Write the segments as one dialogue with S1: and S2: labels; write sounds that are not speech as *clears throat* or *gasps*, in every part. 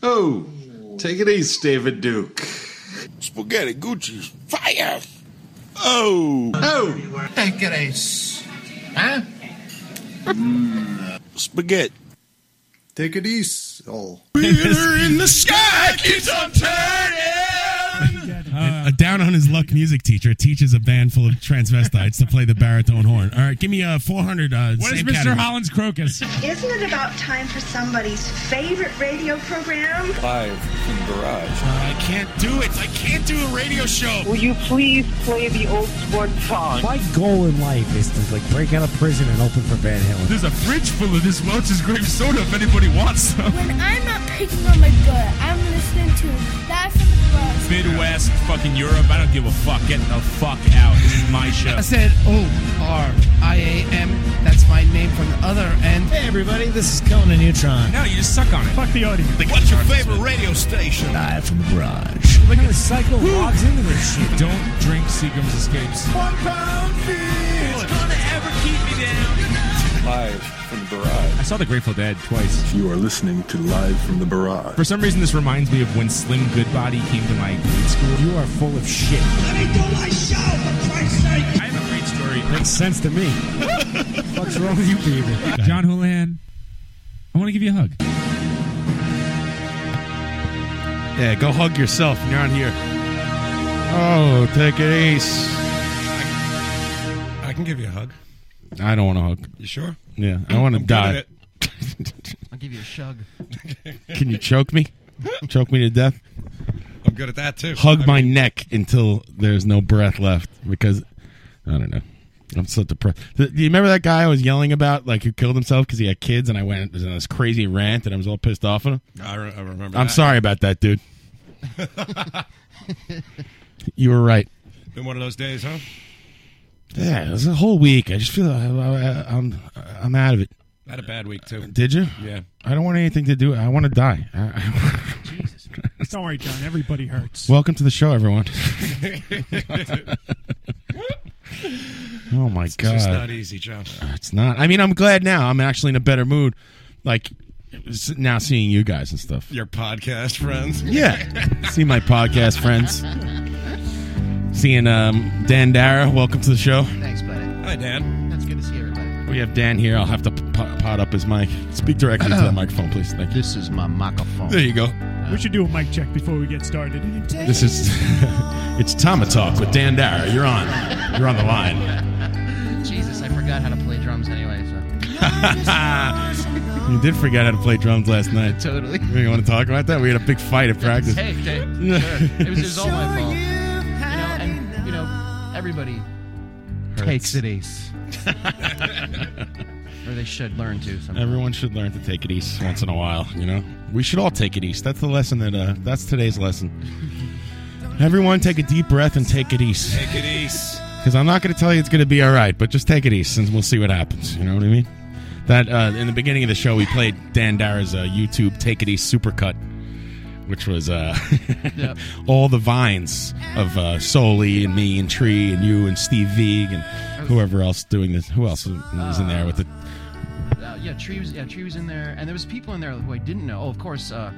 S1: Whoa! Oh, Take it easy, David Duke.
S2: Spaghetti Gucci's fire. Oh,
S1: Oh!
S3: Take it easy. Huh?
S2: Mm. spaghetti.
S4: Take it easy. Oh.
S2: Theater in the sky keeps on turning.
S5: a uh, down on his luck music teacher teaches a band full of transvestites to play the baritone horn. All right, give me a 400. Uh,
S6: What is
S5: same
S6: Mr.
S5: category.
S6: Holland's crocus?
S7: Isn't it about time for somebody's favorite radio program?
S8: Live from the garage.
S5: Uh, I can't do it. I can't do a radio show.
S9: Will you please play the old sport song?
S10: My goal in life is to like break out of prison and open for Van Halen.
S6: There's a fridge full of this Welch's grape soda if anybody wants some.
S7: When I'm not picking on my butt, I'm listening to Live from the Garage.
S6: Midwest, fucking Europe. I don't give a fuck. Get the fuck out. This is my show.
S3: I said O R I A M. That's my name from the other end.
S10: Hey everybody, this is Conan Neutron.
S6: No, you just suck on it. Fuck the audience.
S2: What's your favorite radio station?
S10: Live from the garage. Look at the cycle logs into this shit.
S6: Don't drink Seagram's Escapes.
S2: One pound
S6: It's gonna ever keep me down.
S8: Live from the garage.
S6: I saw The Grateful Dead twice.
S4: You are listening to Live from the Barrage.
S6: For some reason, this reminds me of when Slim Goodbody came to my grade school.
S10: You are full of shit.
S6: I have a great story.
S10: Makes sense to me. What's wrong with you, people?
S6: John Houlihan, I want to give you a hug.
S5: Yeah, go hug yourself when you're on here. Oh, take it easy.
S8: I can give you a hug.
S5: I don't want to hug.
S8: You sure?
S5: Yeah, I want to die.
S3: I'll give you a shug.
S5: *laughs* Can you
S8: *laughs*
S5: choke me? choke me to death?
S8: I'm good at that too.
S5: Hug
S8: I
S5: my
S8: mean,
S5: neck until there's no breath left because I don't know. I'm so depressed. Th- Do you remember that guy I was yelling about, like who killed himself because he had kids? And I went on this crazy rant, and I was all pissed off at him.
S8: I, re- I remember.
S5: I'm
S8: that.
S5: sorry about
S8: *laughs*
S5: that, dude. you were right.
S8: Been one of those days, huh?
S5: Yeah, it was a whole week. I just feel I, I, I'm I'm out of it.
S8: I had a bad week too.
S5: Did you?
S8: Yeah.
S5: I don't want anything to do. I want to die. I- I-
S6: Don't worry, John. Everybody hurts.
S5: Welcome to the
S8: *laughs*
S5: show, everyone. oh my god,
S8: It's not easy, John.
S5: it's not. I mean, I'm glad now. I'm actually in a better mood. Like s- now, seeing you guys and stuff.
S8: Your podcast
S6: *laughs*
S8: friends.
S5: Yeah, *laughs* see my podcast friends. Seeing um, Dan Dara. Welcome to the show.
S3: Thanks, buddy.
S8: Hi, Dan.
S3: That's good to see everybody.
S5: We have Dan here. I'll have to p- pot pot up his mic. Speak directly
S3: *clears throat*
S5: to that microphone, please. Thank you.
S3: This is my microphone.
S5: There you go.
S6: We should do a mic check before we get started.
S5: This is *laughs* it's Tama Talk with Dan Dara. You're on. You're on the
S3: *laughs*
S5: line.
S3: Jesus, I forgot how to play drums anyway. So
S5: *laughs* You did forget how to play drums last night.
S3: totally.
S5: You want to talk about that? We had a big fight at practice.
S3: Hey, hey, sure. it was just all my fault. You know, and, you know, everybody takes it
S5: *laughs*
S3: ace. or they should learn to. Somehow.
S5: Everyone should learn to take it east once in a while. You know, we should all take it east. That's the lesson that. Uh, that's today's lesson. Everyone, take a deep breath and take it east.
S8: Take it easy.
S5: Because I'm not going to tell you it's going to be all right, but just take it east, and we'll see what happens. You know what I mean? That uh, in the beginning of the show, we played Dan Dara's uh, YouTube "Take It East" supercut, which was uh, *laughs*
S3: Yep.
S5: all the vines of uh, Soli and me and Tree and you and Steve Vig and whoever else doing this. Who else was in there with the?
S3: Uh, yeah, Tree was yeah Tree was in there, and there was people in there who I didn't know. Oh, of course, uh,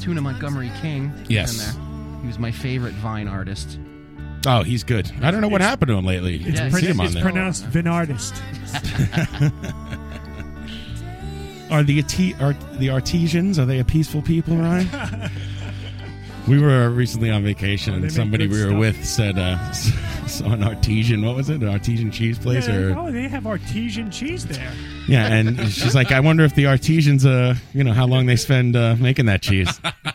S3: Tuna Montgomery King. was
S5: Yes.
S3: in there. he was my favorite Vine artist.
S5: Oh, he's good. I don't know what happened to him lately.
S3: Yeah,
S5: I see him on
S3: it's
S5: there.
S3: pronounced
S5: *laughs*
S6: Vinardist.
S5: Are the arti- are the artisans? Are they a peaceful people, Ryan?
S6: *laughs*
S5: we were recently on vacation, and
S6: Oh, make
S5: somebody
S6: good
S5: we were
S6: stuff.
S5: with said uh, *laughs* saw an artesian. What was it? An artesian cheese place, or
S6: oh, they have artesian cheese there.
S5: yeah? And she's like, I wonder if the artisans, uh, you know, how long they spend uh, making that cheese.
S6: *laughs*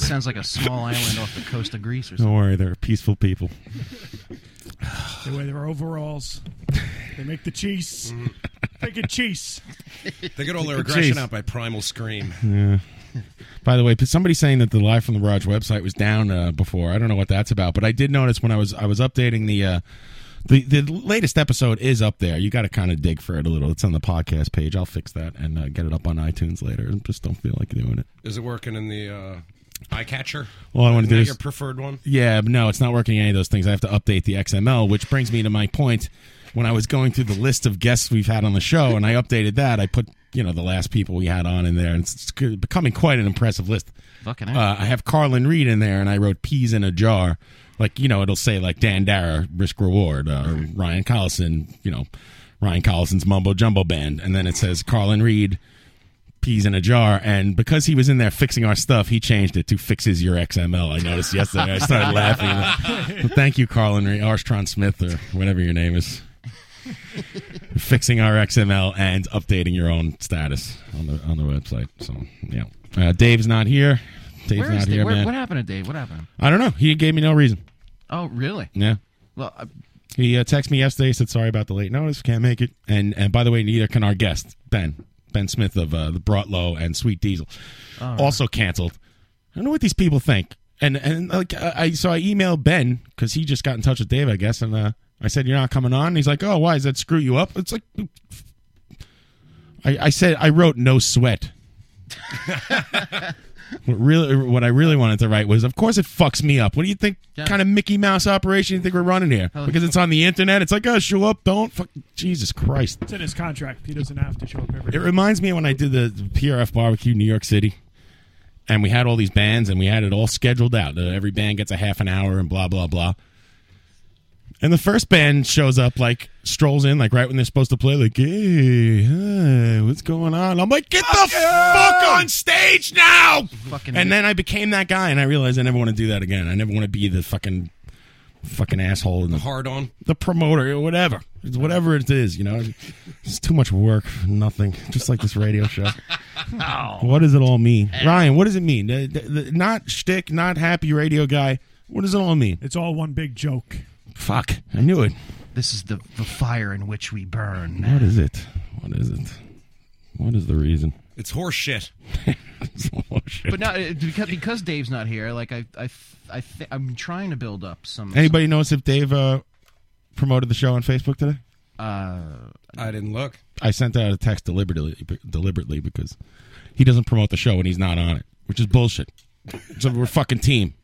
S3: Sounds like a small island off the coast of Greece or something.
S5: Don't worry, they're peaceful people.
S6: They wear their overalls. They make the cheese. They get cheese.
S8: They get all their
S5: Mm-hmm. Take it
S8: aggression
S5: easy.
S8: out by Primal Scream.
S5: By the way, somebody saying that the live from the Barrage website was down uh, before. I don't know what that's about, but I did notice when I was I was updating the uh, the the latest episode is up there. You got to kind of dig for it a little. It's on the podcast page. I'll fix that and uh, get it up on iTunes later. I just don't feel like doing it.
S8: Is it working in the uh, Eye catcher.
S5: Well, I
S8: Isn't
S5: want to do
S8: that
S5: is-
S8: your preferred one.
S5: Yeah, but no, it's not working any of those things. I have to update the XML, which brings me to my point. When I was going through the list of guests we've had on the show, and I updated that, I put you know the last people we had on in there, and it's it's becoming quite an impressive list.
S3: Fucking hell.
S5: Uh, I have Carlin Reed in there, and I wrote peas in a jar. Like you know, it'll say like Dan Dara, Risk Reward, uh,
S3: *laughs*
S5: or Ryan Collison. You know, Ryan Collison's Mumbo Jumbo Band, and then it says Carlin Reed, peas in a jar. And because he was in there fixing our stuff, he changed it to fixes your XML. I noticed yesterday. I *laughs* started laughing. Well, thank you, Carlin Reed, Armstrong Smith, or whatever your name is. fixing our XML and updating your own status on the on the website. So yeah, uh, Dave's not here. Dave's
S3: Where
S5: not
S3: is Dave?
S5: here,
S3: Where-
S5: man.
S3: what happened to Dave? What happened?
S5: I don't know. He gave me no reason.
S3: Oh, really?
S5: Yeah.
S3: Well, I,
S5: He uh, texted me yesterday. He said, "Sorry about the late notice. Can't make it." And and by the way, neither can our guest Ben Ben Smith of uh, the Broughtlow and Sweet Diesel,
S11: All right.
S5: also canceled. I don't know what these people think. And and like I I- so I emailed Ben because he just got in touch with Dave, I guess, and uh, I said, "You're not coming on." And he's like, "Oh, why? Does that screw you up?" It's like I, I said I wrote
S11: *laughs*
S5: no sweat. what really, what I really wanted to write was, of course, it fucks me up. What do you think? Kind of Mickey Mouse operation you think we're running here?
S6: Oh.
S5: Because it's on the internet. It's like, oh, show up, don't fuck. Jesus Christ!
S6: It's in his contract. He doesn't have to show up every
S5: It reminds me of when I did the the PRF barbecue, New York City, and we had all these bands and we had it all scheduled out. Uh, every band gets a half an hour and blah blah blah. And the first band shows up, like strolls in, like right when they're supposed to play, like, hey, hi, what's going on? I'm like, get the fuck on stage now!
S3: Fucking
S6: *laughs*
S5: and then I became that guy, and I realized I never want to do that again. I never want to be the fucking, fucking asshole in the
S8: Hard on.
S5: the promoter, or whatever, It's whatever it is. You know, it's too much work, for nothing. *laughs* Just like this radio show.
S3: Oh.
S5: What does it all mean,
S3: Eh.
S5: Ryan? What does it mean? The- the- the- not shtick, not happy radio guy. What does it all mean?
S6: It's all one big joke.
S5: Fuck, I knew it.
S3: this is the the fire in which we burn.
S5: What is it? What is it? What is the reason?
S8: It's horse
S5: *laughs*
S8: shit.
S5: Oh, shit.
S3: But no, it- because because Dave's not here, like I I I th- I'm trying to build up some.
S5: Anybody notice if Dave uh, promoted the show on Facebook today?
S3: Uh,
S8: I didn't look.
S5: I sent out a text deliberately, deliberately because he doesn't promote the show when he's not on it, which is bullshit. So we're a fucking team.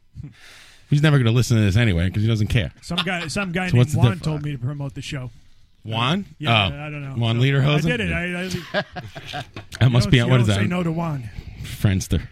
S5: He's never going to listen to this anyway because he doesn't care.
S6: Some guy, some guy
S5: So what's
S6: named
S5: the
S6: Juan
S5: diff-
S6: told me to promote the show.
S5: Juan?
S6: Yeah,
S5: Oh.
S6: I don't know.
S5: Juan
S6: So,
S5: Lederhosen?
S6: I did it. I, I, *laughs*
S5: That must
S6: you
S5: be
S6: don't-
S5: on- what
S6: you don't
S5: is that?
S6: Say no to Juan.
S3: *laughs*
S5: Friendster.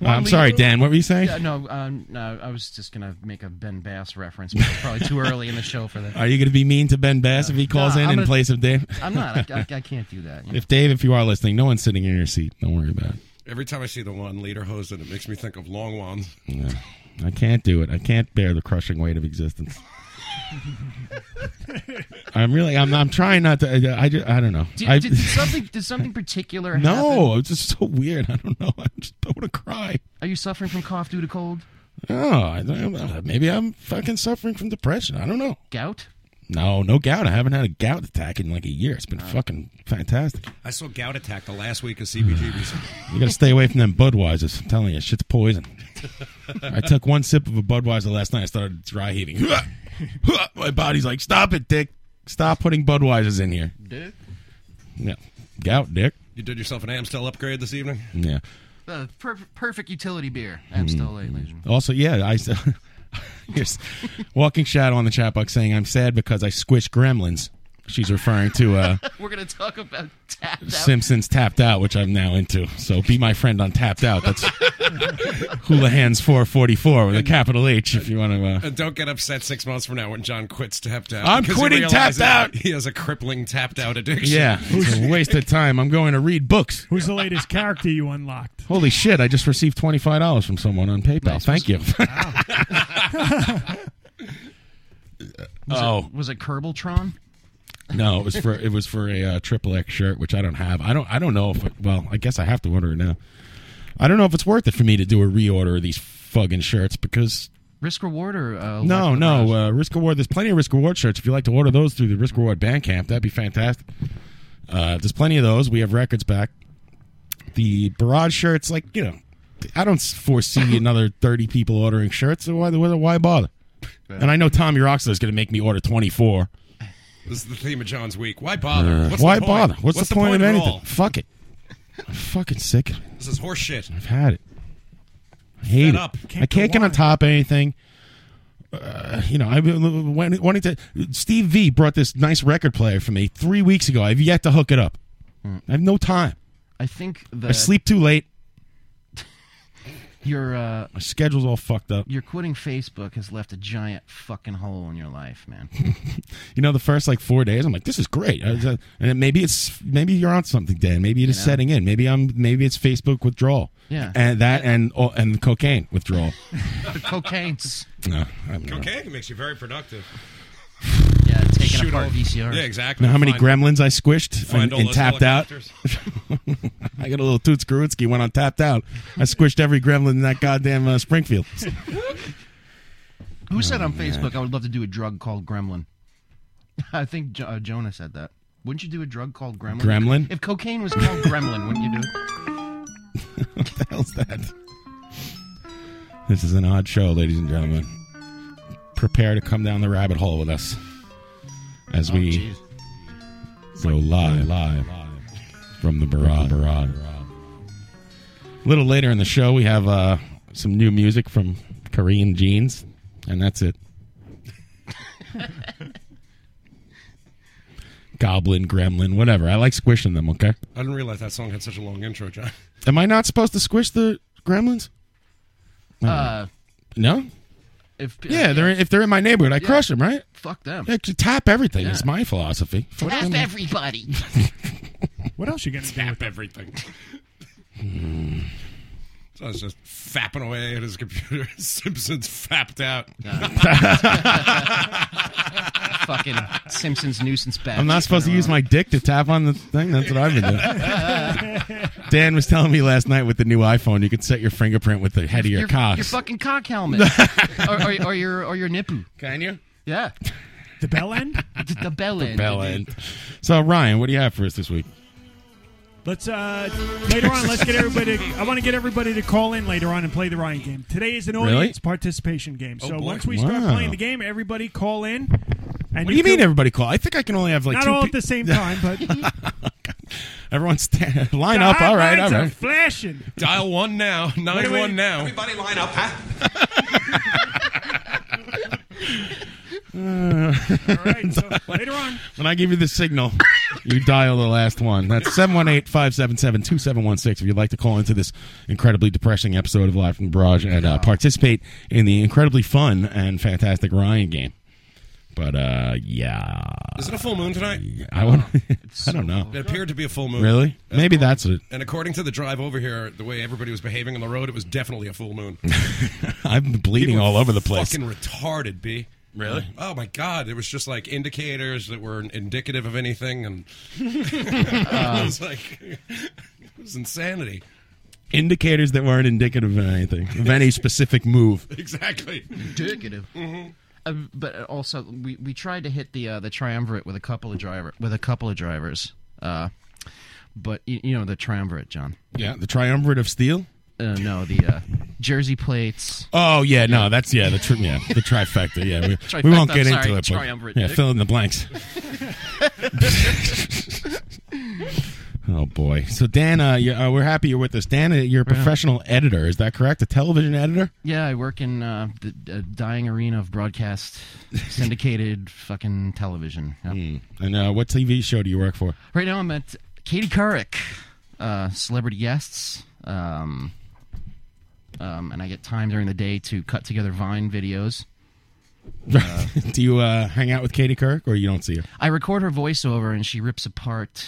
S3: Juan
S5: I'm
S3: Lee-
S5: sorry, Dan. What were you saying?
S3: Yeah, no, um, no, I was just gonna make a Ben Bass reference, but it's probably too early in the show for that.
S5: Are you going to be mean to Ben Bass if he calls
S3: No,
S5: in
S3: I'm
S5: in
S3: gonna-
S5: place of Dave?
S3: I'm not. I, I, I can't do that. you know.
S5: if Dave, if you are listening, no one's sitting in your seat. Don't worry about it.
S8: Every time I see the one leader hose, it makes me think of long ones.
S5: No. I can't do it. I can't bear the crushing weight of existence. I'm really. I'm. I'm trying not to. I. I, ju- I don't know.
S3: *laughs* Did,
S5: I,
S3: did, did
S5: *laughs*
S3: something did something particular? happen?
S5: no, it's just so weird. I don't know. *laughs* I just don't want to cry.
S3: Are you suffering from cough due to cold?
S5: Oh, I don't know. maybe I'm fucking suffering from depression. I don't know.
S3: Gout?
S5: No, no gout. I haven't had a gout attack in like a year. It's been fucking fantastic.
S8: I saw gout attack the last week of CBGB's.
S5: You gotta stay away from them Budweisers. I'm telling you, shit's
S3: *laughs*
S5: poison. I took one sip of a Budweiser last night. I started dry heaving. *laughs* My body's like, stop it, Dick. Stop putting Budweisers in here.
S8: *laughs* Dick?
S5: Yeah, gout, Dick.
S8: You did yourself an Amstel upgrade this evening.
S5: Yeah.
S3: Uh, per- perfect utility beer.
S5: Hmm.
S3: I'm still late, ladies. and
S5: Also, yeah, I. *laughs* Here's walking shadow on the chat box saying, "I'm sad because I squished gremlins." She's referring to uh,
S3: gentlemen. *laughs* We're gonna talk about tapped out.
S5: Simpsons Tapped Out, which I'm now into. So be my friend on Tapped Out. That's Houlihan's 444 with a capital H. If you want to. Uh,
S8: And don't get upset six months from now when John quits Tapped Out.
S5: I'm
S8: because he
S5: quitting
S8: realizes
S5: Tapped Out!
S8: He has a crippling Tapped Out addiction. *laughs*
S5: Yeah, it's a waste of time. I'm going to read books.
S6: Who's the latest character you unlocked?
S5: Holy shit! I just received twenty five dollars from someone on PayPal. Thank you.
S3: Was
S5: Oh.
S3: it, was it Kerbaltron?
S5: no, it was for it was for a uh, triple X shirt, which I don't have. I don't I don't know if well, I guess I have to order it now. I don't know if it's worth it for me to do a reorder of these fucking shirts because
S3: Risk reward or uh,
S5: no, no uh, risk reward. There's plenty of risk reward shirts. If you like to order those through the risk reward Bandcamp, that'd be fantastic. Uh, there's plenty of those. We have records back. The barrage shirts, like you know, I don't foresee another 30 people ordering shirts. So why why bother? And I know Tommy Roxler is going to make me order 24.
S8: This is the theme of John's week. Why bother?
S5: Uh,
S8: What's
S5: why
S8: the point?
S5: bother? What's, the, point, of
S8: at
S5: anything?
S8: all?
S5: Fuck it. I'm fucking sick. of it.
S8: This is horse shit.
S5: I've had it. I hate
S8: Fed
S5: it.
S8: up.
S5: I
S8: Can't go
S5: can't get on top of anything. Uh, you know, I've been when- wanting to. Steve V brought this nice record player for me three weeks ago. I've yet to hook it up. I have no time.
S3: Hmm. I think that
S5: I sleep too late.
S3: your uh,
S5: My schedule's all fucked up.
S3: your quitting Facebook has left a giant fucking hole in your life,
S5: *laughs*
S3: man.
S5: You know, the first like four days, I'm like, this is great. I was, uh, And it- maybe it's maybe you're on something, Dan. Maybe it is
S3: You know?
S5: setting in. Maybe I'm maybe it's Facebook withdrawal.
S3: Yeah.
S5: and that and oh, and cocaine withdrawal.
S3: the
S5: *laughs*
S3: cocaine's
S5: *laughs* no, I don't know.
S8: Cocaine makes you very productive.
S3: yeah, taking
S8: Shoot
S3: apart
S8: all-
S3: VCRs.
S8: Yeah, exactly.
S5: Now, how many
S8: Find-
S5: gremlins I squished
S8: find
S5: and,
S8: all
S5: and
S8: those
S5: tapped out?
S8: helicopters.
S5: *laughs* I got a little Toots Gruinsky when I tapped out. I squished every gremlin in that goddamn uh, Springfield.
S3: Who said
S5: Oh,
S3: on
S5: man.
S3: Facebook I would love to do a drug *laughs* called Gremlin? I think jo- uh, Jonah said that. Wouldn't you do a drug called Gremlin?
S5: Gremlin?
S3: If cocaine was called Gremlin, wouldn't you do it?
S5: what the hell's that? This is an odd show, ladies and gentlemen. Prepare to come down the rabbit hole with us as
S3: Oh,
S5: we
S3: jeez.
S5: go live, live from the barrage. A little later in the show, we have uh, some new music from Korean Jeans, and that's it. Goblin, gremlin, whatever. I like squishing them. Okay.
S8: I didn't realize that song had such a long intro, John.
S5: Am I not supposed to squish the gremlins?
S3: Uh,
S5: No.
S3: if
S5: Yeah, they're if they're in my neighborhood, I crush them, right?
S3: Fuck them.
S5: Yeah, to tap everything
S3: Yeah.
S5: is my philosophy. Fuck
S3: Tap
S5: them.
S3: everybody.
S6: *laughs* What else you gonna
S8: Tap everything. *laughs* So I was just fapping away at his computer. *laughs* Simpsons fapped
S6: *laughs*
S8: out. *laughs*
S5: *laughs*
S3: Fucking Simpsons nuisance bag.
S5: I'm not supposed to
S3: *laughs*
S5: use my dick to tap on the thing. That's what I've been
S3: *laughs*
S5: *laughs* doing. Dan was telling me last night with the new iPhone, you could set your fingerprint with the head of your,
S3: your,
S5: cock.
S3: your fucking cock helmet, or, or, or your or your nipple.
S5: Can you?
S3: Yeah,
S6: the bell end.
S3: the, the bell end.
S5: Bell end. So Ryan, what do you have for us this week?
S6: Let's uh later on. Let's get everybody. I want to get everybody to call in later on and play the Ryan game. Today is an
S5: Really?
S6: audience participation game.
S5: Oh,
S6: So
S5: boy.
S6: once we start
S5: Wow.
S6: playing the game, everybody call in. And
S5: What do you mean
S6: can-
S5: everybody call? I think I can only have like
S6: Not
S5: two.
S6: all
S5: pe-
S6: at the
S5: *laughs*
S6: same time, but
S5: Everyone's *laughs* line up.
S6: The
S5: All right, all
S6: headlines are
S5: right.
S6: flashing.
S8: Dial one now. Nine
S6: wait.
S8: one now.
S2: Everybody line up, huh?
S6: Uh, *laughs* All right, so later on.
S5: When I give you the signal, you dial the last one. That's 718-577-2716 if you'd like to call into this incredibly depressing episode of Live from the Barrage and uh, participate in the incredibly fun and fantastic Ryan game. But uh yeah.
S8: Is it a full moon tonight?
S5: I *laughs* would, I don't know.
S8: It appeared to be a full moon.
S5: Really? Maybe that's it.
S8: And according to the drive over here, the way everybody was behaving on the road, it was definitely a full moon.
S5: *laughs* I'm bleeding
S8: People
S5: all
S8: are
S5: over the place.
S8: Fucking retarded, B.
S5: Really?
S8: Oh my god! It was just like indicators that were indicative of anything, and *laughs* it was like it was
S6: *laughs*
S8: insanity.
S5: Indicators that weren't indicative of anything, of any specific move.
S8: Exactly.
S3: indicative.
S5: Mm-hmm.
S3: Uh, but also, we, we tried to hit the uh, the triumvirate with a couple of driver with a couple of drivers. Uh, but you, you know the triumvirate, John.
S5: Yeah, the triumvirate of steel.
S3: Uh, no, the uh, jersey plates.
S5: Oh yeah, no, that's yeah the tri- yeah the trifecta. Yeah, we,
S3: *laughs* Trifecta,
S5: we won't get
S3: sorry,
S5: into it.
S3: triumvirate,
S5: But, yeah,
S3: Dick.
S5: fill in
S3: *laughs*
S5: the blanks. *laughs* oh boy. So Dan, uh, you, uh, we're happy you're with us. Dan, uh, you're a professional editor. Is that correct? A television editor?
S3: Yeah, I work in uh, the uh, dying arena of broadcast syndicated fucking television. Yeah.
S5: And uh, what TV show do you work for?
S3: Right now, I'm at Katie Couric, uh, celebrity guests, um, um, and I get time during the day to cut together Vine videos.
S5: *laughs* do you uh, hang out with Katie Kirk, or you don't see her?
S3: I record her voiceover and she rips apart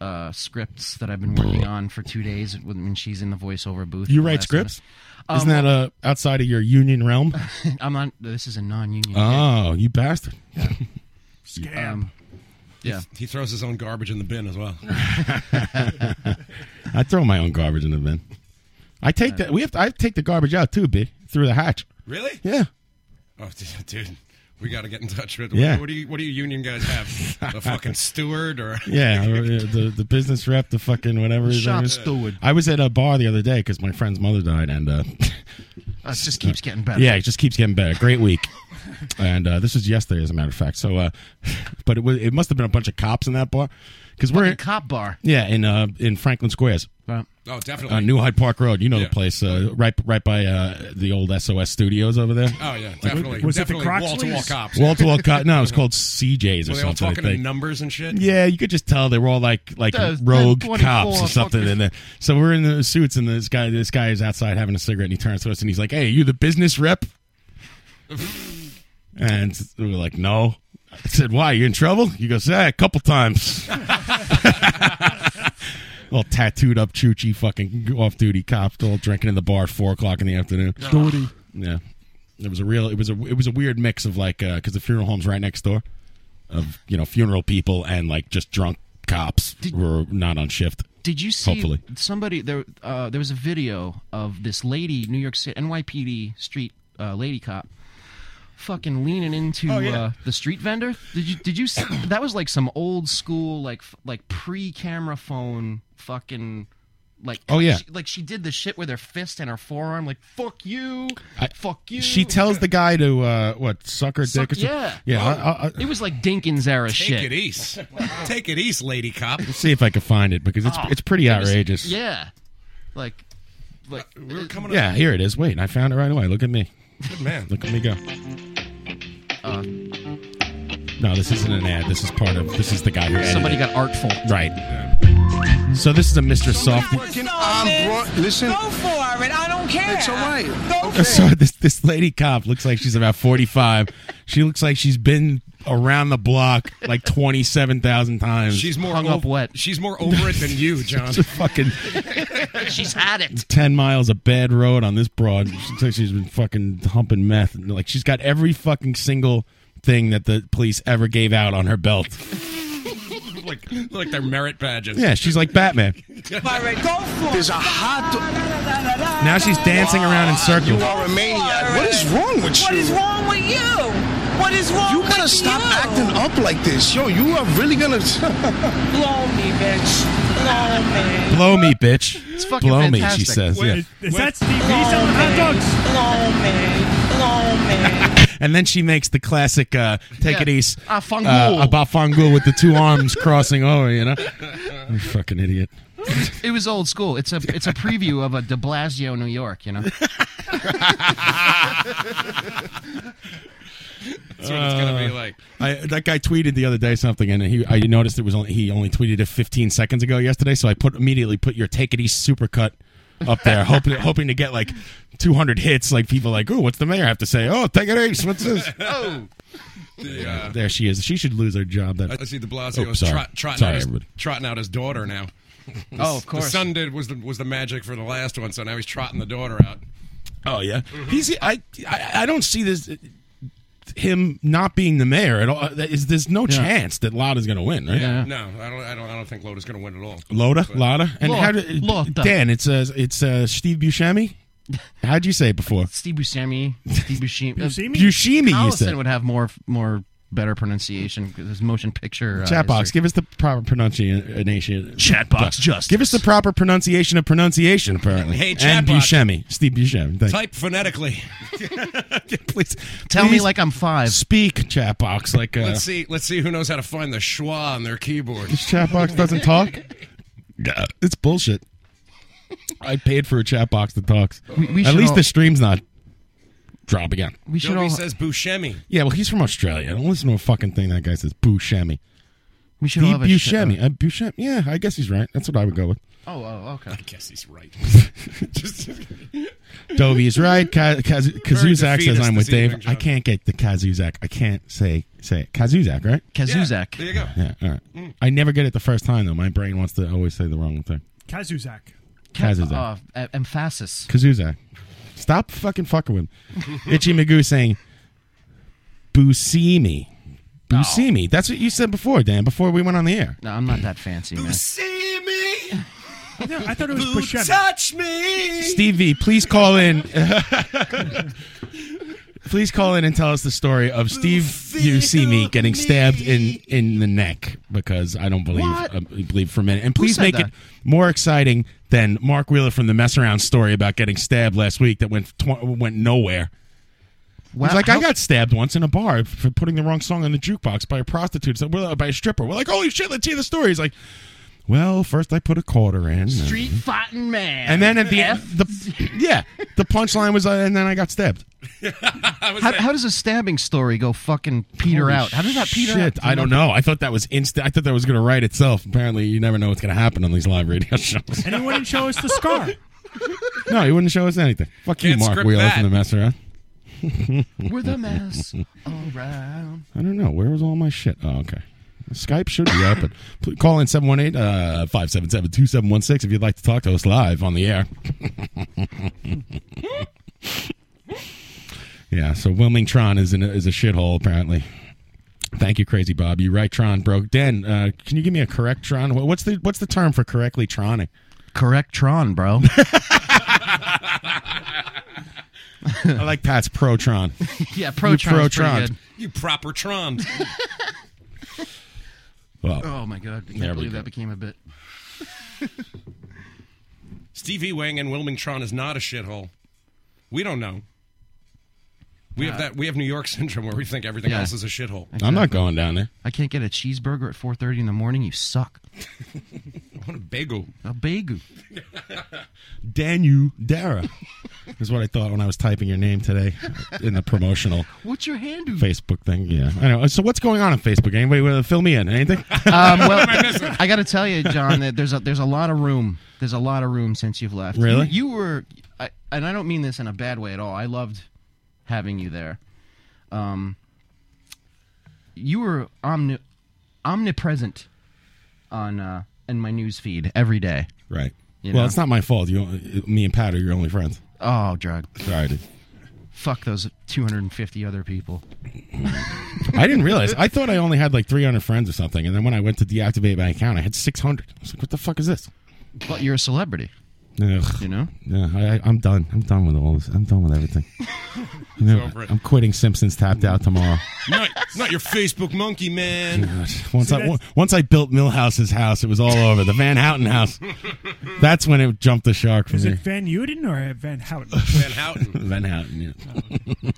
S3: uh, scripts that I've been working on for two days when when she's in the Um, voiceover booth. and
S5: You
S3: all
S5: write
S3: that sort of-
S5: scripts? Isn't that uh, outside of your union realm?
S3: *laughs* I'm not. This is a non-union.
S5: oh, you bastard!
S6: Scam.
S3: yeah.
S8: He throws his own garbage in the bin as well. *laughs*
S5: *laughs* I throw my own garbage in the bin. I take that. We have. To, I take the garbage out too, b through the hatch.
S8: Really?
S5: Yeah.
S8: Oh, *laughs* dude, dude, we got to get in touch with.
S5: Yeah.
S8: What do you What do you union guys
S5: *laughs*
S8: have? A fucking steward or?
S5: Yeah, or, uh, the the business rep, the fucking whatever. his
S3: Shop
S5: name is.
S3: steward.
S5: I was at a bar the other day because my friend's mother died, and uh, *laughs*
S3: Uh, it just keeps getting better. *laughs*
S5: yeah, it just keeps getting better. Great week. and uh, this was yesterday, as a matter of fact. So, uh, but it was it must have been a bunch of cops in that bar because we're in
S3: cop bar.
S5: Yeah, in uh, in Franklin Squares.
S8: Oh, definitely.
S5: Uh, New Hyde Park Road. You know
S8: Yeah.
S5: the place, uh, right right by uh, the old SOS studios over there.
S8: Oh, yeah, definitely.
S5: Was
S6: it the
S8: definitely wall to wall
S6: Croxleys?
S8: cops.
S5: Wall to wall
S8: *laughs*
S5: cop. No, it was called CJ's or
S8: Were they all
S5: something.
S8: talking
S5: I
S8: in
S5: think.
S8: numbers and shit?
S5: Yeah, you could just tell they were all like like
S8: Those
S5: rogue
S8: 10, 24
S5: cops or something
S8: fuckers.
S5: in there. So we're in the suits, and this guy this guy is outside having a cigarette, and he turns to us and he's like, "Hey, you the business rep?" and we were like, "No." I said, "Why? You in trouble?" He goes, "Yeah, a couple times." *laughs* Little tattooed up choochie fucking off duty cop, all drinking in the bar at four o'clock in the afternoon.
S6: Duty.
S5: Yeah, it was a real. It was a. It was a weird mix of like because the funeral home's right next door, of you know funeral people and like just drunk cops who were not on shift.
S3: Did you see
S5: Hopefully,
S3: somebody there? Uh, there was a video of this lady, New York City NYPD street uh, lady cop, fucking leaning into
S11: Oh, yeah.
S3: uh, the street vendor. Did you? Did you? See, *coughs* that was like some old school, like f- like pre-camera phone, fucking. Like
S5: Oh, yeah.
S3: she, like she did the shit with her fist and her forearm, like fuck you, fuck you.
S5: she tells the guy to uh, what suck her
S3: Suck-
S5: dick. Or something?
S3: yeah.
S5: yeah. I, I, I,
S3: it was like Dinkins era
S8: Take
S3: shit.
S8: it east. Take it east, lady cop.
S5: let's see if I can find it because it's
S3: Oh,
S5: it's pretty
S3: it was-
S5: outrageous.
S3: yeah, like like
S8: Uh, we were coming.
S5: Yeah, here it is. Wait, I found it right away. Look at me.
S8: Good man.
S5: Look at me go.
S3: Uh,
S5: No, this isn't an ad. This is part of. This is the guy who. edited
S3: Somebody
S5: it.
S3: got artful.
S5: Right. So this is a Mr. Softy.
S12: I'm listen. Go for it. I don't care. It's all right. Go for
S5: *laughs* So this this lady cop looks like she's about forty five. She looks like she's been around the block like twenty seven thousand
S8: *laughs*
S5: times.
S8: She's more hung up wet. She's more over it than you,
S5: *laughs*
S8: John.
S5: Just fucking *laughs*
S3: She's had it.
S5: ten miles of bad road on this broad. She looks like she's been fucking humping meth. And, Like she's got every fucking single thing that the police ever gave out on her belt.
S8: *laughs* like, like their merit badges.
S5: Yeah, she's like Batman.
S12: it. Go for it. There's a hot.
S5: Now she's dancing around in circles.
S12: a maniac. What is wrong with you? What is wrong with you? What is wrong? You gotta stop acting up like this, yo. You are really gonna *laughs* blow me, bitch. Blow me.
S5: Blow me, bitch.
S12: It's
S5: fucking Blow me, she fantastic. says, yeah.
S6: Is that Steve V selling hot dogs?
S5: And then she makes the classic uh, take
S3: Yeah.
S5: it east
S3: Ah, fangul.
S5: uh, about fangul with the two arms crossing over, you know? You fucking idiot.
S3: It was old school. It's a it's a preview of a De Blasio New York. You know.
S8: *laughs* That's what it's gonna be like.
S5: Uh, I, that guy tweeted the other day something, and he I noticed it was only, he only tweeted it 15 seconds ago yesterday. So I put immediately put your take it east supercut up
S8: *laughs*
S5: there, hoping hoping to get like 200 hits. Like people like, oh, what's the mayor have to say? Oh, take it east.
S8: *laughs*
S5: What's this?
S8: oh. The, uh,
S5: There she is. She should lose her job. That
S8: I see De Blasio
S5: Oh,
S8: is
S5: sorry.
S8: trot, trotting,
S5: Sorry,
S8: out his,
S5: everybody.
S8: trotting out his daughter now.
S5: Oh, of course.
S8: The son did was the was the magic for the last one, so now he's trotting the daughter out. Mm-hmm.
S5: Oh yeah,
S8: Mhm.
S5: he's I, I I don't see this him not being the mayor at all. There Is there's no chance that Lada's going to win, right?
S8: No, I don't. I don't. I don't think Loda's going to win at all.
S5: Loda, Lada, and
S8: Loda,
S5: how did
S8: Loda.
S5: Dan? It's uh, it's uh, Steve Buscemi. How'd you say it before?
S3: Steve Buscemi. Steve Buscemi.
S5: Buscemi? Buscemi, you
S3: Collison
S5: said.
S3: would have more more better pronunciation because his motion picture. Uh,
S5: Chat box,
S3: history.
S5: give us the proper pronunciation.
S3: Chat box, just
S5: give us the proper pronunciation of pronunciation. Apparently,
S8: Hey, chat
S5: and
S8: box.
S5: Buscemi, Steve Buscemi. Thank
S8: Type
S5: *laughs*
S8: phonetically.
S5: Please
S3: Tell me
S5: please
S3: like I'm five.
S5: Speak, chat box. Like uh,
S8: let's see. Let's see who knows how to find the schwa on their keyboard.
S5: This chat box doesn't
S8: *laughs*
S5: talk. It's bullshit. I paid for a chat box that talks.
S8: We- we
S5: At
S8: should
S5: least
S8: all-
S5: the stream's not dropping out.
S3: We
S8: should says Buscemi.
S5: Yeah, well, he's from Australia. Don't listen to a fucking thing that guy says. Buscemi.
S3: We should
S5: the
S3: all have a sh-
S5: Buscemi. Uh, Buscemi. Yeah, I guess he's right. That's what I would *laughs* go with.
S3: Oh, oh, okay. I
S8: guess he's right. *laughs*
S5: Dovey's right. Ka- Kaz- Kazuzak says
S8: defeatist
S5: I'm with
S8: this
S5: Dave.
S8: evening,
S5: I
S8: John.
S5: can't get the Kazuzak. I can't say say it. Kazuzak, right?
S3: Kazuzak.
S8: there you go.
S5: Yeah, all right. I never get it the first time though. My brain wants to always say the wrong thing.
S6: Kazuzak.
S5: Kazuzak.
S8: oh,
S3: Uh, em- emphasis.
S5: Kazuzak. Stop fucking fucking with
S3: *laughs*
S5: him. Itchy Magoo saying, Buscemi. Buscemi. That's what you said before, Dan, before we went on the air.
S3: No, I'm not that fancy, man.
S2: See
S6: *laughs*
S2: me?
S6: I thought it was
S2: Who
S6: Buscemi.
S2: touch me?
S5: Stevie, please call in. please call in and tell us the story of Steve You See Me getting stabbed in, in the neck because I don't believe
S2: What?
S5: I believe for a minute. And
S2: Who
S5: please
S2: said
S5: make
S2: that?
S5: it more exciting than Mark Wheeler from the mess around story about getting stabbed last week that went tw- went nowhere. Wow, He's like, I got stabbed once in a bar for putting the wrong song on the jukebox by a prostitute, so, well, by a stripper. We're like, holy shit, let's hear the story. He's like, well, first I put a quarter in.
S3: Street fighting man.
S5: And then at the end, the, yeah, the punchline was, uh, and then I
S6: *laughs*
S5: got stabbed.
S3: how, how does a stabbing story go fucking peter
S5: Holy
S3: out? How does that peter
S5: shit,
S3: out?
S5: I don't know. I thought that was instant. I thought that was going to write itself. Apparently, you never know what's going to happen on these live radio *laughs* shows.
S6: And he wouldn't show us
S3: *laughs*
S6: the scar.
S5: no, he wouldn't show us anything. Fuck
S6: Can't
S5: you, Mark
S6: script
S5: Wheeler
S6: that.
S5: from the mess around.
S3: We're the
S5: *laughs*
S3: mess around.
S5: I don't know. Where was all my shit? Oh, okay. Skype should be open. Please call in 718 uh, 577 2716 if you'd like to talk to us live on the air. *laughs* yeah, so Wilming Tron is, in a, is a shithole, apparently. Thank you, Crazy Bob. You right, Tron, bro. Dan, uh, can you give me a correct Tron? Wha- What's the what's the term for correctly Troning?
S3: Correct Tron,
S5: *laughs*
S3: bro.
S5: I like Pat's pro Tron.
S3: *laughs* Yeah,
S5: You
S3: pro
S5: pro
S3: Tron's
S5: Trons.
S3: pretty good.
S8: You proper Tron.
S5: *laughs* Well,
S3: oh my god, I can't
S8: there we
S3: believe
S8: go.
S3: that became a bit.
S8: *laughs* Stevie Wang and Wilming Tron is not a shithole. We don't know. We
S3: Uh,
S8: have that. We have New York *laughs* syndrome where we think everything
S3: yeah.
S8: else is a shithole.
S5: I'm not going down there.
S3: I can't get a cheeseburger at 4:30 in the morning. You suck.
S8: I want a
S3: *laughs*
S8: bagel.
S3: A bagel.
S5: Danu Dara is what I thought when I was typing your name today in the promotional
S3: What's your hand do?
S5: Facebook thing. Yeah, I know. So what's going on on Facebook? Anybody want to fill me in? Anything?
S3: Um, well, I got to tell you, John, that there's a there's a lot of room. There's a lot of room since you've left.
S5: Really?
S3: You, you were, I, and I don't mean this in a bad way at all. I loved having you there. Um, you were omni- omnipresent on uh, in my news feed every day.
S5: Right.
S3: You
S5: well,
S3: know?
S5: it's not my fault. You, me and Pat are your only friends.
S3: Oh, drug.
S5: Sorry, dude.
S3: Fuck those 250 other people.
S5: I didn't realize. I thought I only had like 300 friends or something, and then when I went to deactivate my account, I had 600. I was like, "What the fuck is this?"
S3: But you're a celebrity.
S5: Ugh.
S3: You know?
S5: Yeah, I, I, I'm done. I'm done with all this. I'm done with everything. You know,
S8: over it.
S5: I'm quitting Simpsons Tapped Out tomorrow.
S8: not, not your Facebook monkey, man.
S5: God. Once I w- once I built Millhouse's house, it was all over. The Van Houten house. That's when it jumped the shark for
S6: Is it
S5: me.
S6: Van Uden or Van Houten?
S8: Van Houten.
S5: *laughs* Van Houten. Yeah.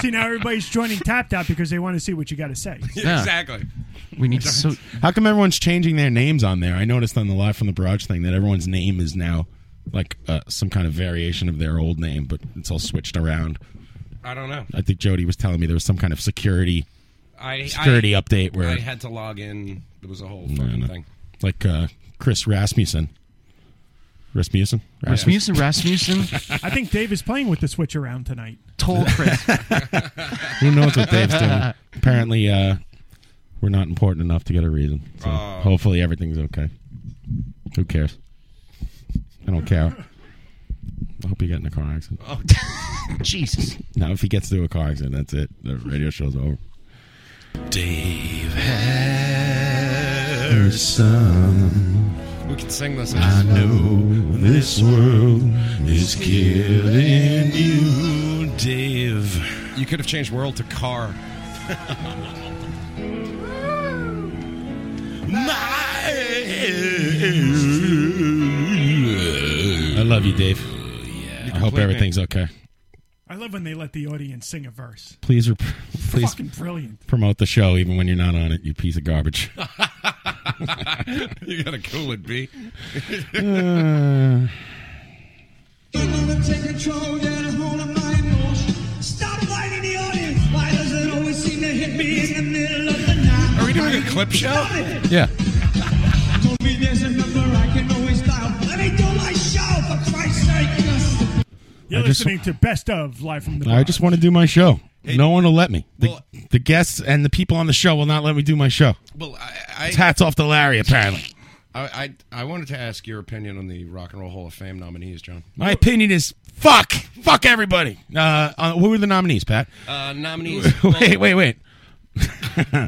S6: See, now everybody's joining Tapped Out because they want to see what you got to say.
S5: Yeah,
S8: exactly.
S3: We need so.
S5: How come everyone's changing their names on there? I noticed on the live from the barrage thing that everyone's name is now like uh, some kind of variation of their old name, but it's all switched around.
S8: I don't know.
S5: I think Jody was telling me there was some kind of security
S8: I
S5: security
S8: I-
S5: update where
S8: I had to log in. There was a whole
S5: No,
S8: fucking
S5: no.
S8: thing.
S5: like uh, Chris Rasmussen. Rasmussen?
S3: Rasmussen, Rasmussen.
S6: I think Dave is playing with the switch around tonight.
S3: Toll Chris.
S5: *laughs* Who knows what Dave's doing? Apparently, uh, we're not important enough to get a reason. So
S8: Oh.
S5: hopefully, everything's okay. Who cares? I don't care. I hope he got in a car accident.
S8: Oh,
S3: *laughs*
S2: *laughs*
S3: Jesus.
S5: Now, if he gets through a car accident, that's it. The radio show's over.
S2: Dave
S8: We can sing this.
S2: I know this world is killing you, Dave.
S8: You could have changed world to car. *laughs*
S5: I love you, Dave.
S8: Oh,
S5: I hope
S6: complete me.
S5: everything's okay.
S6: I love when they let the audience sing a verse.
S5: Please, rep- please
S6: Fucking brilliant.
S5: promote the show even when you're not on it. You piece
S8: *laughs*
S5: of garbage.
S8: you gotta cool it, B.
S5: Uh,
S2: Take control down hold of my emotions. Stop fighting the audience. Why does it always seem to hit me in the middle of the night?
S8: Are we doing a clip show?
S2: Stop it.
S5: yeah.
S2: Told me there's a number I can always dial. Let me do my show, for Christ's sake.
S6: You're
S5: I just-
S6: listening to Best of Live from the
S5: I just want to do my show. no one will let me. The,
S8: well-
S5: the guests and the people on the show will not let me do my show.
S8: Well, I,
S5: It's
S8: I,
S5: hats off to Larry, apparently.
S8: I, I, I wanted to ask your opinion on the Rock and Roll Hall of Fame nominees, John.
S5: My opinion is fuck. Fuck everybody. Uh, uh, who were the nominees, Pat?
S8: Uh, nominees.
S5: *laughs* wait, wait, wait.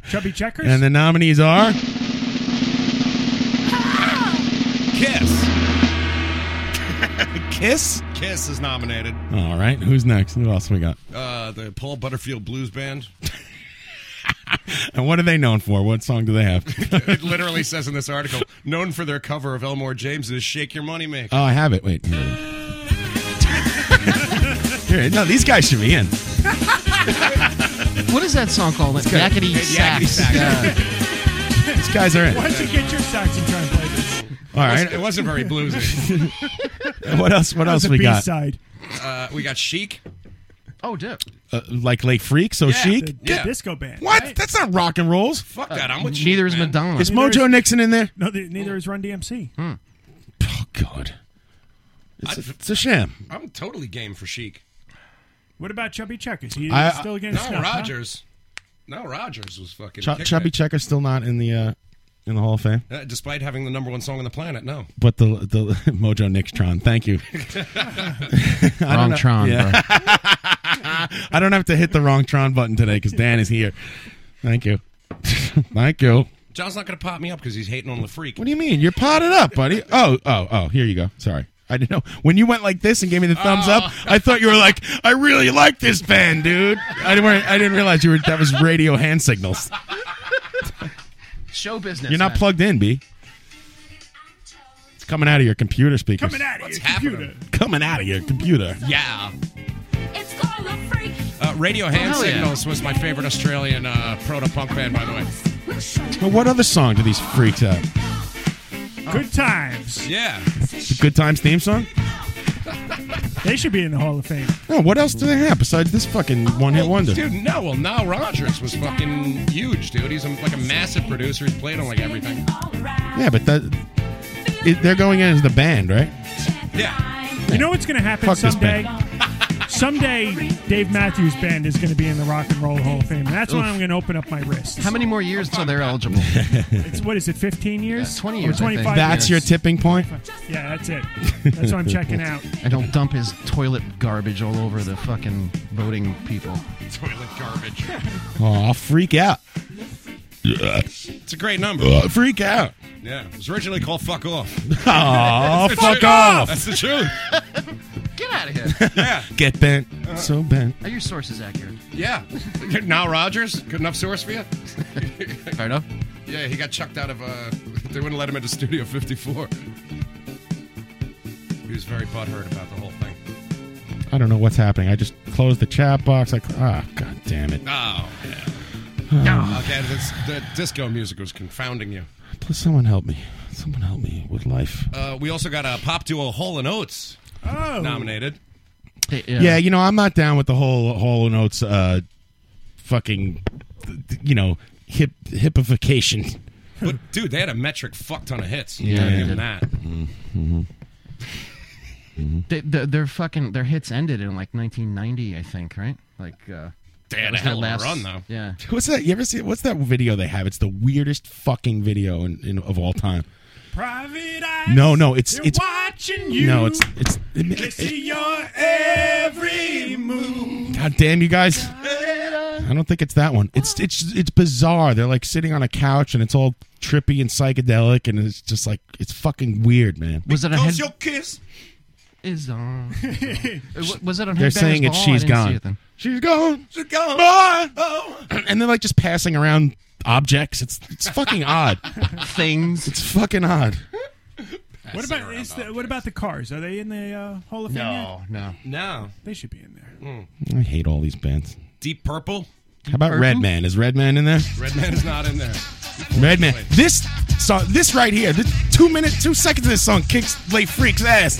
S6: Chubby Checkers?
S5: And the nominees are
S8: Kiss.
S5: Kiss.
S8: *laughs* Kiss is nominated.
S5: All right. Who's next? Who else we got?
S8: Uh, the Paul Butterfield Blues Band.
S5: And what are they known for? What song do they have?
S8: It literally says in this article, known for their cover of Elmore James's "Shake Your Money Maker."
S5: *laughs* oh, I have it. Wait. Here it is. Here it- no, these guys should be in.
S3: What is that song called?
S5: It's got-
S3: Yakety
S5: Yakety
S3: Sax.
S5: Sax.
S6: *laughs*
S5: These guys are in.
S6: Why don't you get your sax and try and play this?
S5: All right.
S8: It wasn't very bluesy.
S5: *laughs* what else? What
S6: That was
S5: else
S6: a
S5: we got?
S6: B-side.
S8: Uh, we got Chic.
S3: Oh, dude.
S5: Uh, like Late Freak, so Oh, chic.
S6: disco band.
S5: What? That's not rock and rolls.
S8: Fuck that. I'm
S5: with you, Neither is man. Madonna. Is Mojo Nixon in there?
S6: No, th- neither is Run DMC.
S5: Hmm. Oh, God. It's a, it's a sham.
S8: I'm totally game for Chic.
S6: What about Chubby Checkers? He
S5: I-
S6: still
S8: No,
S6: against snuff, huh?
S8: Rogers. No, Rogers was fucking.
S5: Ch-
S8: kicking
S5: Chubby
S8: it.
S5: Checker's still not in the uh, in the Hall of Fame,
S8: Uh, despite having the number one song on the planet,
S6: *laughs*
S8: no.
S5: but the the *laughs* Mojo Nixtron. Thank *laughs* you. *laughs* I don't
S8: Wrong
S5: know-
S8: Tron, bro.
S5: *laughs* I don't have to hit the wrong Tron button today because Dan is here. Thank you. *laughs* Thank you.
S8: John's not going to pop me up because he's hating on the freak.
S5: What do you mean? You're potted up, buddy. Oh, oh, oh. Here you go. Sorry. I didn't know. When you went like this and gave me the thumbs up, I thought you were like, I really like this band, dude. I didn't, I didn't realize you were. That was radio hand signals.
S3: Show business.
S5: You're not
S3: man.
S5: plugged in, B. It's coming out of your computer speakers.
S3: Coming out of
S8: What's
S3: your
S8: happening?
S5: Coming out of your computer.
S8: Yeah. Uh, Radio Hand
S5: hell yeah.
S8: Signals was my favorite Australian uh, proto punk band, by the way.
S5: But what other song do these freaks have?
S6: Good times.
S8: Yeah.
S5: The Good Times theme song?
S6: They should be in the Hall of Fame.
S5: No, what else do they have besides this fucking one hit wonder?
S8: Dude, no. Well, now Rogers was fucking huge, dude. He's a, like a massive producer. He's played on like everything.
S5: Yeah, but that, it, they're going in as the band, right?
S6: You know what's going to happen
S5: Fuck this
S6: someday? *laughs* someday, Dave Matthews Band is going to be in the Rock and Roll Hall of Fame. And that's when
S3: Oof.
S6: I'm going to open up my wrist.
S3: How many more years till they're eligible?
S6: It's what is it? 15 years?
S3: 20
S6: Or
S3: years, I think.
S6: 25.
S5: That's your tipping point?
S6: Yeah, that's it. That's what I'm
S3: *laughs*
S6: checking
S5: *laughs*
S6: out.
S3: I don't dump his toilet garbage all over the fucking voting people.
S8: Toilet
S5: *laughs*
S8: garbage.
S5: Oh, I'll freak out.
S3: Mm-hmm.
S8: It's a great number.
S5: Uh, freak out.
S8: Yeah. It was originally called Fuck Off.
S5: Aw,
S8: *laughs* That's the
S5: fuck
S8: truth.
S5: off.
S8: That's the truth.
S5: *laughs*
S3: Get out of here.
S8: Yeah.
S5: Get bent. so bent.
S3: Are your sources accurate?
S8: Yeah. *laughs* now Rogers, good enough source
S5: *laughs*
S8: for you? Fair
S3: enough.
S8: Yeah, he got chucked out of, uh, *laughs* they wouldn't let him into Studio 54. He was very butthurt about the whole thing.
S5: I don't know what's happening. I just closed the chat box. Like, ah, god damn it.
S8: Oh, yeah.
S3: *sighs*
S5: No.
S8: Okay, this, the disco music was confounding you.
S5: Please, someone help me. Someone help me with life.
S8: Uh, we also got a pop duo Hole and Oates nominated.
S5: Yeah. you know, I'm not down with the whole Hall & Oates uh, fucking, you know, hip hipification.
S8: But dude, they had a metric fuck ton of hits.
S5: Yeah,
S8: Yeah,
S5: they
S8: give them
S5: did.
S8: that.
S3: They, their, their fucking their hits ended in like 1990, I think, right? Like uh,
S8: They
S3: that
S8: had
S3: was their
S8: a hell of a
S3: last-
S8: run, though.
S3: Yeah,
S5: What's that? You ever see? What's that video they have? It's the weirdest fucking video in, in, of all time.
S6: Private
S5: No, no, it's
S6: They're
S5: it's
S6: watching you.
S5: No, it's it's.
S6: They see your every move.
S5: God damn you guys! I don't think it's that one. It's it's it's bizarre. They're like sitting on a couch and it's all trippy and psychedelic and it's just like it's fucking weird, man.
S3: was it a head?
S8: kiss
S3: is on. Uh, wa- was it on?
S5: They're
S3: Headbangers
S5: saying it's
S3: Ball? I
S5: she's
S3: didn't see
S5: gone.
S3: it then.
S5: She's gone.
S8: She's gone.
S5: Bye.
S8: Oh.
S5: And they're like just passing around objects. It's it's
S8: *laughs*
S5: fucking odd.
S3: Things.
S5: It's fucking odd.
S6: What about is the, what about the Cars? Are they in the uh, Hall of Fame?
S3: No, no.
S8: No. Hmm.
S6: yet? they should be in there.
S5: I hate all these bands.
S8: Deep Purple.
S5: How about
S8: Purple?
S5: Redman? Is Redman in there?
S8: Redman is not in there.
S5: Redman. This song, this right here, the two minute, two seconds of this song kicks Lay Freak's ass.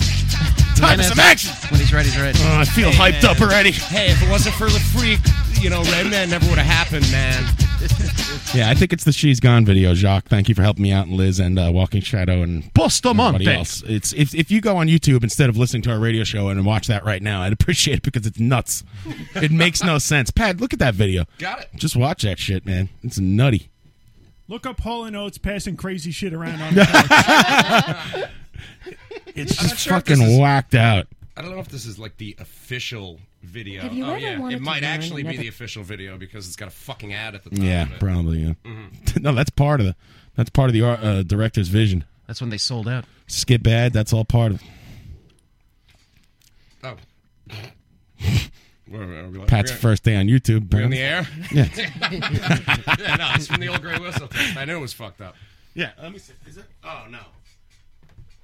S5: Time for
S8: that's-
S5: some action.
S3: When he's ready, he's ready.
S5: Oh, I feel
S8: Hey,
S5: hyped
S8: man.
S5: up already.
S8: Hey, if it wasn't for the freak, you know, Redman never would have happened, man.
S5: Yeah, I think it's the She's Gone video, Jacques. Thank you for helping me out, and Liz, and uh, Walking Shadow, and
S3: Bustamante.
S5: everybody else. It's if, if you go on YouTube instead of listening to our radio show and watch that right now, I'd appreciate it because it's nuts. it makes no sense. Pat, look at that video.
S8: Got it.
S5: Just watch that shit, man. It's nutty.
S6: Look up Hall and Oates passing crazy shit around on the couch.
S5: *laughs*
S6: *laughs*
S5: It's
S8: I'm
S5: just
S8: not sure if
S5: fucking
S8: this is-
S5: whacked out.
S8: I don't know if this is like the official video.
S11: Have you
S8: oh
S11: ever
S8: yeah,
S11: wanted
S8: it
S11: to
S8: might
S11: learn
S8: actually be
S11: another-
S8: the official video because it's got a fucking ad at the top.
S5: Yeah,
S8: of it. Mm-hmm.
S5: probably. Yeah. *laughs* no, that's part of the that's part of the art- uh, director's vision.
S3: That's when they sold out.
S5: Skip ad. That's all part of.
S8: Oh. Where are we- are we-
S5: Pat's
S8: are we-
S5: first day on YouTube.
S8: We on the air?
S5: Yeah.
S8: *laughs* yeah, no, it's from the old gray whistle test. I knew it was fucked up.
S5: Yeah,
S8: let me see. Is it? Oh no,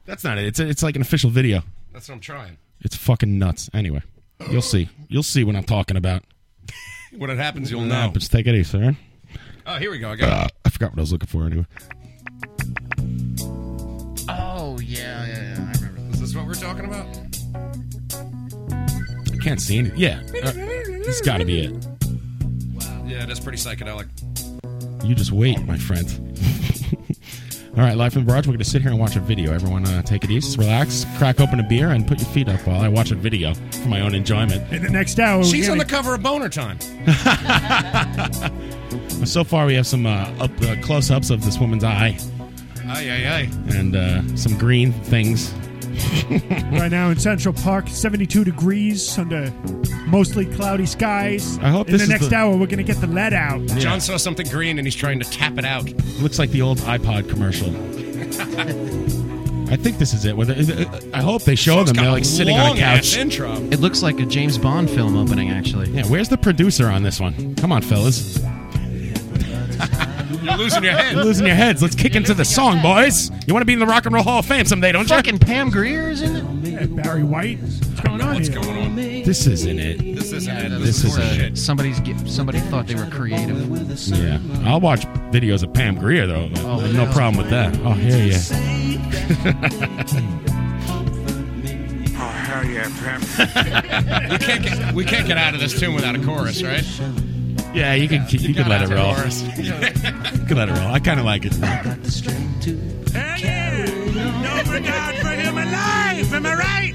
S5: That's not it. It's it's like an official video.
S8: that's what I'm trying. *laughs*
S5: It's fucking nuts. Anyway, you'll see. You'll see what I'm talking about.
S8: When it happens, you'll
S5: What
S8: know.
S5: happens? Take it easy, sir.
S8: Oh, here we go. I got it.
S5: Uh, I forgot what I was looking for anyway.
S3: Oh yeah, yeah, yeah. I remember.
S8: Is this what we're talking about?
S5: I can't see any. Yeah. Uh, it's got to be it.
S8: Yeah, that's pretty psychedelic.
S5: You just wait, my friend. *laughs* All right, live from the barrage. We're going to sit here and watch a video. Everyone, uh, take it easy, relax, crack open a beer, and put your feet up while I watch a video for my own enjoyment.
S6: In the next hour, we're
S8: She's on
S6: gonna-
S8: the cover of Boner Time.
S5: So far, we have some uh, up uh, close ups of this woman's eye
S8: Aye, aye, aye.
S5: and uh, some green things.
S6: *laughs* right now in Central Park, 72 degrees under mostly cloudy skies.
S5: I hope
S6: in
S5: this
S6: the
S5: is
S6: next
S5: the-
S6: hour we're gonna get the lead out.
S8: John saw something green and he's trying to tap it out.
S5: Looks like the old iPod commercial. I think this is it. Whether I hope they show them. They're like sitting on a couch.
S3: It looks like a James Bond film opening, actually.
S5: Yeah, where's the producer on this one? Come on, fellas.
S8: *laughs* You're losing your head.
S5: You're losing your heads. Let's kick into the song, boys. You want to be in the Rock and Roll Hall of Fame someday, don't you?
S3: Fucking Pam Greer is in it.
S6: Barry White. What's
S8: going on What's going on?
S5: This isn't it.
S8: This isn't it.
S5: This is
S8: bullshit.
S5: a-
S3: Somebody's get, somebody thought they were creative.
S5: Yeah, I'll watch videos of Pam Greer though.
S3: Oh,
S5: no
S3: yeah.
S5: problem with that. Oh, hell
S8: *laughs*
S2: *laughs*
S5: yeah. *laughs*
S8: Oh hell yeah, Pam! *laughs* we can't get we can't get out of this tune without a chorus, right?
S5: yeah, you can you, can
S8: gotta
S5: let
S8: have
S5: it
S8: a
S5: roll.
S8: chorus.
S5: *laughs* you can let it roll. I kind of like it.
S2: Hell yeah! No regard for human life, am I right?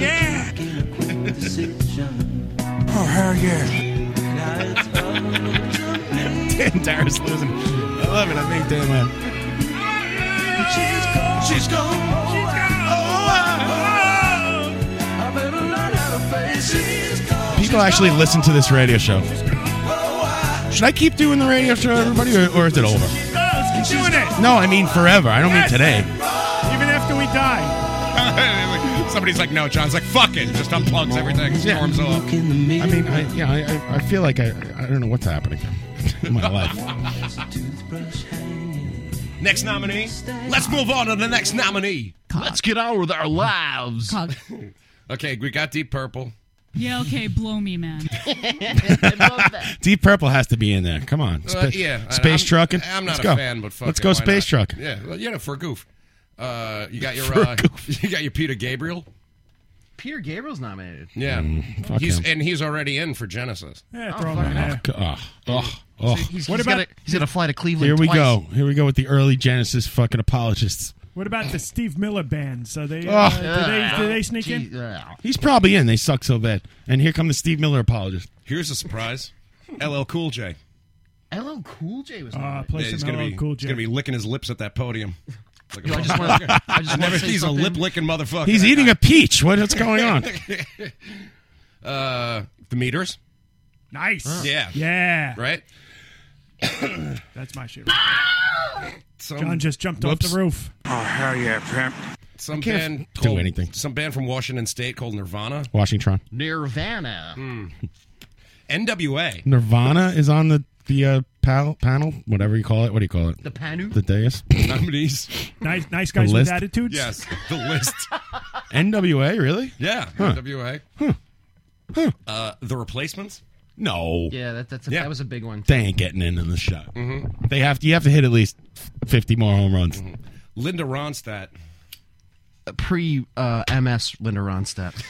S2: Yeah!
S12: Oh, hell yeah.
S5: *laughs* Dan Dara's losing. I love it. I think Dan laugh.
S2: She's gone. She's gone. She's gone. Oh, I, oh, I better learn how to face She's gone.
S5: People actually listen to this radio show. Should I keep doing the radio show, everybody, or, or is it over?
S6: Ah, Let's keep doing it.
S5: No, I mean forever. I don't
S6: Yes.
S5: mean today.
S6: Even after we die.
S8: Somebody's like, no, John's like, fuck it, just unplugs everything, storms off.
S5: I mean, I, yeah, I, I- I feel like I, I don't know what's happening in my life.
S8: Next nominee. Let's move on to the next nominee.
S3: Let's get on with our lives.
S8: *laughs* Okay, we got Deep Purple.
S11: Yeah, okay, blow me, man.
S5: Deep Purple has to be in there. Come on,
S8: Uh,
S5: Spa-
S8: yeah, and
S5: space
S8: I'm,
S5: trucking.
S8: I'm not
S5: Let's
S8: a
S5: go.
S8: fan, but fuck
S5: let's
S8: it,
S5: go
S8: why
S5: space
S8: not?
S5: trucking.
S8: Yeah, well, yeah, for a goof. Uh, you got
S5: *laughs*
S8: your
S5: For a
S8: uh, *laughs* you got your Peter Gabriel.
S3: Peter Gabriel's nominated.
S8: Yeah,
S5: Mm, fuck
S8: he's
S5: him.
S8: and he's already in for Genesis.
S6: Yeah,
S3: throw him in
S5: Oh,
S3: there.
S5: c- oh, oh, oh.
S3: He's,
S6: What
S3: he's
S6: about-
S3: Gotta, he's gonna fly to Cleveland.
S5: Here we
S3: twice.
S5: go. Here we go with the early Genesis fucking apologists.
S6: What about the Steve Miller band? So they,
S5: Oh.
S6: uh, do they do they sneak in?
S5: He's probably in. They suck so bad. And here come the Steve Miller apologists.
S8: Here's a surprise. *laughs* LL Cool J.
S3: LL Cool J
S8: Ah,
S3: was.
S6: Uh,
S3: nominated.
S6: play
S8: Yeah, he's
S6: some
S8: gonna
S6: LL
S8: be
S6: Cool
S8: he's
S6: J.
S8: gonna be licking his lips at that podium. Like a
S3: Yo, I just wanna-
S8: motherfucker.
S3: I just wanna
S8: never-
S3: say
S8: he's
S3: something.
S8: a lip licking motherfucker.
S5: He's
S8: that
S5: eating
S8: guy.
S5: a peach. What, what's going on?
S8: *laughs* uh, the meters.
S6: Nice.
S8: Yeah.
S6: Yeah.
S8: Right.
S6: *coughs* That's my shit.
S8: Some,
S6: John just jumped off
S5: Whoops.
S6: the roof.
S8: Oh hell yeah, pimp. Some
S5: I can't
S8: band
S5: do
S8: called,
S5: anything.
S8: Some band from Washington State called Nirvana. Hmm.
S5: Washington.
S3: Nirvana.
S8: NWA.
S5: Nirvana is on the the uh, pal, panel, whatever you call it. What do you call it?
S3: The panu.
S5: The dais.
S8: Nominees.
S6: Nice, nice
S5: The
S6: guys with
S5: list?
S6: attitudes.
S8: Yes. The
S5: *laughs*
S8: list.
S5: NWA, really?
S8: Yeah.
S5: Huh.
S8: NWA. Uh, the Replacements.
S5: No.
S3: Yeah, that, that's a,
S8: Yeah. Mm-hmm.
S3: that was a big one.
S5: They ain't getting in on the show. They have to. You have to hit at least fifty more home runs.
S8: Linda Ronstadt.
S3: Pre uh, MS Linda Ronstadt.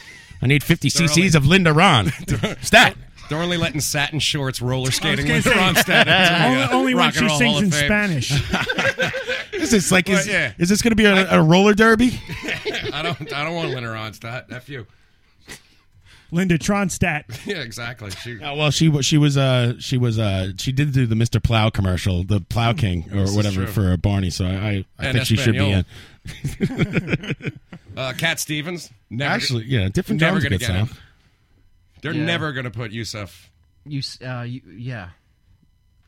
S5: I need fifty
S8: They're
S5: cc's
S8: only-
S5: of Linda Ron. *laughs* Stat.
S8: They're only letting satin shorts roller skating
S6: gonna
S8: Linda
S6: say,
S8: Ronstadt. into
S5: *laughs*
S6: Only,
S8: the, uh,
S6: only when
S8: Rock and
S6: she
S8: Roll
S6: sings
S8: Hall of
S6: in
S8: Fame.
S6: Spanish.
S8: *laughs*
S5: Is this like? Is,
S8: Well, yeah.
S5: is this going to be a, a roller derby?
S8: *laughs* I don't. I don't want Linda Ronstadt. F you. *laughs*
S6: Linda Tronstadt.
S8: Yeah, exactly. She,
S5: Oh, well, she was. She was. Uh, she was. Uh, she did do the Mister Plow commercial, the Plow King
S8: Mm,
S5: or
S8: This is
S5: whatever
S8: true.
S5: for Barney. So I, I, I
S8: And
S5: think she should be
S8: Espanol.
S5: in.
S8: uh, Cat Stevens. Never,
S5: Actually, yeah, different
S8: never
S5: drums
S8: gonna
S5: good
S8: get
S5: sound.
S8: it. They're
S3: Yeah.
S8: never gonna put Yusuf.
S3: *laughs* You, s- uh, you yeah.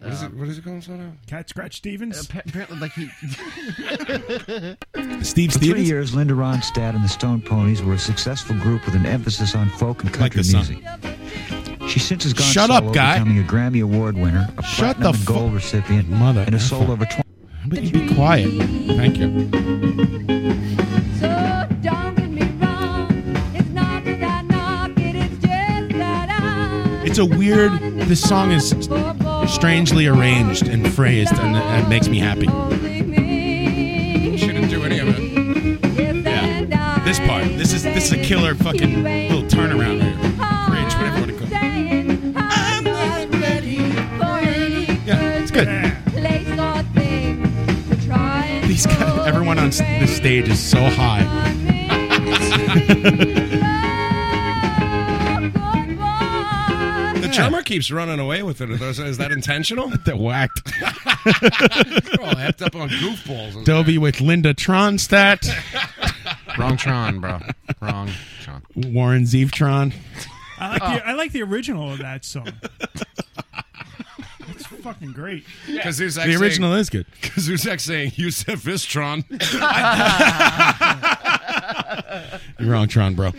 S3: Um,
S8: What is it? What is it called? Son of?
S6: Cat Scratch Stevens.
S3: Appa- Apparently, like he. *laughs*
S5: Steve
S13: For three
S5: Stevens,
S13: years, Linda Ronstadt and the Stone Ponies were a successful group with an emphasis on folk and
S5: Like
S13: country
S5: the
S13: music. She since has gone
S5: Shut up,
S13: solo,
S5: guy.
S13: becoming a Grammy Award winner, a
S5: *laughs* Shut
S13: platinum
S5: the
S13: and
S5: fu-
S13: gold recipient,
S5: Mother
S13: and has sold
S5: effer.
S13: over 20.
S5: but you be quiet. Thank you.
S14: So don't get me wrong. It's not that I knock it, it's just that I.
S5: It's a weird. This song is strangely arranged and phrased, and it makes me happy.
S8: She didn't do any of it.
S5: Yeah. This part. This is this is a killer fucking little turnaround here. Bridge, whatever you want to call it. Yeah, it's good. These guys, everyone on s- this stage is so high. *laughs*
S8: The drummer keeps running away with it. Are those- Is that intentional?
S5: *laughs* that whacked.
S8: They're all hepped up on goofballs.
S5: Dobie with Linda Tronstadt.
S3: Wrong Tron, bro. Wrong Tron.
S5: Warren Zevtron.
S6: I like, the, I like the original of that
S5: *laughs*
S6: song. It's fucking great.
S8: Kazuzak
S5: The original
S8: saying,
S5: is good.
S8: Kazuzak saying Yusef *laughs*
S5: *laughs*
S8: Istron.
S5: You're wrong, Tron, bro.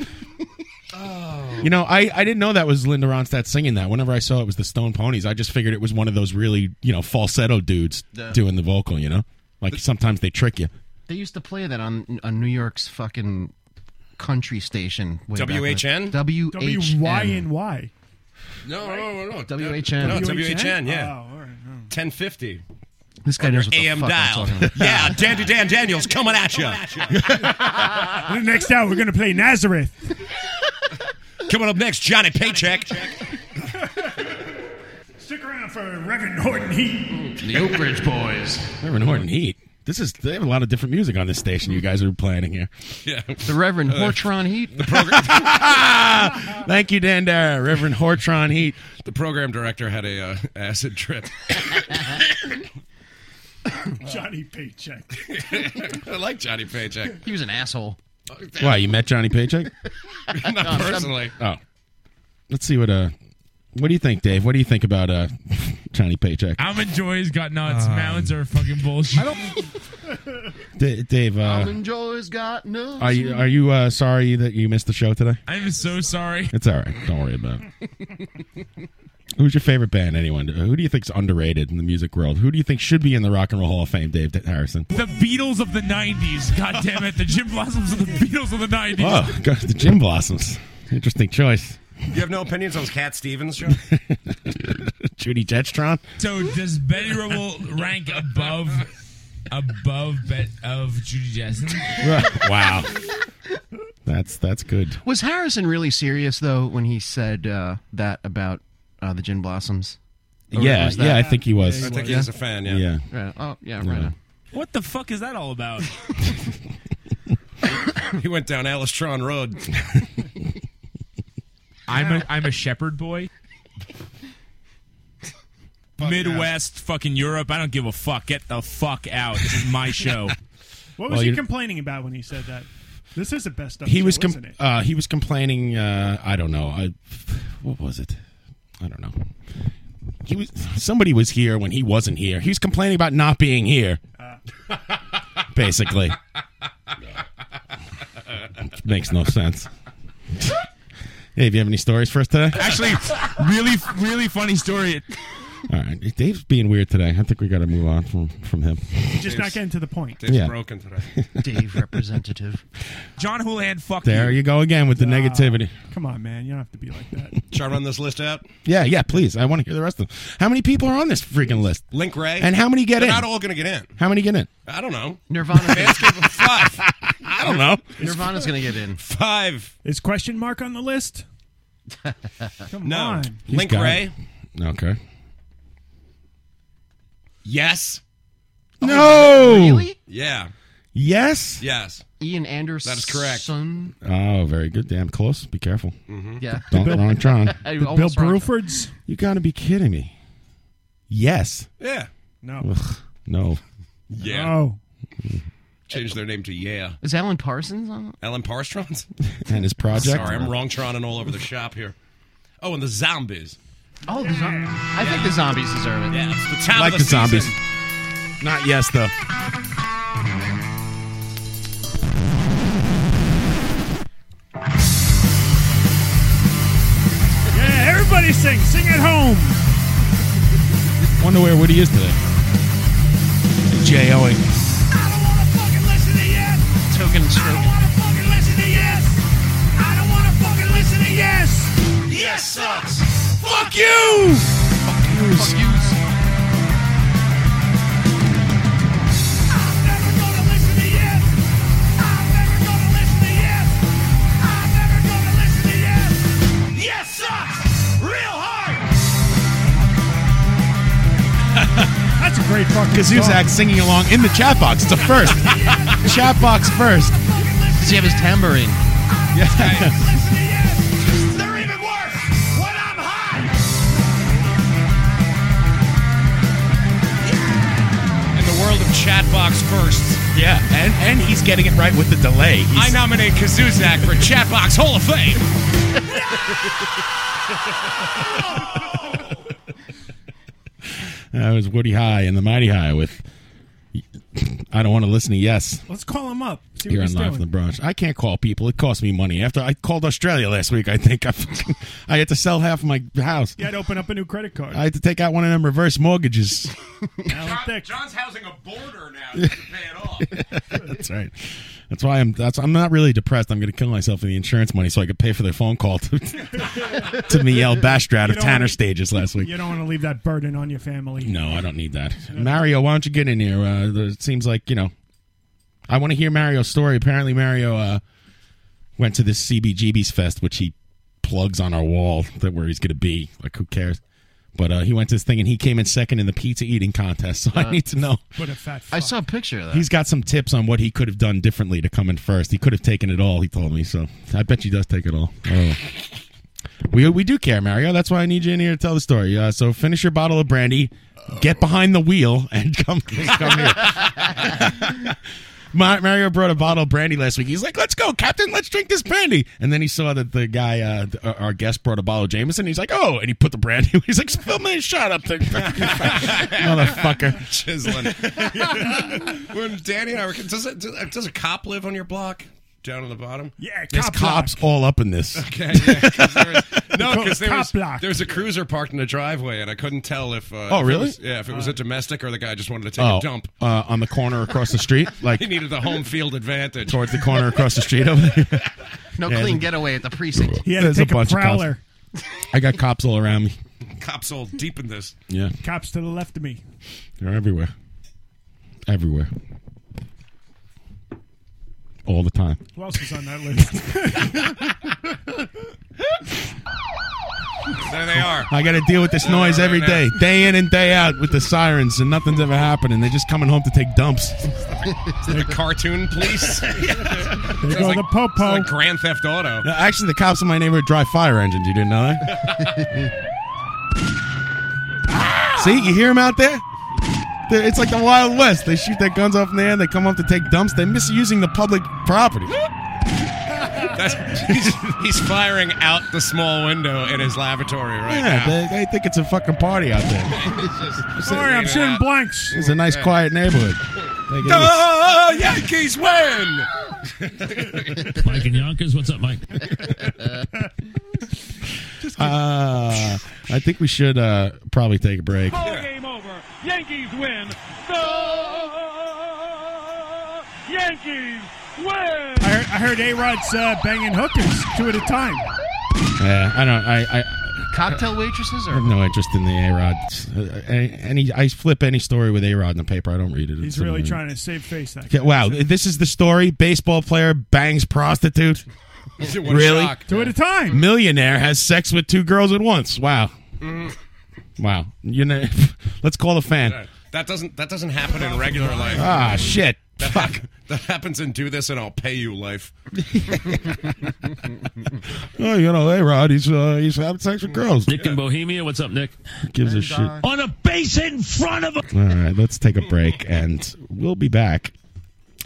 S5: You know, I, I didn't know that was Linda Ronstadt singing that. Whenever I saw it was the Stone Ponies, I just figured it was one of those really, you know, falsetto dudes
S3: Yeah.
S5: doing the vocal, you know? Like sometimes they trick you.
S3: They used to play that on, on New York's fucking country station. way back when.
S8: WHN?
S3: WHN.
S6: WYNY.
S8: No, no, no, no.
S3: WHN.
S8: No, WHN, yeah.
S6: Oh, all right.
S8: 1050.
S3: This guy knows what the
S8: AM
S3: fuck I'm
S8: dial.
S3: talking about.
S8: yeah, Dandy Dan Daniels coming
S14: *laughs*
S8: at you.
S6: The next hour, we're going to play Nazareth.
S8: Coming up next, Johnny Paycheck.
S6: Stick around for Reverend Horton Heat.
S5: The Oak Ridge Boys. Reverend Horton Heat. This is they have a lot of different music on this station you guys are planning here.
S8: Yeah.
S3: The
S2: *laughs*
S3: Reverend Hortron
S14: Uh,
S8: *laughs*
S3: Heat. *laughs* The
S8: program.
S14: *laughs*
S5: Thank you, Dan Dara. Reverend Hortron Heat.
S8: The program director had a uh, acid trip.
S6: Johnny Paycheck.
S8: I like Johnny Paycheck.
S3: He was an asshole.
S5: Why, you met Johnny Paycheck? *laughs*
S8: Not
S3: No, some-
S8: personally.
S5: Oh. Let's see what uh what do you think, Dave? What do you think about uh *laughs* Johnny Paycheck?
S14: I'm enjoying has got nuts.
S5: Um,
S14: Mounds are fucking bullshit. I
S5: D- Dave, uh,
S3: Almond Joy's got no.
S5: are you *laughs* are you uh, sorry that you missed the show today?
S14: am so sorry.
S5: It's all right. Don't worry about it. Who's your favorite band? Anyone? Who do you think's underrated in the music world? Who do you think should be in the Rock and Roll Hall of Fame? Dave Harrison.
S14: The Beatles of the '90s. God damn it! The Jim Blossoms of the *laughs* Beatles of the '90s.
S5: Oh, God, the Jim Blossoms. Interesting choice. *laughs*
S8: You have no opinions on Cat Stevens, Joe?
S5: Judy Jetstron.
S14: *laughs* So does Betty Rubble rank above above Bet of Judy Jessen?
S5: wow, that's that's good.
S3: Was Harrison really serious though when he said uh, that about uh, the Gin Blossoms? Or
S5: yeah,
S3: was that-
S5: yeah, I think he was. Yeah.
S3: Right. Oh, yeah, right.
S5: Yeah.
S3: on.
S14: What the fuck is that all
S8: *laughs*
S14: about?
S8: he went down Alistron *laughs* Road.
S14: I'm a I'm a shepherd boy. Midwest, fucking Europe. I don't give a fuck. Get the fuck out. This is my show.
S6: What was
S5: Well,
S6: he
S5: you-
S6: complaining about when he said that? This is the best of
S5: He was
S6: show,
S5: com-
S6: isn't it?
S5: uh, he was complaining. Uh, I don't know. I, what was it? I don't know. He was somebody was here when he wasn't here. He was complaining about not being here.
S6: Uh.
S5: *laughs* Basically, makes no sense. Dave, you have any stories for us today?
S14: Actually, really, really funny story.
S5: All right, Dave's being weird today. I think we got to move on from from him.
S6: Just not getting to the point.
S5: Dave's Yeah.
S8: broken today.
S3: Dave representative.
S14: John Houlihan, fuck
S5: There you go again
S8: Uh,
S5: with the negativity.
S6: Come on, man. You don't have to be like that.
S8: *laughs* Should I run this list out?
S5: Yeah, yeah, please. I want to hear the rest of them. How many people are on this freaking list?
S8: Link Ray.
S5: And how many get
S8: They're
S5: in?
S8: not all going to get in.
S5: How many get in?
S8: I don't know.
S3: Nirvana.
S8: Manscaped five.
S5: I don't know.
S3: Nirvana's gonna get in.
S8: Five.
S6: Is question mark on
S3: *laughs*
S6: the list? Come
S8: No.
S6: on.
S5: He's
S8: Link
S5: got
S8: Ray.
S5: it. Okay.
S8: *laughs* Yes.
S5: No.
S3: Really?
S8: Oh, Yeah.
S5: Yes.
S8: Yes.
S3: Ian Anderson.
S8: That is correct.
S5: *laughs*
S3: Son.
S5: Oh, very good. Damn close. Be careful.
S8: Mm-hmm.
S3: Yeah.
S5: Don't
S3: *laughs*
S5: wrong Tron.
S3: I almost wrong.
S6: Bruford's?
S5: You got to be kidding me. Yes.
S8: Yeah.
S6: No.
S5: Ugh, no.
S8: Yeah.
S5: Oh.
S6: No.
S8: Change their name to Yeah.
S3: Is Alan Parsons on?
S8: Alan Parstrons?
S5: *laughs* And his project.
S8: Sorry, I'm wrong troning all over the shop here. Oh, and the zombies.
S3: Oh, the zombies. I think the zombies deserve it.
S8: Yeah, it's the time
S5: Like
S8: of
S5: the
S8: the,
S5: zombies.
S8: season.
S5: Not yes though.
S6: Yeah, everybody sing. Sing at home.
S5: Wonder where Woody is today. J O A.
S3: Token stroke.
S2: Yes! I don't wanna fucking listen to yes! Yes sucks! Fuck
S5: *laughs*
S6: fucking
S5: Kazuzak singing along in the chat box. It's a
S3: *laughs*
S5: first. chat box first.
S3: Does he have his tambourine?
S5: Yeah.
S15: In the world of Chatbox firsts.
S5: Yeah, and, and he's getting it right with the delay.
S15: I nominate Kazuzak for Chatbox Hall of Fame.
S5: That was Woody High and the Mighty High with I don't want to listen to yes.
S6: Let's call him up. See
S5: Here
S6: what
S5: on
S6: he's
S5: Live
S6: doing.
S5: from the Bronx. I can't call people. It costs me money. After I called Australia last week, I think I, fucking- I had to sell half my house.
S6: You had to open up a new credit card.
S5: *laughs* I had to take out one of them reverse mortgages.
S8: John's housing a border now to pay it off.
S5: *laughs* that's right. That's why I'm. That's I'm not really depressed. I'm going to kill myself for the insurance money so I could pay for their phone call to *laughs* to Miel Bastra out
S6: You
S5: of
S6: don't
S5: Tanner
S6: wanna-
S5: stages last week.
S6: You don't want to leave that burden on your family.
S5: No, I don't need that. Mario, why don't you get in here? Uh, there- it seems like you know. I want to hear Mario's story. Apparently, Mario uh, went to this CBGB's fest, which he plugs on our wall that where he's going to be. Like, who cares? But uh, he went to this thing and he came in second in the pizza eating contest. So
S2: Uh,
S5: I need to know.
S6: What a fat.
S3: I saw a picture of that.
S5: He's got some tips on what he could have done differently to come in first. He could have taken it all. He told me so. I bet he does take it all. Oh. We we do care, Mario. That's why I need you in here to tell the story. Uh, so finish your bottle of brandy, get behind the wheel, and *laughs* come come here. Ma- Mario brought a bottle of brandy last week. He's like, "Let's go, Captain. Let's drink this brandy." And then he saw that the guy, uh, th- our- our guest, brought a bottle of Jameson. He's like, "Oh!" And he put the brandy. *laughs* He's
S3: *laughs*
S5: like, "Fill me a shot up there, motherfucker." *laughs*
S8: Chiseling. when Danny and I were does, it, does a cop live on your block down on the bottom?
S6: Yeah,
S5: There's cops all up in this.
S8: Okay, yeah, 'cause there was, no,
S6: Cop
S8: because there was,
S6: block.
S8: there was a cruiser parked in the driveway, and I couldn't tell if. Uh,
S5: Oh,
S8: if it
S5: really?
S8: was- yeah, if it was a domestic or the guy just wanted to take
S5: oh,
S8: a dump.
S5: uh, on the corner across the street, *laughs* like
S8: *laughs* he needed the home field advantage
S5: towards the corner across the street *laughs* over there.
S3: No
S5: Yeah,
S3: clean
S5: there's-
S3: getaway at the precinct.
S5: there's of cops. I got cops all around me.
S8: Cops all deep in this.
S5: Yeah,
S6: Cops to the left of me.
S5: they're everywhere, everywhere, all the time.
S6: Who else is on that list?
S5: *laughs*
S8: *laughs* There they are.
S5: I got to deal with this noise every day, day in and day out, with the sirens, and nothing's ever happening. They're just coming home to take dumps.
S8: Is that the cartoon police? Sounds
S5: go the popo.
S8: sounds Like Grand Theft Auto. *laughs*
S5: No, Actually, the cops in my neighborhood drive fire engines. You didn't know that? See, you hear them out there? They're- it's like the Wild West. They shoot their guns off in the air. They come up to take dumps. They're misusing the public property.
S8: That's, he's, he's firing out the small window in his lavatory right
S5: yeah,
S8: now.
S5: they, they think it's a fucking party out there.
S8: *laughs* Sorry, I'm shooting
S6: blanks.
S5: It's a nice, quiet neighborhood. They get it.
S2: *laughs*
S8: The Yankees win.
S14: *laughs* Mike and Yonkers, what's up, Mike?
S5: Uh, I think we should uh, probably take a break.
S2: Ball game over. Yankees win. The Yankees win.
S6: I heard, I heard A-Rod's uh, banging hookers two at a time.
S5: Yeah, I don't. I, I
S3: Cocktail waitresses
S5: I have
S3: or
S5: no interest in the Uh, A Rod. Any, I flip any story with A Rod in the paper. I don't read it. It's
S6: He's really
S5: annoying.
S6: trying to save face. That
S5: Yeah, wow, this is the story: baseball player
S3: *laughs*
S5: bangs prostitute.
S6: What a
S5: really,
S6: shock. Two at a time.
S5: Millionaire has sex with two girls at once. Wow,
S8: Mm.
S5: wow. You know, *laughs* let's call the fan.
S8: That doesn't that doesn't happen in regular life.
S5: Ah, shit.
S8: That,
S5: Fuck.
S8: hap- that happens in do this and I'll pay you
S5: *laughs*
S8: life.
S5: Oh, you know, A Rod, he's uh, he's having sex with girls.
S14: Nick in Bohemia, what's up, Nick?
S5: Gives a shit.
S6: uh,
S5: All
S14: On a base hit in front of a.
S5: right, let's take a
S8: *laughs*
S5: break, and we'll be back.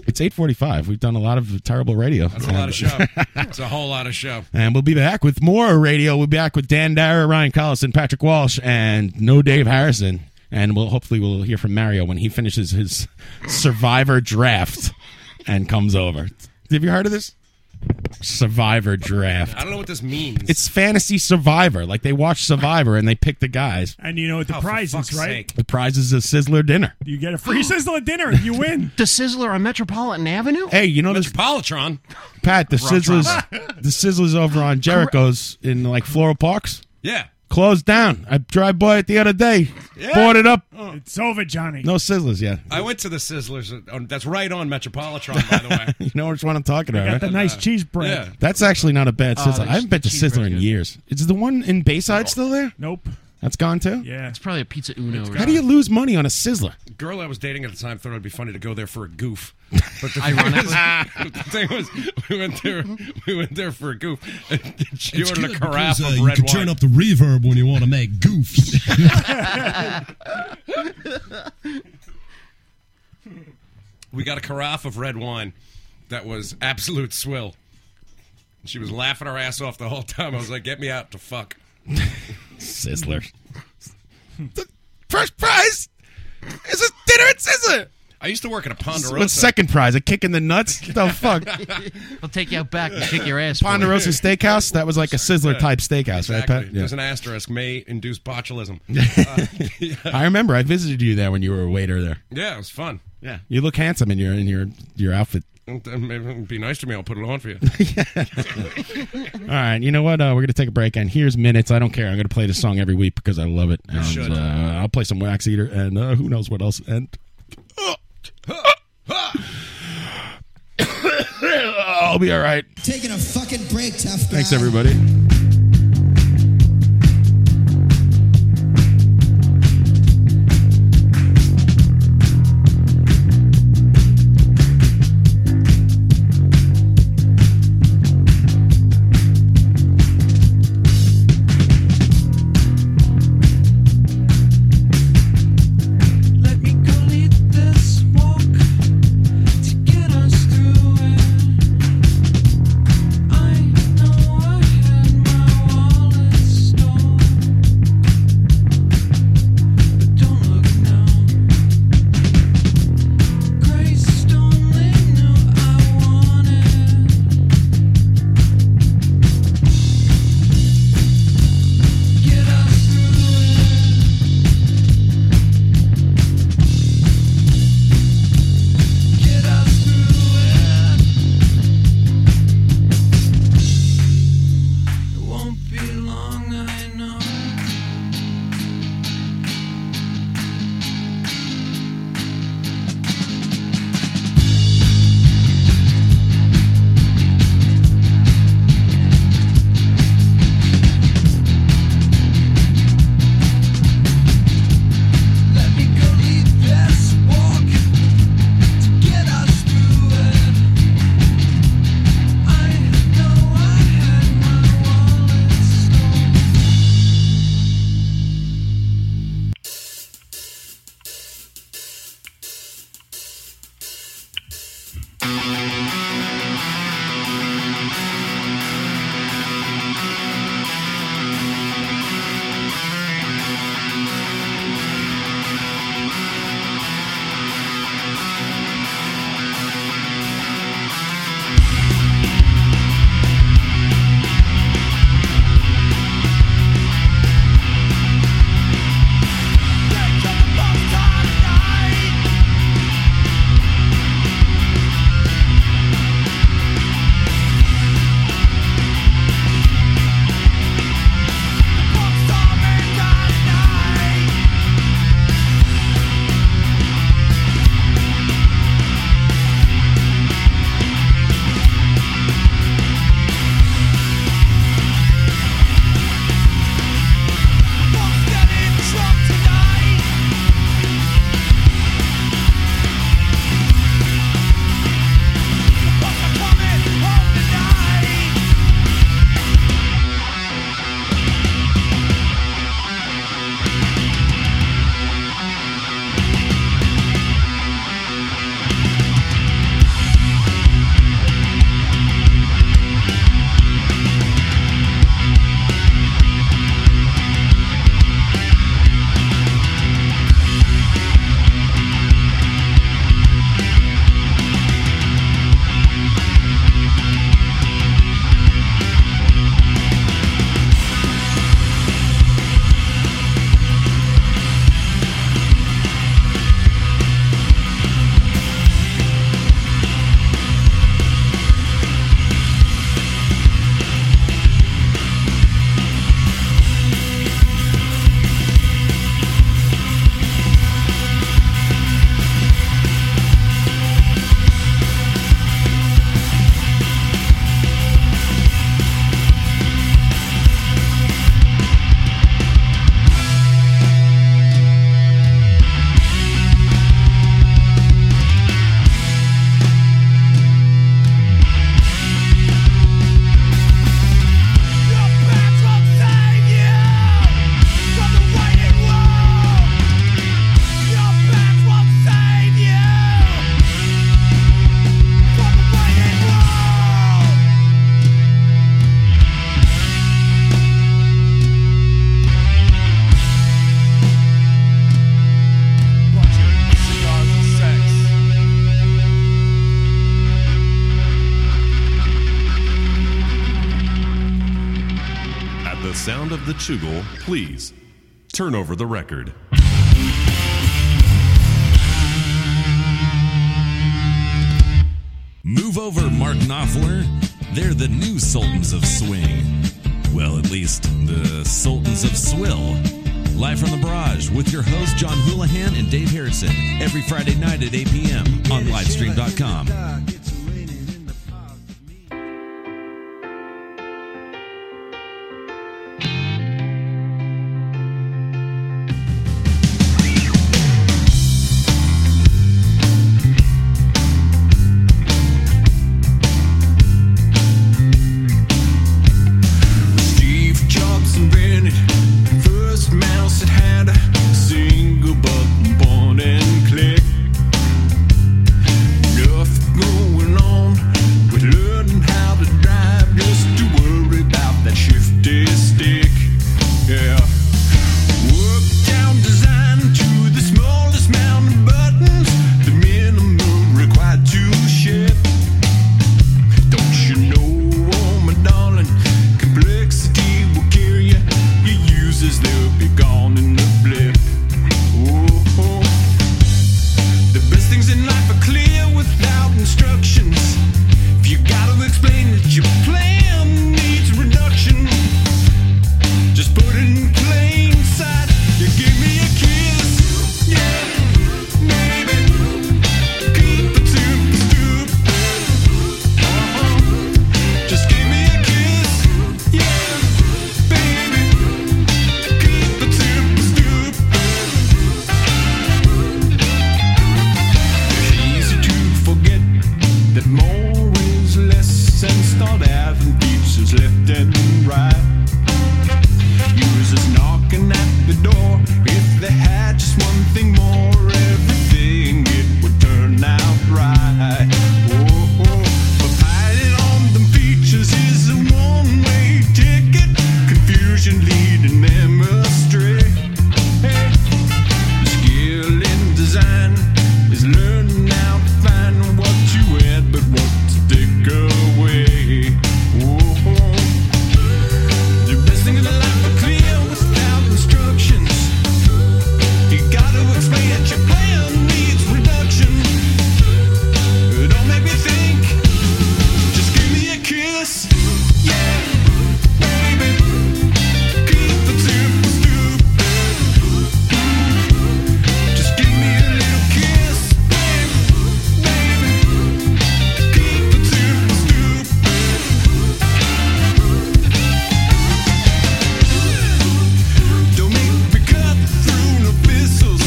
S5: It's eight forty-five. We've done a lot of terrible radio.
S8: That's a lot of show. It's a whole lot of show.
S5: *laughs* And we'll be back with more radio. We'll be back with Dan Dyer, Ryan Collison, Patrick Walsh, and no Dave Harrison. And we'll hopefully we'll hear from Mario when he finishes his Survivor draft and comes over. Have you heard of this? Survivor draft.
S8: I don't know what this means.
S5: It's fantasy Survivor. Like they watch Survivor and they pick the guys.
S6: And you know
S8: Oh,
S6: what the prize is, right?
S5: The prize is a Sizzler dinner.
S6: You get a free sizzle at dinner if you win.
S3: the Sizzler on Metropolitan Avenue?
S5: Hey, you know this
S8: Politron.
S5: Pat, the
S3: Wrong
S5: Sizzlers
S3: genre.
S5: the Sizzlers over on Jericho's in like Floral Parks.
S8: Yeah.
S5: Closed down. I drive by it the other day. Boarded up. *laughs*
S6: It's over, Johnny.
S5: No Sizzlers yet.
S8: Oh. I went to the Sizzlers. uh, That's right on Metropolitron, by the way.
S5: You know which one I'm talking about,
S8: got
S5: right?
S8: the nice
S6: cheese
S8: bread.
S5: That's actually not a bad
S8: Oh,
S5: sizzler.
S8: the
S5: I haven't been to Sizzler in years. Is the one in Bayside still there?
S6: Nope.
S5: That's gone
S6: *laughs*
S5: too.
S6: Yeah.
S3: It's probably a pizza uno.
S5: How do you lose money on a sizzler?
S8: girl I was dating at the time thought it'd be funny to go there for a goof.
S3: *laughs*
S8: But the
S3: Ironically.
S8: thing, was, *laughs* the thing was, we went there, we went there for a goof. *laughs* And she
S16: It's
S8: ordered a
S16: good
S8: carafe
S16: because, uh,
S8: of
S16: you
S8: red
S16: can
S8: wine.
S16: turn up the reverb when you want to make goofs.
S8: *laughs*
S14: *laughs*
S8: we got a carafe of red wine that was absolute swill. She was laughing her ass off the whole time. I was like, "Get me out to fuck."
S5: Sizzler.
S8: First prize is a dinner at Sizzler. I used to work at a Ponderosa.
S5: What's second prize? A kick in
S8: *laughs*
S5: the nuts? The fuck.
S3: *laughs* I'll take you out back and kick your ass. for it.
S5: Ponderosa Steakhouse. That was like a Sizzler type steakhouse, right,
S8: Exactly.
S5: Pat?
S8: There's an asterisk may induce *laughs* botulism. Uh, yeah.
S5: I remember I visited you there when you were a waiter there.
S8: yeah, it was fun. Yeah.
S5: You look handsome in your in your your outfit.
S8: Maybe it'd be nice to me. I'll put it on for *laughs* you.
S5: All right, you know what? Uh, we're gonna take a break, and here's minutes. I don't care. I'm gonna play this song every week because I love it. And,
S8: should.
S5: Uh, I'll play some Wax Eater, and uh, who knows what else? And *laughs* I'll be all right.
S17: Taking a fucking break, tough guy.
S5: Thanks, everybody.
S2: Let me call it this walk to get us through it. I know I had
S18: the sound of the chugal, please turn over the record.
S19: Move over, Mark Knopfler. They're the new Sultans of Swing. Well, at least the Sultans of Swill. Live from the Barrage with your hosts John Houlihan and Dave Harrison every Friday night at 8 p.m. on livestream.com.
S2: Steve Jobs invented the first mouse that had a single button, point and click. Nothing going on with learning how to drive, just to worry about that shifty stick. Yeah. Work down design to the smallest amount of buttons, the minimum required to ship. Don't you know, oh my darling? Complexity will kill you. Your users, they'll be gone in a blip. Oh, oh. The best things in life are clear without instructions. If you gotta explain that your plan needs reduction, just put it in plain sight. You give me a kiss. Yeah, maybe. Keep it super stupid. Uh-huh. Just give me a kiss. Yeah, baby. Keep it super stupid. Easy to forget that more is less and start having teachers left and right. Users knocking at the door. If they had just one thing more, everything it would turn out right. Oh, oh. But piling on them features is a one-way ticket. Confusion leading them astray. Skill in design is learning how to find what you had but want to take away. Whoa. The best thing in the life are clear without instructions. You gotta explain that your plan needs reduction. Don't make me think. Just give me a kiss. Yeah, baby. Keep it super stupid. Just give me a little kiss, baby. Baby. Keep it super stupid. Don't make me cut through no pistols.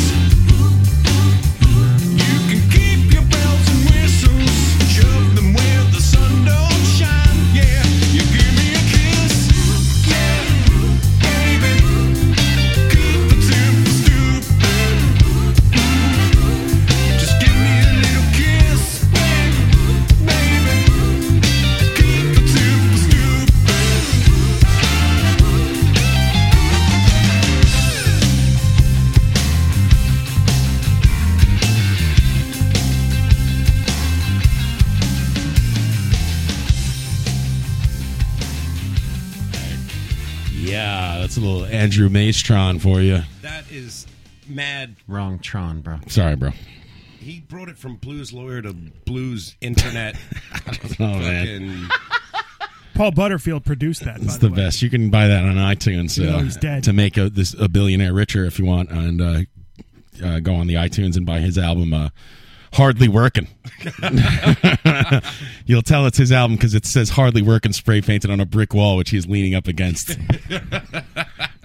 S2: You can keep your bells and whistles, shove them where the sun don't shine. Yeah, you give me a kiss. Yeah, baby, keep it super stupid. Just give me a little kiss, baby, baby, keep it super stupid.
S5: Yeah, that's a little Andrew Maestron for you.
S8: That is mad.
S3: *laughs* Wrong Tron, bro.
S5: Sorry, bro.
S8: He brought it from blues lawyer to blues *laughs* internet. Oh,
S5: know, man.
S8: Fucking-
S6: Paul Butterfield produced that.
S5: It's
S6: By
S5: the
S6: the way.
S5: best. You can buy that on iTunes
S6: Even though
S5: uh,
S6: he's dead.
S5: to make a, this a billionaire richer if you want, and uh, uh, go on the iTunes and buy his album. Uh, Hardly working. *laughs* You'll tell it's his album because it says "Hardly working" spray painted on a brick wall, which he's leaning up
S6: *laughs*
S5: against.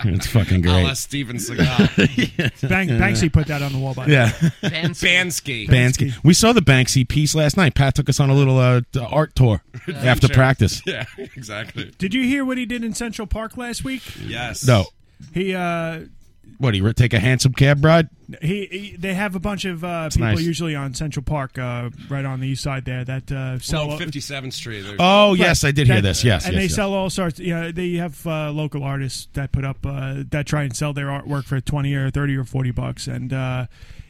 S5: it's fucking great.
S8: A la Steven
S5: *laughs*
S8: Seagal.
S6: Bank, Banksy put that on the wall. By the
S5: Yeah.
S6: way.
S8: Bansky.
S5: Bansky. We saw the Banksy piece last night. Pat took us on a little uh, d-
S8: *laughs*
S5: art tour after practice.
S8: Yeah, exactly.
S6: Did you hear what he did in Central Park last week?
S8: Yes.
S5: No.
S6: He uh,
S5: What, he re- take a handsome cab ride?
S6: he, he they have a bunch of uh, people
S5: nice.
S6: usually on Central Park, uh, right on the east side there. That uh, sell
S8: Below 57th Street. There's-
S5: Oh, yes, I did hear
S6: That-
S5: this. Yes,
S6: and
S5: yes,
S6: they
S5: yes.
S6: sell all sorts. You know, they have uh, local artists that put up uh, that try and sell their artwork for twenty or thirty or forty bucks, and uh,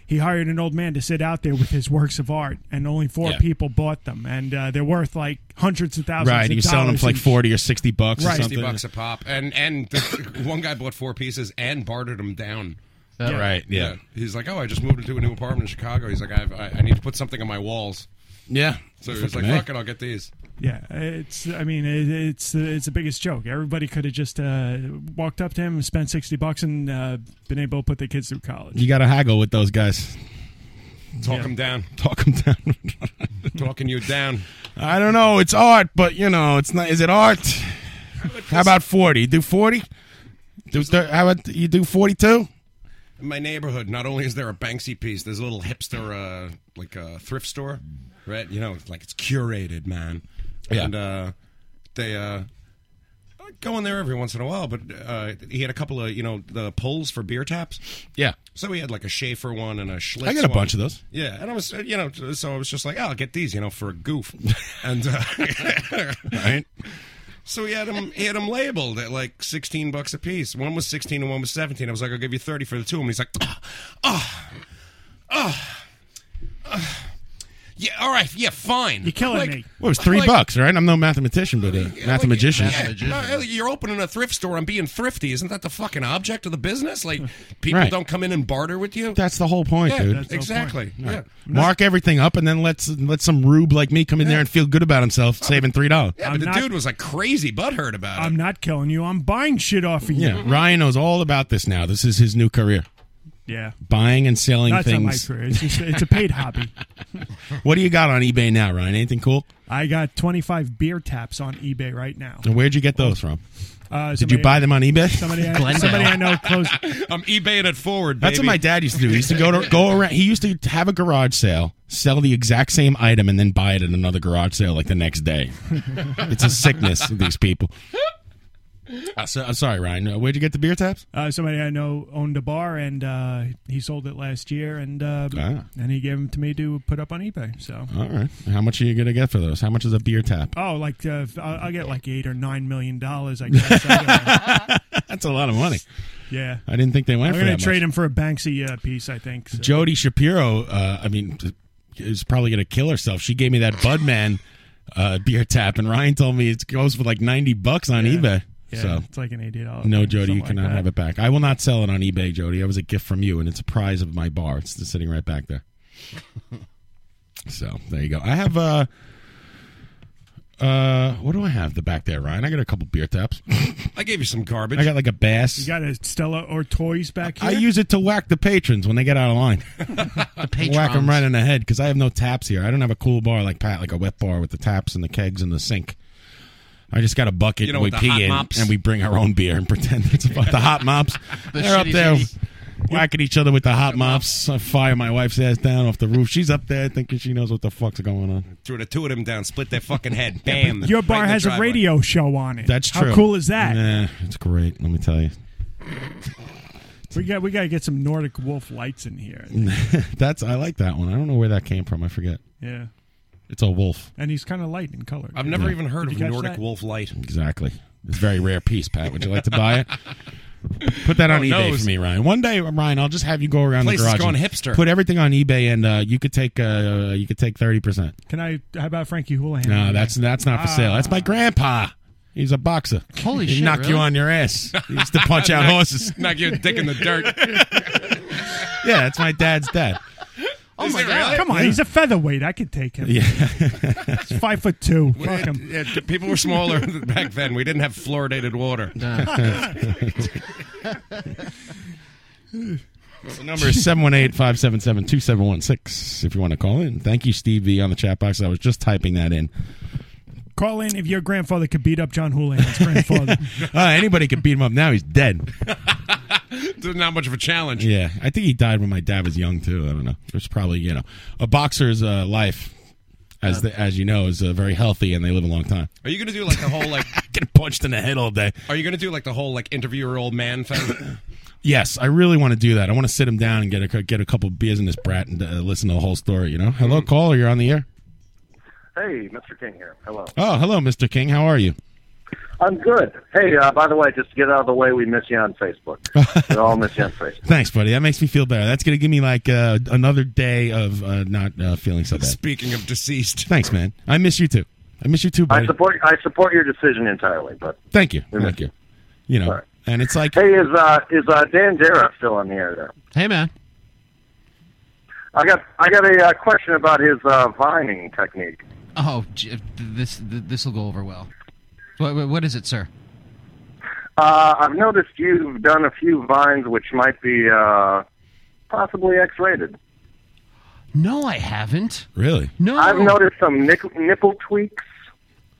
S6: he hired an old man to sit out there with his works of art, and only four
S5: Yeah.
S6: people bought them, and uh, they're worth like hundreds of thousands.
S5: Right,
S6: of
S5: he was selling them
S6: dollars
S5: for like
S6: each.
S5: forty or sixty bucks or something.
S8: sixty bucks a pop, and and the, *laughs* one guy bought four pieces and bartered them down.
S5: Yeah. Right, yeah.
S8: He's like, oh, I just moved into a new apartment in Chicago. He's like, I've, I I need to put something on my walls.
S5: Yeah.
S8: So he was like,
S5: Fucking A.
S8: fuck it, I'll get these.
S6: Yeah, it's. I mean, it, it's it's the biggest joke. Everybody could have just uh, walked up to him, spent sixty bucks, and uh, been able to put their kids through college.
S5: You got to haggle with those guys.
S8: Talk 'em down.
S5: *laughs* Talk them down. *laughs*
S8: Talking you down.
S5: I don't know. It's art, but you know, it's not. Is it art? How about forty? Do forty? Do thir- how about you do forty-two?
S8: In my neighborhood, not only is there a Banksy piece, there's a little hipster, uh, like a thrift store, right? You know, it's like it's curated, man.
S5: Yeah.
S8: And uh, they uh, I go in there every once in a while, but uh, he had a couple of, you know, the poles for beer taps.
S5: Yeah.
S8: So he had like a Schaefer one and a Schlitz.
S5: I got a
S8: one.
S5: bunch of those.
S8: Yeah, and I was, uh, you know, so I was just like, oh, I'll get these, you know, for a
S5: *laughs*
S8: goof. And uh,
S5: right.
S8: So he had them. He had them labeled at like sixteen bucks a piece. One was sixteen and one was seventeen. I was like, I'll give you thirty for the two. And he's like, oh, oh, oh, oh. yeah, all right, yeah, fine. You're
S6: killing
S8: like,
S6: me.
S5: Well, it was three
S8: Like-
S5: bucks, right? I'm no mathematician, but a mathematician.
S8: Yeah, no, you're opening a thrift store and being thrifty. Isn't that the fucking object of the business?
S5: *laughs*
S8: Like, people
S5: Right.
S8: don't come in and barter with you.
S5: That's the whole point,
S8: Yeah,
S5: dude.
S8: that's the whole exactly. point. Yeah.
S5: Right. Mark everything up, and then let let some rube like me come in there and feel good about himself, saving three dollars.
S8: Yeah, but the dude was like crazy butthurt about it.
S6: I'm not killing you. I'm buying shit off of you.
S5: Yeah, Ryan knows all about this now. This is his new career.
S6: Yeah.
S5: Buying and selling
S6: That's not my
S5: things.
S6: career. It's, just, it's a paid hobby.
S5: What do you got on eBay now, Ryan? Anything cool?
S6: I got 25 beer taps on eBay right now.
S5: And where'd you get those from?
S6: Uh,
S5: Did
S6: somebody-
S5: you buy them on eBay?
S6: Somebody I- Glendale. somebody I know closed.
S8: *laughs* I'm eBaying it forward.
S5: That's what my dad used to do. He used to go to go around. He used to have a garage sale, sell the exact same item, and then buy it at another garage sale like the next day. it's a sickness of these people. Uh, so- I'm sorry, Ryan. Uh, Where'd you get the beer taps?
S6: Uh, somebody I know owned a bar, and uh, he sold it last year, and uh,
S5: Ah.
S6: and he gave them to me to put up on eBay. So,
S5: All right. How much are you gonna get for those? How much is a beer tap?
S6: oh, like uh, I'll, I'll get like eight or nine million
S5: *laughs*
S6: dollars. I guess. I don't know.
S5: That's a lot of money.
S6: Yeah.
S5: I didn't think they went
S6: I'm
S5: for
S6: gonna
S5: that
S6: trade
S5: much.
S6: him for a Banksy uh, piece, I think. so.
S5: Jody Shapiro. Uh, I mean, is probably gonna kill herself. She gave me that Budman uh, beer tap, and Ryan told me it goes for like ninety bucks on eBay.
S6: Yeah,
S5: So
S6: it's like an eighty dollars.
S5: No, Jody, you
S6: something
S5: cannot
S6: like that.
S5: have it back. I will not sell it on eBay, Jody. It was a gift from you, and it's a prize of my bar. It's just sitting right
S6: *laughs*
S5: back there. so there you go. I have uh uh what do I have the back there, Ryan? I got a couple beer taps.
S8: I gave you some garbage.
S5: I got like a
S6: You
S5: bass.
S6: got a Stella Artois back here.
S5: I use it to whack the patrons when they get out of line. Whack them right in the head because I have no taps here. I don't have a cool bar like Pat, like a wet bar with the taps and the kegs and the sink. I just got a bucket
S8: You know,
S5: and we
S8: with the hot
S5: pee in
S8: mops.
S5: and we bring our own beer and *laughs* pretend it's about the hot mops.
S8: *laughs* The
S5: They're up
S8: shitty
S5: there
S8: shitty.
S5: whacking each other with the hot mops. I fire my wife's ass down off the roof. She's up there thinking she knows what the fuck's going on.
S8: Threw the two of them down, split their fucking
S5: *laughs*
S8: head. Bam.
S6: Your bar
S8: Right in the
S6: has a
S8: driveway.
S6: radio show on it.
S5: That's true.
S6: How cool is that?
S5: Yeah, it's great. Let me tell you. *laughs* Mm.
S6: We got we got to get some Nordic Wolf lights in here.
S5: That's I like that one. I don't know where that came from. I forget.
S6: Yeah,
S5: It's a wolf.
S6: and he's kind of light in color.
S8: I've never
S5: Yeah.
S8: even heard
S6: Did
S8: of
S6: you catch
S8: Nordic
S6: that?
S8: Wolf *laughs* Light.
S5: Exactly. It's a very rare piece, Pat. Would you like to buy
S8: *laughs*
S5: it? Put that on
S8: Oh,
S5: eBay
S8: knows.
S5: for me, Ryan. One day, Ryan, I'll just have you go around
S8: Place
S5: the
S8: is
S5: garage.
S8: going
S5: and
S8: hipster.
S5: Put everything on eBay, and uh, you could take uh, you could take thirty percent.
S6: Can I? How about Frankie Houlihan?
S5: No, that's that's not for sale.
S6: Ah.
S5: That's my grandpa. He's a boxer.
S6: Holy
S5: He'd
S6: shit,
S5: Knock you
S6: really?
S5: on your ass.
S8: *laughs*
S5: He used to punch out
S8: Knock-
S5: horses.
S8: Knock your dick in the dirt.
S5: Yeah, that's my dad's
S8: *laughs*
S5: dad.
S6: Oh
S8: Is
S6: my
S8: it
S6: god!
S8: really?
S6: Come on,
S8: Yeah.
S6: he's a featherweight. I could take him.
S5: Yeah.
S6: he's *laughs* five foot two.
S8: Well,
S6: Fuck him.
S8: yeah, t- people were smaller *laughs* back then. We didn't have fluoridated water.
S5: *laughs* The number is 718-577-2716 if you want to call in. Thank you, Steve V, on the chat box. I was just typing that in.
S6: *laughs* Call in if your grandfather could beat up John Houlihan's grandfather.
S5: Uh, anybody could beat him up now. He's dead.
S8: There's not much of a challenge.
S5: Yeah, I think he died when my dad was young too. I don't know. It's probably you know a boxer's uh, life, as the, as you know, is uh, very healthy and they live a long time.
S8: *laughs* Are you gonna do like the whole like
S5: *laughs* get punched in the head all day?
S8: Are you gonna do like the whole like interviewer old man
S5: *coughs*
S8: thing?
S5: Yes, I really want to do that. I want to sit him down and get a get a couple beers in this brat and uh, listen to the whole story. You know,
S8: Mm.
S5: hello caller, you're on the air.
S20: Hey, Mr. King here. Hello.
S5: Oh, hello, Mister King. How are you?
S2: I'm good. Hey, uh, by the way, just to get out of the way, we miss you on
S5: *laughs*
S2: Facebook. we all miss you on Facebook.
S5: Thanks, buddy. That makes me feel better. That's going to give me like uh, another day of uh, not uh, feeling so bad.
S8: Speaking of deceased,
S5: Thanks, man. I miss you too. I miss you too,
S2: I
S5: buddy.
S2: support I support your decision entirely, but
S5: Thank you. Thank you. You know, and it's like,
S2: hey, is uh, is uh, Dan Dara still on the air there?
S3: Hey, man.
S2: I got I got a uh, question about his uh, vining technique.
S3: Oh, j- this this will go over well. What, what- what is it, sir?
S2: Uh, I've noticed you've done a few vines which might be uh, possibly X-rated.
S3: No, I haven't.
S5: Really?
S3: No,
S2: I've noticed some nick- nipple tweaks.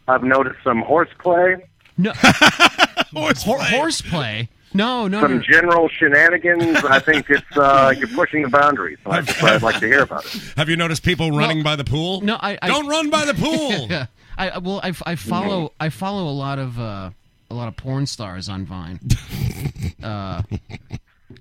S2: I've noticed some horseplay.
S5: *laughs*
S3: No. horseplay. horseplay. No, no, no.
S2: Some general shenanigans. I
S3: *laughs*
S2: think it's uh, you're pushing the boundaries. So I'd, I'd like to hear about it.
S8: Have you noticed people running by the pool?
S3: No, I, I
S8: don't run by the
S5: *laughs*
S8: pool.
S3: *laughs* yeah. I I- well, I, I follow I follow a lot of uh, a lot of porn stars on
S5: *laughs*
S3: Vine, uh,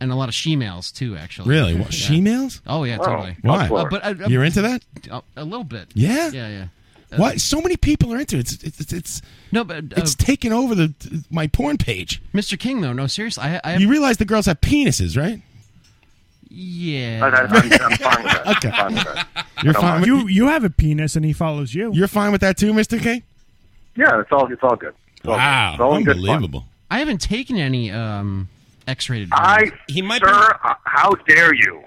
S3: and a lot of shemales too. Actually,
S5: really? What,
S3: Yeah.
S5: Shemales?
S3: Oh yeah, totally.
S5: Why?
S3: Uh, but I, I-
S5: You're into that?
S3: A, a little bit.
S5: Yeah?
S3: Yeah, yeah. Uh,
S5: Why? So many people are into it. It's it's it's, it's
S3: no, but
S5: it's taken over the my porn page.
S3: Mr. King, though, no, seriously, I, I
S5: you realize the girls have penises, right?
S3: yeah.
S5: *laughs* okay. You're fine.
S6: You you have a penis and he follows you.
S5: You're fine with that too, Mister King.
S2: Yeah, it's all it's all good. It's all
S5: Wow,
S2: good. It's all in good fun.
S5: unbelievable.
S3: I haven't taken any um, X-rated.
S2: I,
S3: vines.
S2: sir, uh, how dare you?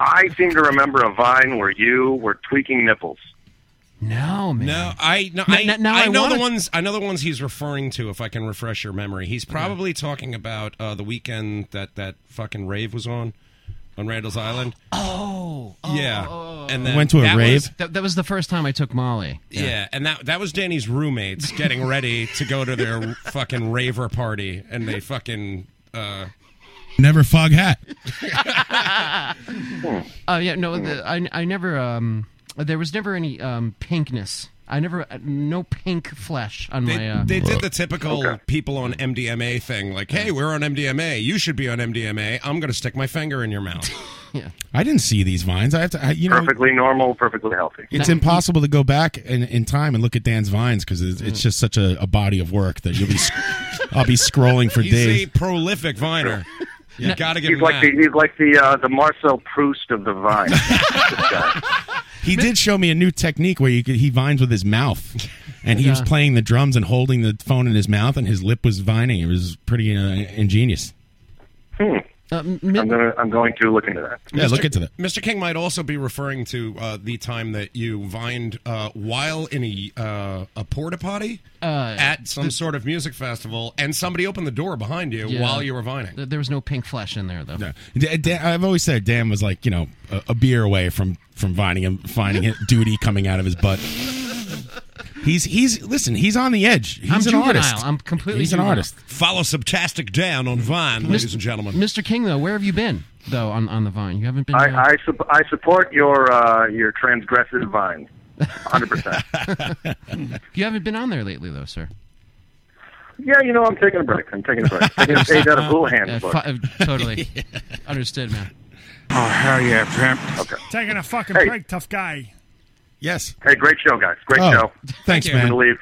S2: I seem to remember a vine where you were tweaking nipples.
S3: No, man.
S8: No, I no,
S3: N-
S8: I,
S3: n- now
S8: I
S3: I
S8: know the
S3: wanna-
S8: ones I know the ones he's referring to. If I can refresh your memory, he's probably talking about uh, the weekend that that fucking rave was on on Randall's Island.
S3: *gasps* Oh,
S8: yeah, and then
S5: Went to a
S8: that
S5: rave?
S8: was-
S3: That, that was the first time I took Molly.
S8: yeah. and that that was Danny's roommates getting ready to go
S3: *laughs*
S8: to their fucking raver party, and they fucking. Uh,
S21: Never fog hat.
S3: *laughs* Oh yeah, no, the, I I never um there was never any um pinkness. I never uh, no pink flesh on
S8: They,
S3: my. Uh,
S8: they did the typical people on MDMA thing, like, "Hey, we're on MDMA. You should be on MDMA. I'm going to stick my finger in your mouth."
S5: I didn't see these vines. I have to. I, you know,
S2: perfectly normal, perfectly healthy.
S5: it's impossible to go back in, in time and look at Dan's vines because it's,
S3: Mm.
S5: it's just such a, a body of work that you'll be. sc- *laughs* I'll be
S3: *laughs*
S5: scrolling for
S8: He's
S5: days.
S8: a prolific viner. You got to give
S2: He's
S8: him
S2: like
S8: that.
S2: the he's like the uh, the Marcel Proust of
S8: *laughs*
S2: the vine.
S5: He did show me a new technique where you could, he vines with his mouth, and he was
S3: Yeah.
S5: playing the drums and holding the phone in his mouth, and his lip was vining. It was pretty uh, ingenious.
S2: Hmm.
S3: Uh, m-
S2: I'm gonna I'm going to look into that.
S5: Yeah, look into that.
S8: Mr. King might also be referring to uh, the time that you vined uh, while in a, uh, a porta potty
S3: Uh,
S8: at some sort of music festival, and somebody opened the door behind you
S3: Yeah.
S8: while you were vining.
S3: Th- There was no pink flesh in there though.
S5: Da- Dan, I've always said Dan was like you know a, a beer away from from finding him finding it, duty coming out of his butt. He's he's listen. He's on the edge. He's
S3: I'm
S5: an
S3: juvenile.
S5: artist.
S3: I'm completely
S5: He's an
S3: juvenile.
S5: artist.
S8: Follow Subtastic down on Vine, ladies and gentlemen.
S3: Mr. King, though, where have you been though on, on the vine? You haven't been. uh,
S2: I I, sup- I support your uh, your transgressive vine,
S8: *laughs*
S2: hundred percent.
S3: you haven't been on there lately though, sir.
S2: Yeah, you know I'm taking a break. I'm taking a break. Taking a page out of Houlihan's book.
S3: fi- uh,
S2: *laughs*
S3: totally understood, man.
S2: Oh hell yeah, pimp. Okay.
S6: Taking a fucking
S2: Hey.
S6: break, tough guy.
S5: Yes.
S2: Hey, great show, guys. Great
S5: Oh,
S2: show.
S5: thanks,
S2: I'm
S5: man.
S2: gonna
S6: *laughs*
S2: leave.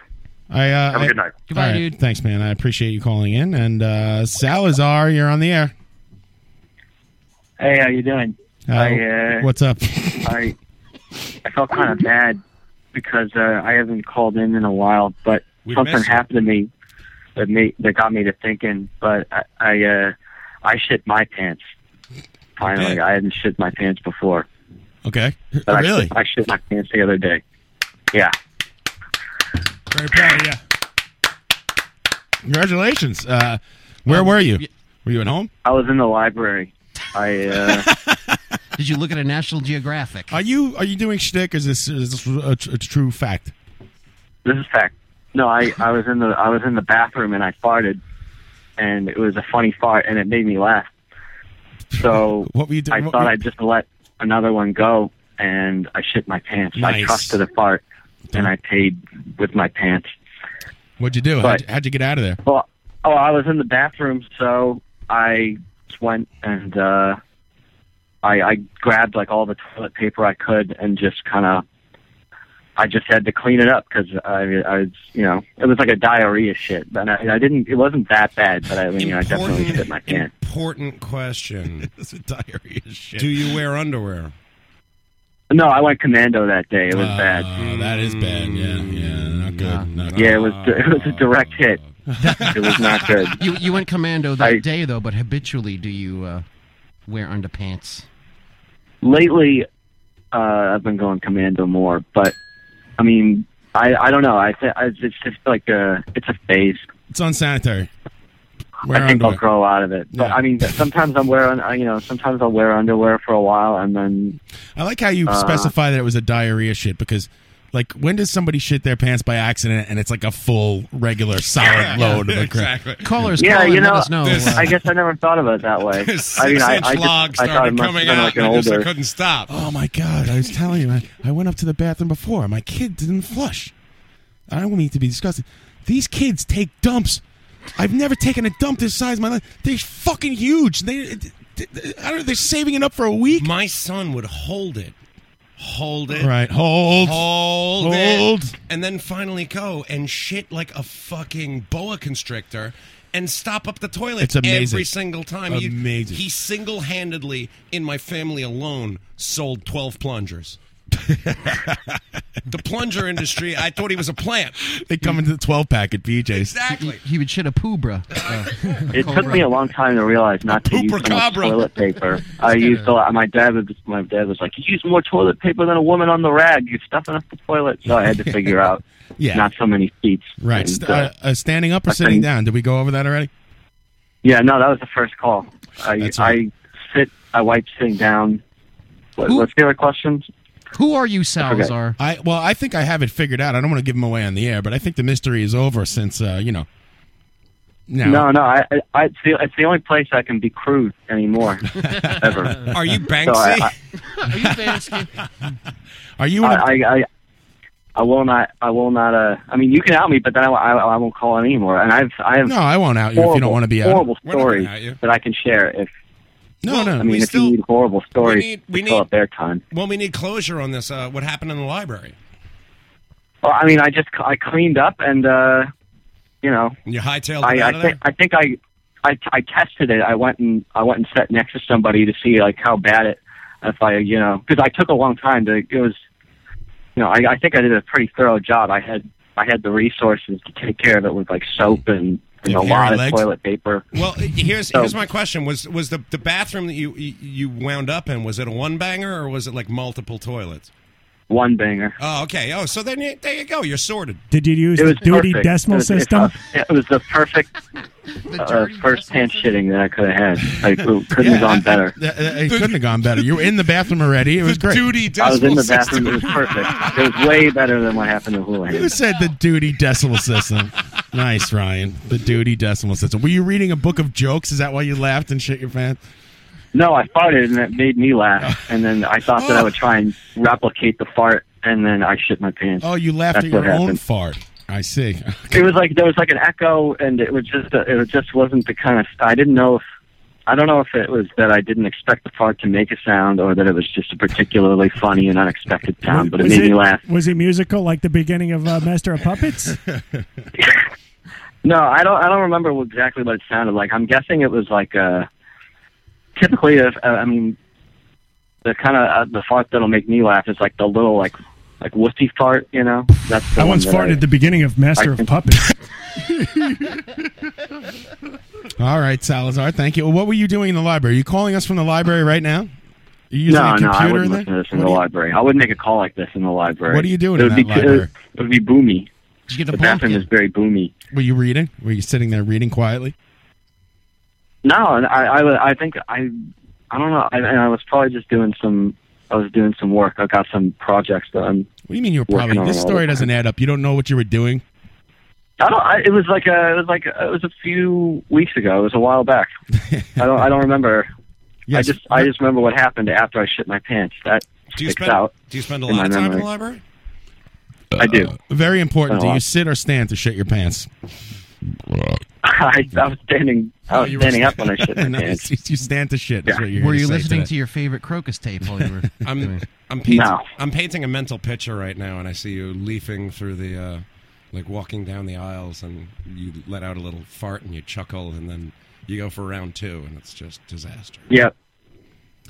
S5: I, uh,
S2: Have a
S5: I-
S2: good night. Goodbye,
S5: all
S2: dude.
S5: Thanks, man. I appreciate you calling in. And uh, Salazar, you're on the air.
S9: Hey, how you doing?
S5: Uh,
S9: I, uh,
S5: what's up?
S9: *laughs* I I felt kind of bad because uh, I haven't called in in a while, but
S5: We
S9: something
S5: miss you.
S9: happened to me that made that got me to thinking. But I I, uh, I shit my pants. Finally, I hadn't shit my pants before.
S5: Okay.
S9: But I
S5: really?
S9: shit- I shit my pants the other day. Yeah.
S6: Very proud of you.
S5: Congratulations. Uh, where
S3: Um,
S5: were you? Were you at home?
S9: I was in the library. I uh,
S3: Did you look at a National Geographic?
S5: Are you are you doing shtick? Is this is this a, tr- a true fact?
S9: This is fact. No, I, I was in the I was in the bathroom and I farted, and it was a funny fart and it made me laugh. So
S5: *laughs* what were you
S9: I
S5: doing? What
S9: thought
S5: were-
S9: I'd just let another one go, and I shit my pants. I
S5: Nice.
S9: trusted a fart, and I paid with my pants.
S5: What'd you do?
S9: But-
S5: How'd, you- how'd you get out of there?
S9: Well, oh, I was in the bathroom, so I just went and uh, I, I grabbed like all the toilet paper I could and just kind of I just had to clean it up because I, I was, you know, it was like a diarrhea shit. But I, I didn't. It wasn't that bad. But I mean, you know, I definitely
S8: Important-
S9: shit my pants.
S3: *laughs*
S8: Important question. it's a diarrhea
S5: shit.
S8: Do you wear underwear?
S9: No, I went commando that day. It was bad.
S5: Oh, that is bad. Yeah, yeah, not good. Not good.
S9: Yeah, it was. It was a direct
S5: *laughs*
S9: hit. it was not good.
S3: You you went commando that day though, but habitually do you uh, wear underpants?
S9: lately uh i've been going commando more but i mean i i don't know i, th- I it's just like a it's a phase
S5: It's unsanitary. Wear
S9: i think i'll
S5: underwear.
S9: grow out of it but i mean sometimes i'm wearing uh, you know sometimes i'll wear underwear for a while and then
S5: I like how you
S9: Uh,
S5: specify that it was a diarrhea shit because, like, when does somebody shit their pants by accident and it's like a full,
S9: *laughs*
S5: regular, solid load of the crap?
S3: Callers,
S9: yeah,
S3: call
S9: you
S3: in,
S9: know,
S3: let us know. uh,
S9: this- I guess I never thought of it that
S8: *laughs*
S9: way. I mean, I, I,
S8: Six-inch
S9: just,
S8: logs
S9: I thought
S8: started
S9: it must have
S8: coming
S9: been
S8: out,
S9: like an
S8: and I just I
S9: older.
S8: couldn't stop.
S5: Oh my god! I was telling you, I, I went up to the bathroom before. My kid didn't flush. I don't need to be disgusted. These kids take dumps. I've never taken a dump this size in my life. They're fucking huge. They, I don't. They're saving it up for a week.
S8: My son would hold it, hold it,
S5: Right, hold.
S8: hold,
S5: Hold.
S8: it, and then finally go and shit like a fucking boa constrictor. And stop up the toilet
S5: It's amazing.
S8: every single time. He-
S5: Amazing.
S8: He, single-handedly, in my family alone, sold twelve
S5: *laughs*
S8: plungers. the plunger industry. I thought he was a plant.
S5: They come into the twelve pack at BJ's.
S8: Exactly.
S3: He would shit a poobra.
S9: It took me a long time to realize not to use so much
S3: Poopacabra.
S9: toilet paper. I used a lot. My dad was my dad was like, "You use more toilet paper than a woman on the rag. You're stuffing up the toilet." So I had to figure out
S5: Yeah.
S9: not so many seats.
S5: Right.
S9: And,
S5: St-
S9: uh,
S5: uh, uh, standing up or
S9: I
S5: sitting
S9: think-
S5: down? Did we go over that already?
S9: yeah, no, that was the first call. I I sit. I wipe sitting down. What, what's the other question?
S3: Who are you, Salazar?
S5: I well, I think I have it figured out. I don't want to give them away on the air, but I think the mystery is over since uh, you know. No.
S9: no, no I, I, I, it's, the, it's the only place I can be crude anymore, ever.
S8: Are you
S9: So
S8: Banksy?
S9: I- I-
S3: Are you Bansky?
S5: Are you?
S9: I I I I will not. I will not. Uh, I mean, you can out me, but then I, I, I won't call anymore. And I've, I have.
S5: No, I won't out you if you
S9: horrible,
S5: don't wanna be out.
S9: Horrible
S5: We're not gonna out you.
S9: stories that I can share. If
S5: no, no.
S9: I mean, if you need horrible stories,
S8: need- we
S9: just call
S8: need-
S9: it their time.
S8: Well, we need closure on this. Uh, what happened in the library?
S9: Well, I mean, I just I cleaned up and uh, you know,
S8: You hightailed it
S9: I,
S8: out
S9: I
S8: of there.
S9: think I think I, I I tested it. I went and I went and sat next to somebody to see like how bad it if I you know because I took a long time to it was you know I, I think I did a pretty thorough job. I had I had the resources to take care of it with like soap and, and
S8: You
S9: a
S8: have
S9: lot
S8: hairy
S9: of
S8: legs?
S9: toilet paper.
S8: Well, here's
S9: So-
S8: here's my question: was was the the bathroom that you you you wound up in was it a one banger or was it like multiple toilets?
S9: One banger.
S8: Oh, okay. Oh, so then you, there you go. You're sorted.
S6: Did you use the dirty
S9: perfect.
S6: decimal
S9: It was- it-
S6: system?
S9: uh, It was the perfect uh, first hand shitting that I could have had.
S8: *laughs*
S9: I couldn't have gone better.
S5: Th- th- it couldn't have gone better. You were in the bathroom already. It was great.
S9: I was in the bathroom. It was perfect. It was way better than what happened to
S5: Who
S9: Houlihan.
S5: said the duty decimal system? nice, Ryan. The duty decimal system. Were you reading a book of jokes? Is that why you laughed and shit your pants?
S9: No, I farted and that made me laugh. And then I thought
S5: Oh.
S9: that I would try and replicate the fart, and then I shit my pants.
S5: Oh, you laughed
S9: That's
S5: at your
S9: what happened.
S5: own fart. I see.
S9: It was like there was like an echo, and it was just a, it just wasn't the kind of I didn't know if I don't know if it was that I didn't expect the fart to make a sound, or that it was just a particularly funny and unexpected sound, but it
S6: was
S9: made me laugh.
S6: Was it musical like the beginning of uh, Master
S9: *laughs*
S6: of Puppets?
S9: No, I don't. I don't remember what- exactly what it sounded like. I'm guessing it was like uh Typically, if, uh, I mean, the kind of uh, the fart that'll make me laugh is like the little like like wussy fart, you know. That's the
S6: I
S9: one
S6: once
S9: that
S6: farted at the beginning of Master
S9: I
S6: of
S9: can- *laughs*
S6: Puppets.
S5: All right, Salazar. Thank you. Well, what were you doing in the library? Are you calling us from the library right now? Are you using
S9: no,
S5: a
S9: no, I
S5: computer
S9: wouldn't
S5: in there?
S9: listen to this in the library. I wouldn't make a call like this in the library.
S5: What are you doing
S9: It
S5: in
S9: would
S5: that
S9: be too-
S5: library?
S9: It would be boomy.
S3: Did you get
S9: the bathroom is very boomy.
S5: Were you reading? Were you sitting there reading quietly?
S9: No, and I, I, would- I think I, I don't know. I, and I was probably just doing some. I was doing some work. I got some projects done.
S5: What do you mean you were
S9: Working
S5: probably?
S9: on
S5: This
S9: all
S5: story
S9: the-
S5: doesn't add up. You don't know what you were doing.
S9: I don't. I, it was like a. It was like a, it was a few weeks ago. It was a while back. I don't. I don't remember. I just. I just remember what happened after I shit my pants. That
S8: *laughs* Do you
S9: sticks
S8: spend
S9: out.
S8: Do you spend a
S9: in my
S8: lot of time in
S9: *laughs* memory.
S8: the library? Uh,
S9: I do.
S5: Very
S9: Oh,
S5: important. Do
S9: wow.
S5: you sit or stand to shit your pants?
S3: Uh,
S9: I, I was standing.
S8: Oh,
S9: I was
S5: you were
S9: Oh, standing up
S5: sta-
S9: when I
S8: *laughs*
S9: shit my
S5: *laughs* No,
S9: pants.
S5: you- you stand to shit. Is what you're
S3: were
S5: gonna
S3: you
S5: say
S3: listening
S5: today.
S3: to your favorite Crocus tape while you were?
S8: *laughs*
S3: *laughs*
S8: I'm
S3: doing-
S8: I'm painting
S3: No.
S8: I'm painting a mental picture right now, and I see you leafing through the, uh, like walking down the aisles, and you let out a little fart and you chuckle, and then you go for round two, and it's just disaster.
S9: Yep.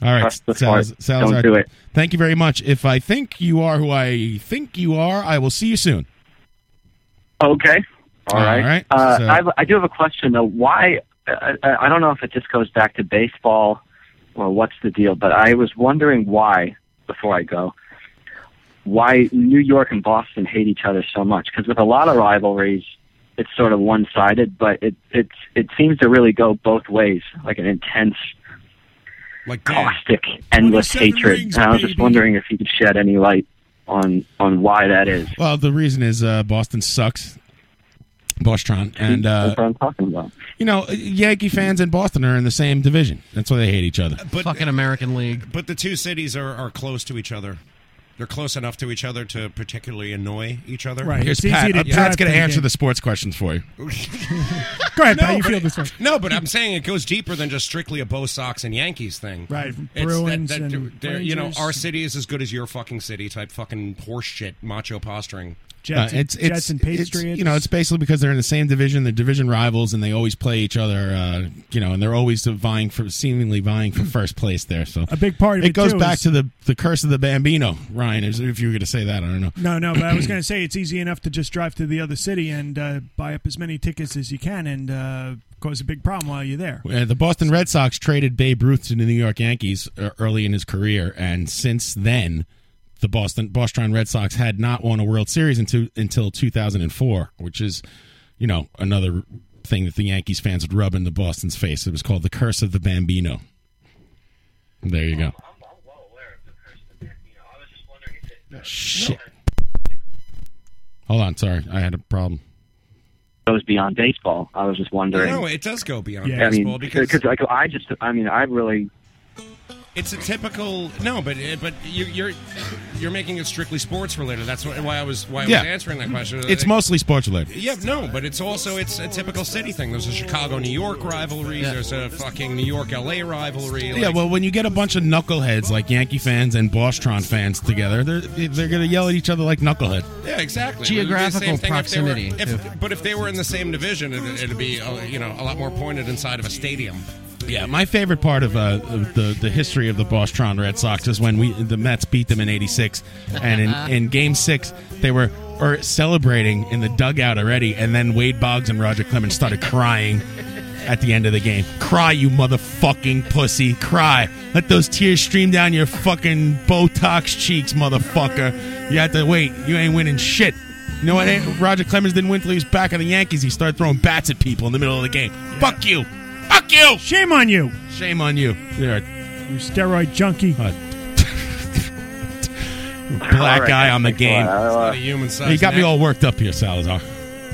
S5: All right,
S8: Trust the
S5: Salaz-
S8: fart.
S5: Salazar,
S8: Don't do it.
S5: Thank you very much. If I think you are who I think you are, I will see you soon.
S9: Okay.
S5: All
S9: All right.
S5: right,
S9: Uh,
S5: so-
S9: I, have- I do have a question though. Why? I, I- I don't know if it just goes back to baseball or what's the deal, but I was wondering why. Before I go, why New York and Boston hate each other so much? Because with a lot of rivalries, it's sort of one-sided, but it it it seems to really go both ways, like an intense.
S8: Like
S9: caustic, endless hatred. and I was just wondering if you could shed any light on on why that is.
S5: Well, the reason is uh, Boston sucks. Bostron and uh,
S9: That's what I'm talking about.
S5: you know Yankee fans and Boston are in the same division. That's why they hate each other.
S8: But,
S3: Fucking American League.
S8: But the two cities are, are close to each other. They're close enough to each other to particularly annoy each other.
S5: Here's Pat. Uh, Pat's going to answer the
S6: *laughs*
S5: sports questions for you.
S8: Go ahead,
S6: Pat, you
S8: feel this one. *laughs* No, but I'm saying it goes deeper than just strictly a Bo Sox and Yankees thing.
S6: Right,
S8: It's
S6: Bruins
S8: that, that,
S6: and
S8: they're- you know,
S6: Rangers.
S8: our city is as good as your fucking city type fucking horseshit macho posturing.
S5: Uh, It's, you know, it's basically because they're in the same division, they're division rivals, and they always play each other. Uh, you know, and they're always vying for, seemingly vying for first place there. So
S6: A big part of it,
S5: goes
S6: too,
S5: back
S6: is-
S5: to the the curse of the Bambino, Ryan. is- If you were going to say that, I don't know.
S6: No, no, but I was going to say it's easy enough to just drive to the other city and uh, buy up as many tickets as you can and uh, cause a big problem while you're there.
S5: Uh, the Boston Red Sox traded Babe Ruth to the New York Yankees uh, early in his career, and since then, the Boston Boston Red Sox had not won a World Series until until 2004, which is, you know, another thing that the Yankees fans would rub in the Boston's face. It was called the curse of the Bambino. There you go. Shit. Hold on, sorry, I had a problem.
S9: goes beyond baseball. I was just wondering.
S8: No, it does go beyond
S9: I
S8: baseball
S9: mean,
S8: because
S9: because like, I just, I mean, I really,
S8: It's a typical no, but uh, but you, you're you're making it strictly sports related. That's why why I was why I
S5: Yeah.
S8: was answering that question.
S5: It's mostly sports related.
S8: Yeah, no, but it's also it's a typical city thing. There's a Chicago New York rivalry. There's a fucking New York LA rivalry.
S5: Yeah, well, when you get a bunch of knuckleheads like Yankee fans and Bostron fans together, they're they're gonna yell at each other like knucklehead.
S8: Yeah, exactly.
S3: Geographical
S8: It would be the same thing
S3: proximity,
S8: If they were, if, but if they were in the same division, it, it'd be uh, you know a lot more pointed inside of a stadium.
S5: Yeah, my favorite part of, uh, of the the history of the Bostron Red Sox is when we the Mets beat them in '86, and in, in Game Six they were or celebrating in the dugout already, and then Wade Boggs and Roger Clemens started crying at the end of the game. Cry, you motherfucking pussy! Cry, let those tears stream down your fucking Botox cheeks, motherfucker! You have to wait. You ain't winning shit. You know what? eh, Roger Clemens didn't win till he was back on the Yankees. He started throwing bats at people in the middle of the game. Fuck you! Fuck you!
S6: Shame on you!
S5: Shame on you. You're a
S6: You steroid junkie.
S5: black
S9: All right,
S5: guy on the
S9: thanks a lot.
S5: game.
S9: I'll, uh,
S5: you got me all worked up here, Salazar.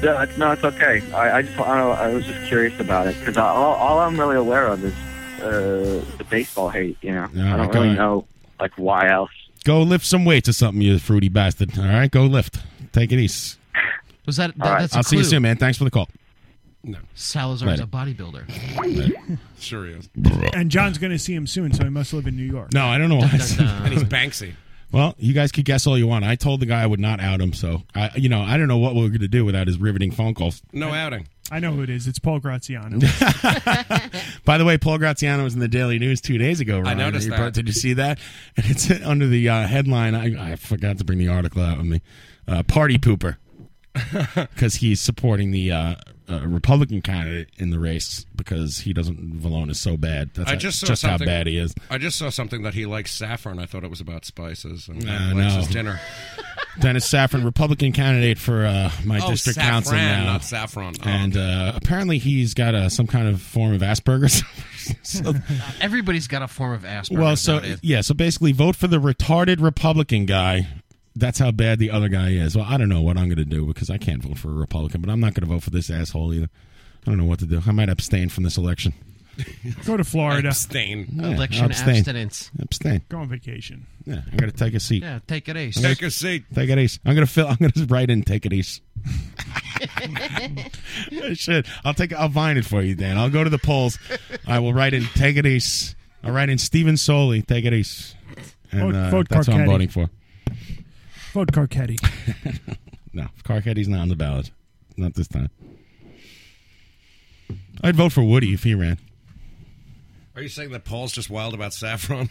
S9: no, it's, no, it's okay. I, I just, I, don't know, I was just curious about it because all, all I'm really aware of is uh, the baseball hate. You know,
S5: All
S9: I
S5: right,
S9: don't
S5: go
S9: really
S5: ahead.
S9: know like why else.
S5: Go lift some weights or something, you fruity bastard. All right, go lift. Take it easy.
S3: Was that? that
S5: All right.
S3: that's a
S5: I'll see you
S3: clue.
S5: soon, man. Thanks for the call.
S3: Salazar's
S5: Later.
S3: a bodybuilder.
S8: *laughs* Sure is.
S6: And John's going to see him soon, so he must live in New York.
S5: No, I don't know why. I said
S3: uh,
S5: that.
S8: and he's Banksy.
S5: Well, you guys could guess all you want. I told the guy I would not out him, so I, you know, I don't know what we we're going to do without his riveting phone calls.
S8: No outing.
S6: I know who it is. It's
S8: *laughs*
S6: Paul Graziano.
S5: By the way, Paul Graziano was in the Daily News two days ago. Ryan.
S8: noticed
S5: You
S8: that.
S5: brought- Did you see that? *laughs* And it's under the uh, headline. I, I forgot to bring the article out on the uh,
S8: *laughs*
S5: party pooper because he's supporting the uh, uh, Republican candidate in the race because he doesn't. Valone is so bad. That's
S8: I
S5: how-
S8: just saw
S5: just how
S8: something-
S5: bad he is.
S8: I just saw something that he likes saffron. I thought it was about spices. And
S5: No,
S8: he likes
S5: Uh, no.
S8: his dinner.
S5: *laughs* Dennis Saffron, Republican candidate for uh, my
S8: Oh,
S5: district
S8: saffron,
S5: council now.
S8: not saffron. Oh.
S5: And uh, apparently he's got uh, some kind of form of Asperger's. *laughs* So-
S3: *laughs* Everybody's got a form of Asperger's.
S5: well, so *laughs*
S3: nowadays.
S5: yeah, so basically vote for the retarded Republican guy. That's how bad the other guy is. Well, I don't know what I'm going to do because I can't vote for a Republican, but I'm not going to vote for this asshole either. I don't know what to do. I might abstain from this election.
S6: *laughs* Go to Florida.
S8: Abstain.
S5: Yeah, abstain. Abstain.
S6: Go on vacation. *laughs*
S8: *laughs*
S5: Yeah, I'm going to take a seat.
S3: Yeah, take it ace.
S5: I'm gonna- Take it easy. I'm going to fill. I'm going to write in. Take it easy. Shit, I'll take. I'll vine it for you, Dan. I'll go to the polls. *laughs* I will write in. Take it east. I'll write in Stephen Soley. Take it east. And
S6: Vote-
S5: uh,
S6: vote
S5: that's what I'm
S6: Carcetti.
S5: voting for.
S6: Vote
S8: *laughs*
S6: Carcetti.
S5: No, Carcetti's not on the ballot. Not this time. I'd vote for Woody if he ran.
S8: Are you saying that Paul's just wild about
S5: *laughs*
S8: saffron?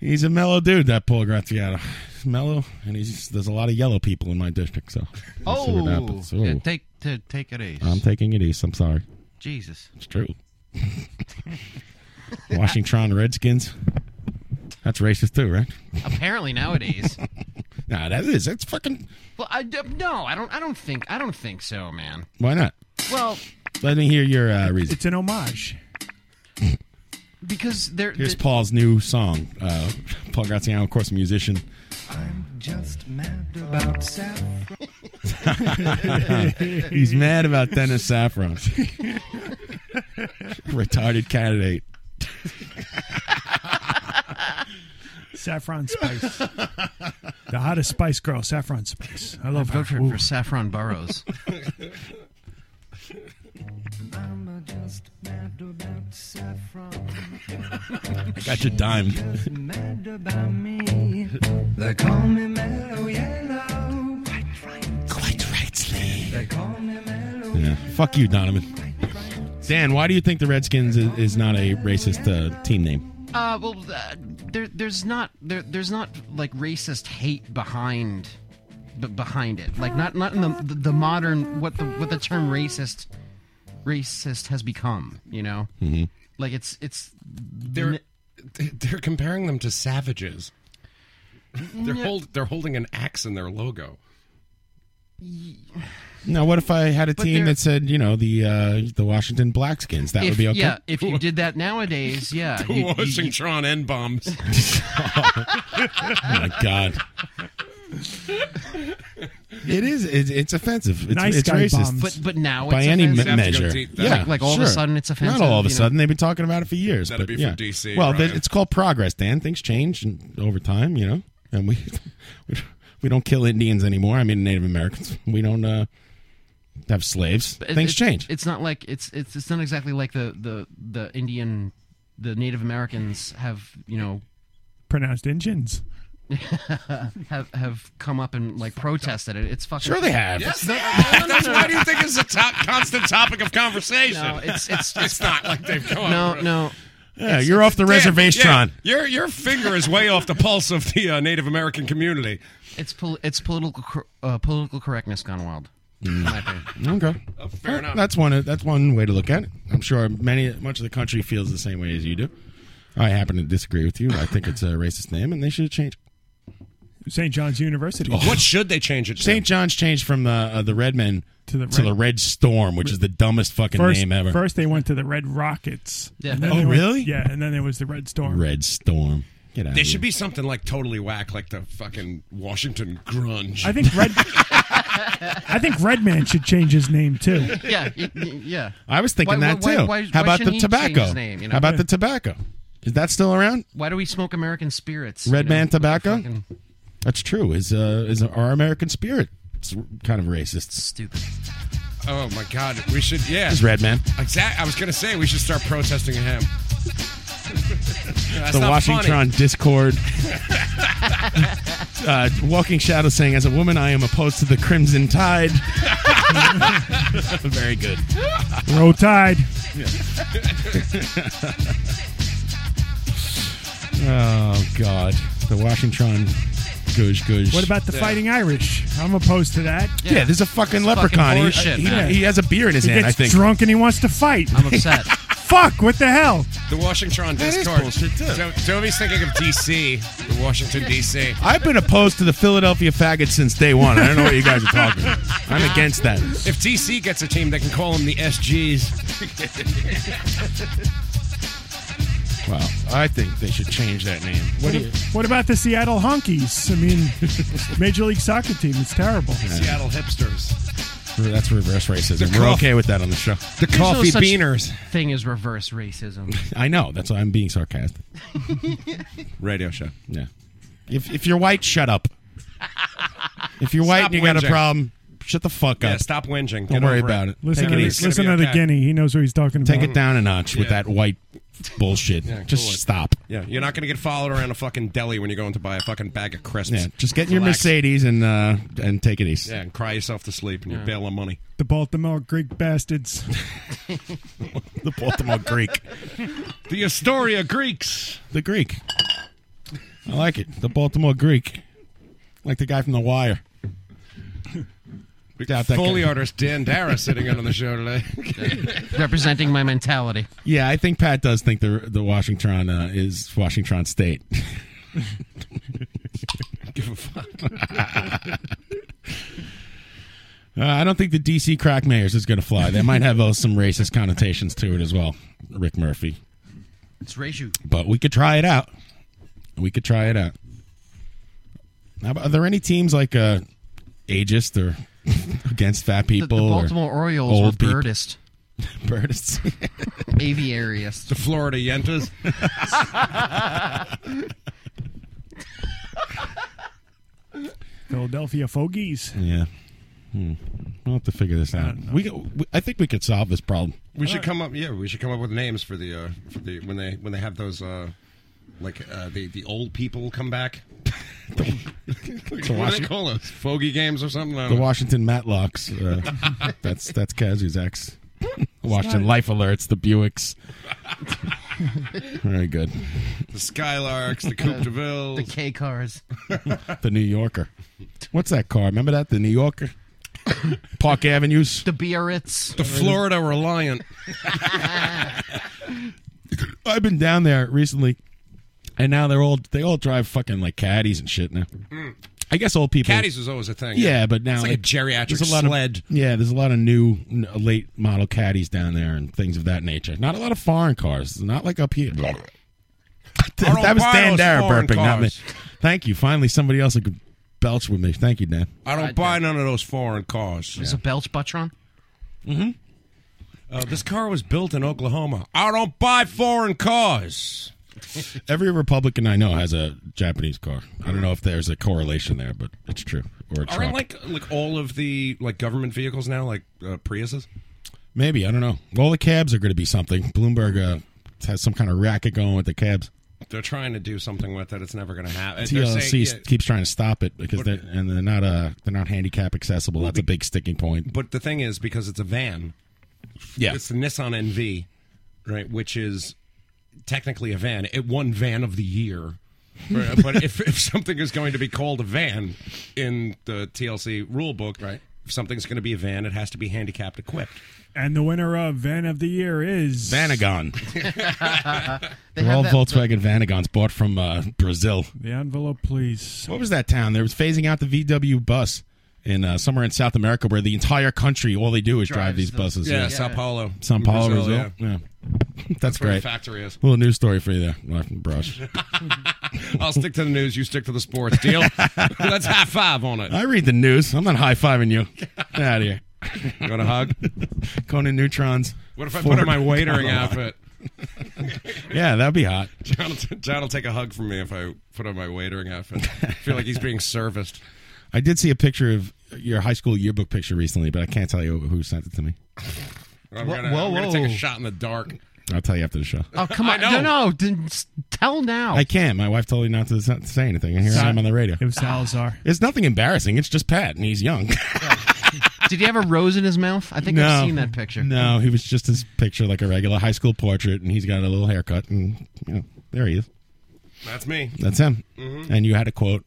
S5: He's a mellow dude, that Paul Graziano. He's mellow, and he's there's a lot of yellow people in my district, so we'll see what
S3: Oh,
S5: happens.
S3: yeah,
S5: Ooh.
S3: take to take it easy.
S5: I'm taking it east. I'm sorry.
S3: Jesus.
S5: It's true.
S3: *laughs*
S5: Washington Redskins. That's racist too, right?
S3: Apparently
S5: *laughs*
S3: nowadays.
S5: Nah, that is. That's fucking.
S3: well, I d- no, I don't. I don't think. I don't think so, man.
S5: Why not?
S3: Well,
S5: Let me hear your uh, reason.
S6: It's an homage.
S3: because they're,
S5: Here's
S3: they're-
S5: Paul's new song. Uh, Paul Graziano, of course, a musician.
S12: Just mad about
S5: *laughs* He's mad about Dennis Saffron. *laughs* Retarded candidate.
S6: Saffron Spice. the hottest Spice Girl, Saffron Spice. I love
S3: I'd
S6: her.
S3: vote for-
S6: Ooh.
S3: for Saffron Burrows.
S5: Got you dimed.
S12: They call me mellow yellow. Quite rightly. They call me
S2: *laughs*
S12: mellow.
S5: Yeah. Fuck you, Donovan. Dan, why do you think the Redskins is, is not a racist uh, team name?
S3: Uh, well, uh, there, there's not there, there's not like racist hate behind b- behind it. Like not not in the the, the modern what the what the term racist racist has become. You know,
S12: Mhm.
S3: like it's it's
S8: They're they're comparing them to savages. They're hold they're holding an axe in their logo.
S5: Now, what if I had a
S3: But
S5: team
S3: they're-
S5: that said, you know, the uh, the Washington Blackskins? That
S3: if,
S5: would be okay.
S3: Yeah, if
S5: *laughs*
S3: you did that nowadays, yeah,
S8: The
S3: you- you-
S8: Washington N bombs.
S5: oh my god. It is. It's, it's offensive. It's, it's racist.
S3: But but now
S5: by
S3: it's
S5: any me-
S3: offensive.
S5: measure, yeah,
S3: like, like all
S5: sure.
S3: of a sudden it's offensive.
S5: Not all of a
S3: you know?
S5: sudden. They've been talking about it for years.
S8: That'd be
S5: but
S8: from
S5: yeah.
S8: DC,
S5: Well, th-
S8: Ryan.
S5: it's called progress, Dan. Things change and over time, you know, and we *laughs* we- we don't kill Indians anymore. I mean, Native Americans. We don't uh, have slaves.
S3: But it-
S5: Things
S3: it's-
S5: change.
S3: It's not like it's it's it's not exactly like the the the Indian the Native Americans have you know
S6: Pronounced engines.
S3: *laughs* have have come up and like protested it. It's fucking
S6: Sure they have.
S8: Yes,
S3: No,
S8: they
S3: no, no, no,
S8: That's
S3: no.
S8: *laughs* why do you think it's a top, constant topic of conversation?
S3: No, it's- it's-
S8: *laughs*
S3: it's-
S8: not like they've come.
S3: No,
S8: up with-
S3: no.
S5: Yeah, you're off the
S8: Dan,
S5: reservation.
S8: yeah, your your finger is way off the pulse of the uh, Native American community.
S3: It's pol- it's political cor- uh, political correctness gone wild.
S5: Mm.
S3: in my opinion.
S5: Okay.
S8: Oh,
S5: Well, That's one. That's one way to look at it. I'm sure many much of the country feels the same way as you do. I happen to disagree with you. I think it's a racist name, and they should change.
S6: St. John's University.
S8: Oh. What should they change it to?
S5: St. John's changed from uh, uh, the Red Men to the,
S6: the
S5: Red,
S6: Red-
S5: Storm, which is the dumbest fucking
S6: first,
S5: name ever.
S6: First, they went to the Red Rockets.
S3: Yeah.
S6: And then
S5: Oh,
S6: they went-
S5: really?
S6: yeah, and then there was the Red Storm.
S5: Red Storm. Get out.
S8: There should be something like totally whack, like the fucking Washington grunge.
S6: I think Red. I think Redman should change his name too.
S3: yeah, y- y- yeah.
S5: I was thinking
S3: Why-
S5: that
S3: why-
S5: too.
S3: why-
S5: How
S3: why shouldn't
S5: about the
S3: he change
S5: tobacco?
S3: his name, you know?
S5: How about the tobacco? Is that still around?
S3: Why do we smoke American spirits?
S5: Red
S3: you know?
S5: Man Tobacco.
S3: fucking-
S5: That's true. Is uh, is our American spirit? It's kind of racist.
S3: Stupid.
S8: *laughs* Oh my god, we should yeah.
S5: Just Red Man.
S8: Exact. I was gonna say we should start protesting
S5: *laughs*
S8: him. That's
S5: the
S8: not
S5: Washington
S8: funny.
S5: Discord. uh, Walking Shadow saying, "As a woman, I am opposed to the Crimson Tide." Very good.
S2: *laughs*
S6: Row Tide.
S5: oh God, the Washington Goosh Goosh.
S6: What about the Fighting Irish? I'm opposed to that.
S5: Yeah, there's a fucking leprechaun. He- he, he has a beer in his
S6: he
S5: hand. I
S6: Gets
S5: think.
S6: drunk and he wants to fight.
S3: I'm upset.
S6: *laughs* Fuck! What the hell?
S8: *laughs* The Washington
S5: That is
S8: Discord.
S5: bullshit, too.
S8: Do- Jovi's thinking of DC, the Washington DC.
S5: I've been opposed to the Philadelphia faggots since day one. I don't know what you guys are talking. about. I'm against that.
S8: If DC gets a team, they can call them the
S5: *laughs*
S8: SGs.
S5: Well, I think they should change that name.
S6: What, what about the Seattle Honkies? I mean, Major League Soccer team. It's terrible.
S8: Seattle hipsters.
S5: That's reverse racism.
S3: The
S5: We're
S3: coff-
S5: okay with that on the show.
S3: There's no such Thing is reverse racism.
S5: I know. That's why I'm being sarcastic.
S8: *laughs* Radio show.
S5: Yeah. If, if you're white, shut up. If you're white
S8: Stop
S5: and you got a
S8: whinging.
S5: problem, shut the fuck up.
S8: Yeah, stop whinging.
S5: Don't
S8: Get
S5: worry
S8: over
S5: about
S8: it.
S5: it.
S6: Listen,
S5: Take
S6: to,
S5: it
S6: the-
S5: easy.
S6: listen to the guinea. He knows what he's talking about.
S5: Take it down a notch with that white bullshit.
S8: Yeah,
S5: Just
S8: cool it.
S5: stop.
S8: Yeah, you're not going to get followed around a fucking deli when you're going to buy a fucking bag of crisps.
S5: Yeah, just get in your
S8: Relax.
S5: Mercedes and uh, and take it easy.
S8: Yeah, and cry yourself to sleep and
S6: Yeah.
S8: your bail of money.
S6: The Baltimore Greek bastards.
S5: *laughs* the
S8: *laughs*
S5: Baltimore Greek.
S8: The Astoria Greeks.
S5: The Greek. I like it. The Baltimore Greek. Like the guy from The Wire. Doubt that
S8: Foley
S5: guy-
S8: artist Dan Dara sitting in on the show today.
S3: *laughs* Representing my mentality.
S5: Yeah, I think Pat does think the the Washington uh, is Washington State. *laughs* Uh,
S8: Give a fuck.
S5: Uh, I don't think the DC crack mayors is going to fly. They might have uh, some racist connotations to it as well. Rick Murphy,
S3: It's racial.
S5: but we could try it out. We could try it out. How about- are there any teams like uh, ageist or *laughs* against fat
S3: The, the
S5: people? or
S3: Baltimore Orioles
S5: old
S3: were
S5: people? *laughs*
S3: birdist. *laughs*
S5: Birdists.
S3: Aviarius.
S8: The Florida Yentas.
S5: *laughs*
S8: *laughs*
S6: Philadelphia Fogies.
S5: Yeah. Hmm. We'll have to figure this out. We, could- we I think we could solve this problem.
S8: We should come up. Yeah, we should come up with names for the uh, for the when they when they have those uh, like uh, the the old people come back. *laughs* what do they
S5: Washington-
S8: call those? Fogey games or something? I
S5: The
S8: don't know.
S5: Washington Matlocks. Uh, that's that's Kazu's ex. Washington Life Alerts, the Buicks. Very good.
S8: the Skylarks, the Coupe
S3: *laughs*
S8: de Ville, the
S3: K
S8: *laughs*
S3: cars.
S5: The New Yorker. What's that car? Remember that? The New Yorker? Park Avenues.
S3: The Biarritz.
S8: The Florida Reliant. *laughs*
S5: I've been down there recently, and now they're all they all drive fucking like caddies and shit now.
S8: Mm.
S5: I guess old people.
S8: Caddies was always a thing.
S5: Yeah, but now
S8: it's like a
S5: it-
S8: geriatric
S5: there's a lot
S8: sled.
S5: Of, yeah, there's a lot of new n- late model caddies down there and things of that nature. Not a lot of foreign cars. Not like up here. *laughs* that was Dan
S8: Arnold
S5: Dara
S8: foreign
S5: burping, not me.
S8: cars.
S5: Thank you. Finally, somebody else who could belch with me. Thank you, Dan.
S8: I don't buy none of those foreign cars.
S3: There's a Belch Butron.
S8: Mm-hmm. Uh, this car was built in Oklahoma. I don't buy foreign cars.
S5: *laughs* Every Republican I know has a Japanese car. I don't know if there's a correlation there, but it's true. Or a truck.
S8: Aren't like like all of the like government vehicles now like uh, Priuses?
S5: Maybe I don't know. All the cabs are going to be something. Bloomberg uh, has some kind of racket going with the cabs.
S8: They're trying to do something with it. It's never going to happen. Uh, They're
S5: TLC
S8: saying- yeah,
S5: keeps trying to stop it because they're and they're not uh they're not handicap accessible. That's a big sticking point.
S8: But the thing is, because it's a van,
S5: yeah,
S8: it's the Nissan NV, right? Which is technically a van. It won van of the year.
S3: *laughs*
S8: Right, but if, if something is going to be called a van in the TLC rule book, right? If something's going to be a van, it has to be handicapped equipped.
S6: And the winner of Van of the Year
S8: *laughs*
S6: is
S5: Vanagon.
S3: Oh,
S6: they
S5: They're all Volkswagen Vanagons bought from uh, Brazil.
S6: The envelope, please.
S5: What was that town? They was phasing out the VW bus in uh, somewhere in South America, where the entire country all they do is drive
S8: Drives
S5: these
S8: the-
S5: buses.
S8: Yeah, Sao Paulo.
S5: Sao Paulo,
S8: Brazil,
S5: Brazil. Yeah, *laughs* that's,
S8: That's where
S5: great.
S8: the factory is.
S5: Little news story for you there, live from the brush.
S8: I'll stick to the news. You stick to the
S3: *laughs*
S8: sports. Deal. Let's high five on it.
S5: I read the news. I'm not high fiving you. Get out of here.
S8: You want a hug?
S5: *laughs* Conan Neutrons.
S8: What if I
S5: Ford
S8: put on my waitering
S5: Colorado.
S8: outfit?
S5: *laughs*
S8: *laughs*
S5: Yeah, that'd be hot.
S8: John, John will take a hug from me if I put on my waitering outfit. I feel like he's being serviced.
S5: I did see a picture of your high school yearbook picture recently, but I can't tell you who sent it to me.
S8: I'm
S3: Whoa,
S8: gonna,
S3: whoa,
S8: I'm gonna take a
S3: whoa.
S8: shot in the dark.
S5: I'll tell you after the show.
S3: Oh come on! No, no, didn't s- tell now.
S5: I can't. My wife told me not to s- say anything, and here I am on the radio.
S6: It was Salazar.
S5: It's nothing embarrassing. It's just Pat, and he's young. *laughs*
S3: Did he have a rose in his mouth? I think I've seen that picture.
S5: No, he was just his picture, like a regular high school portrait, and he's got a little haircut, and you know, there he is.
S8: That's me.
S5: That's him.
S8: Mhm.
S5: And you had a quote.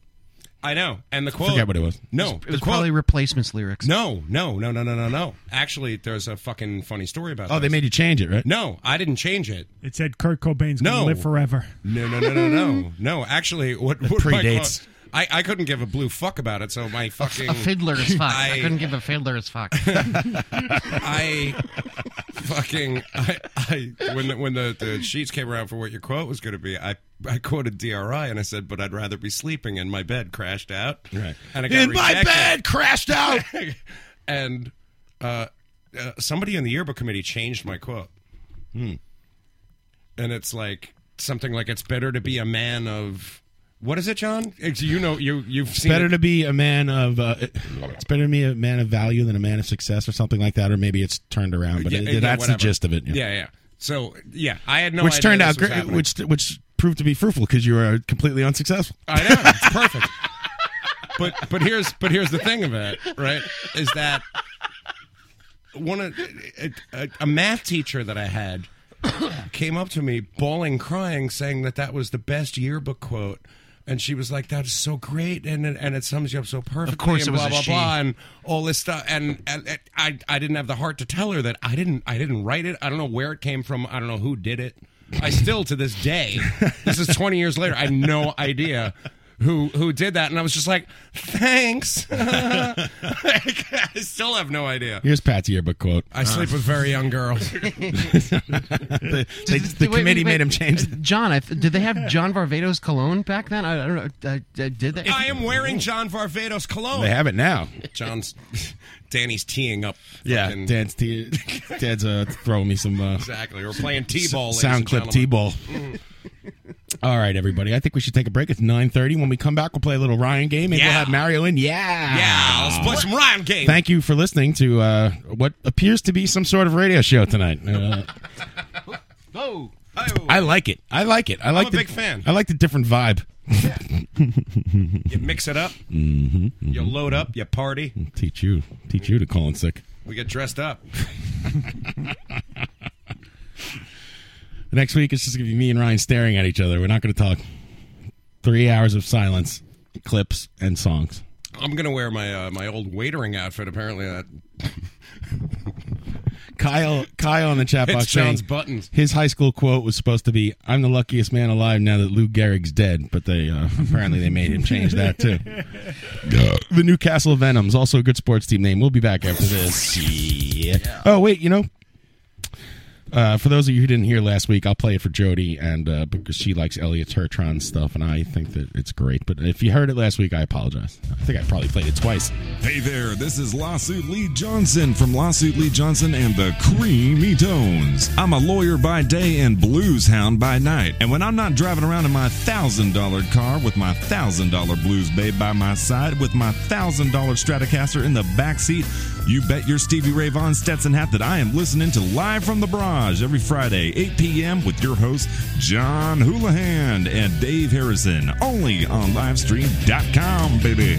S8: I know. And the quote.
S5: Forget what it was.
S8: No,
S3: it
S8: the
S3: was
S8: quote-
S3: probably replacements lyrics.
S8: No, no, no, no, no, no, no. Actually, there's a fucking funny story about.
S5: Oh, they
S8: this.
S5: made you change it, right?
S8: No, I didn't change it.
S6: It said Kurt Cobain's
S8: No.
S6: gonna live forever.
S8: No, no, no, no, no, *laughs* no. Actually, what, what my
S6: predates.
S8: clo- I, I couldn't give a blue fuck about it, so my fucking
S3: A fiddler is fuck. I,
S8: I-
S3: couldn't give a fiddler is fuck.
S8: *laughs* I fucking I, I when the, when the, the sheets came around for what your quote was going to be, I I quoted DRI and I said, "But I'd rather be sleeping in my bed, crashed out."
S5: Right.
S8: And I got
S5: In
S8: *laughs*
S5: my
S8: rejected.
S5: bed, crashed out.
S8: and uh, uh, somebody in the yearbook committee changed my quote. Hmm. And it's like something like it's better to be a man of what is it, John? It's- You know, you you've
S5: It's
S8: seen
S5: better
S8: it.
S5: to be a man of uh, it's better to be a man of value than a man of success or something like that, or maybe it's turned around. But
S8: Yeah,
S5: it-
S8: yeah,
S5: that's
S8: whatever.
S5: the gist of it. yeah.
S8: Yeah, yeah. So yeah, I had no
S5: which
S8: idea
S5: turned
S8: this
S5: out
S8: was
S5: great,
S8: happening.
S5: which which proved to be fruitful because you were completely unsuccessful.
S8: I know it's perfect. but but here's but here's the thing about it, right? Is that one of a, a, a math teacher that I had came up to me bawling, crying, saying that that was the best yearbook quote. And she was like, "That is so great, and it- and it sums you up so perfectly."
S15: course
S8: and
S15: it was
S8: blah
S15: a
S8: blah
S15: she.
S8: blah, and all this stuff. And, and, and I I didn't have the heart to tell her that I didn't I didn't write it. I don't know where it came from. I don't know who did it. I still to this day, this is twenty years later. I have no idea who who did that. And I was just like, "Thanks." *laughs* Like, I still have no idea.
S5: *laughs* Here's Pat's yearbook quote.
S8: I sleep with very young
S3: *laughs*
S8: girls.
S5: the they- the
S3: Wait, wait,
S5: committee
S3: wait.
S5: made him change.
S3: Uh, John, I th- did they have John Varvatos cologne back then? I, I don't know. I, I did that.
S8: I am wearing John Varvatos cologne.
S5: They have it now.
S8: John's, Danny's teeing up.
S5: Yeah,
S8: fucking-
S5: Dan's *laughs* t- Dan's uh, throwing me some uh,
S8: Exactly. We're playing T-ball, ladies
S5: sound
S8: and
S5: clip
S8: gentlemen.
S5: t-ball.
S8: Mhm.
S5: All right, everybody. I think we should take a break. It's nine thirty. When we come back, we'll play a little Ryan game. Maybe we'll have Mario in. Yeah,
S8: yeah. Let's play some Ryan game.
S5: Thank you for listening to uh, what appears to be some sort of radio show tonight. Uh,
S3: Oh,
S5: I like it. I like it. I
S8: I'm
S5: like
S8: a
S5: the,
S8: big fan.
S5: I like the different vibe.
S8: You mix it
S5: *laughs*
S8: up.
S5: Mhm.
S8: You load up. You party.
S5: Teach you, teach you to call in sick.
S8: We get dressed up. *laughs*
S5: Next week, it's just gonna be me and Ryan staring at each other. We're not gonna talk. Three hours of silence, clips, and songs.
S8: I'm gonna wear my uh, my old waitering outfit. Apparently, uh, that
S5: Kyle, Kyle in the chat
S8: It's
S5: box.
S8: John's
S5: saying
S8: buttons.
S5: His high school quote was supposed to be, "I'm the luckiest man alive now that Lou Gehrig's dead," but they uh, apparently they made him change
S8: *laughs*
S5: that too. the Newcastle Venoms, also a good sports team name. We'll be back after this. Yeah. Oh wait, you know, uh, for those of you who didn't hear last week, I'll play it for Jody, and uh, because she likes Elliot Turtron stuff, and I think that it's great. But if you heard it last week, I apologize. I think I probably played it twice.
S4: Hey there, this is Lawsuit Lee Johnson from Lawsuit Lee Johnson and the Creamy Tones. I'm a lawyer by day and blues hound by night. And when I'm not driving around in my $1,000 car with my $1,000 blues babe by my side with my $1,000 Stratocaster in the backseat, you bet your Stevie Ray Vaughan Stetson hat that I am listening to Live from the Barrage every Friday, 8 p.m. with your hosts, John Houlihan and Dave Harrison, only on livestream.com, baby.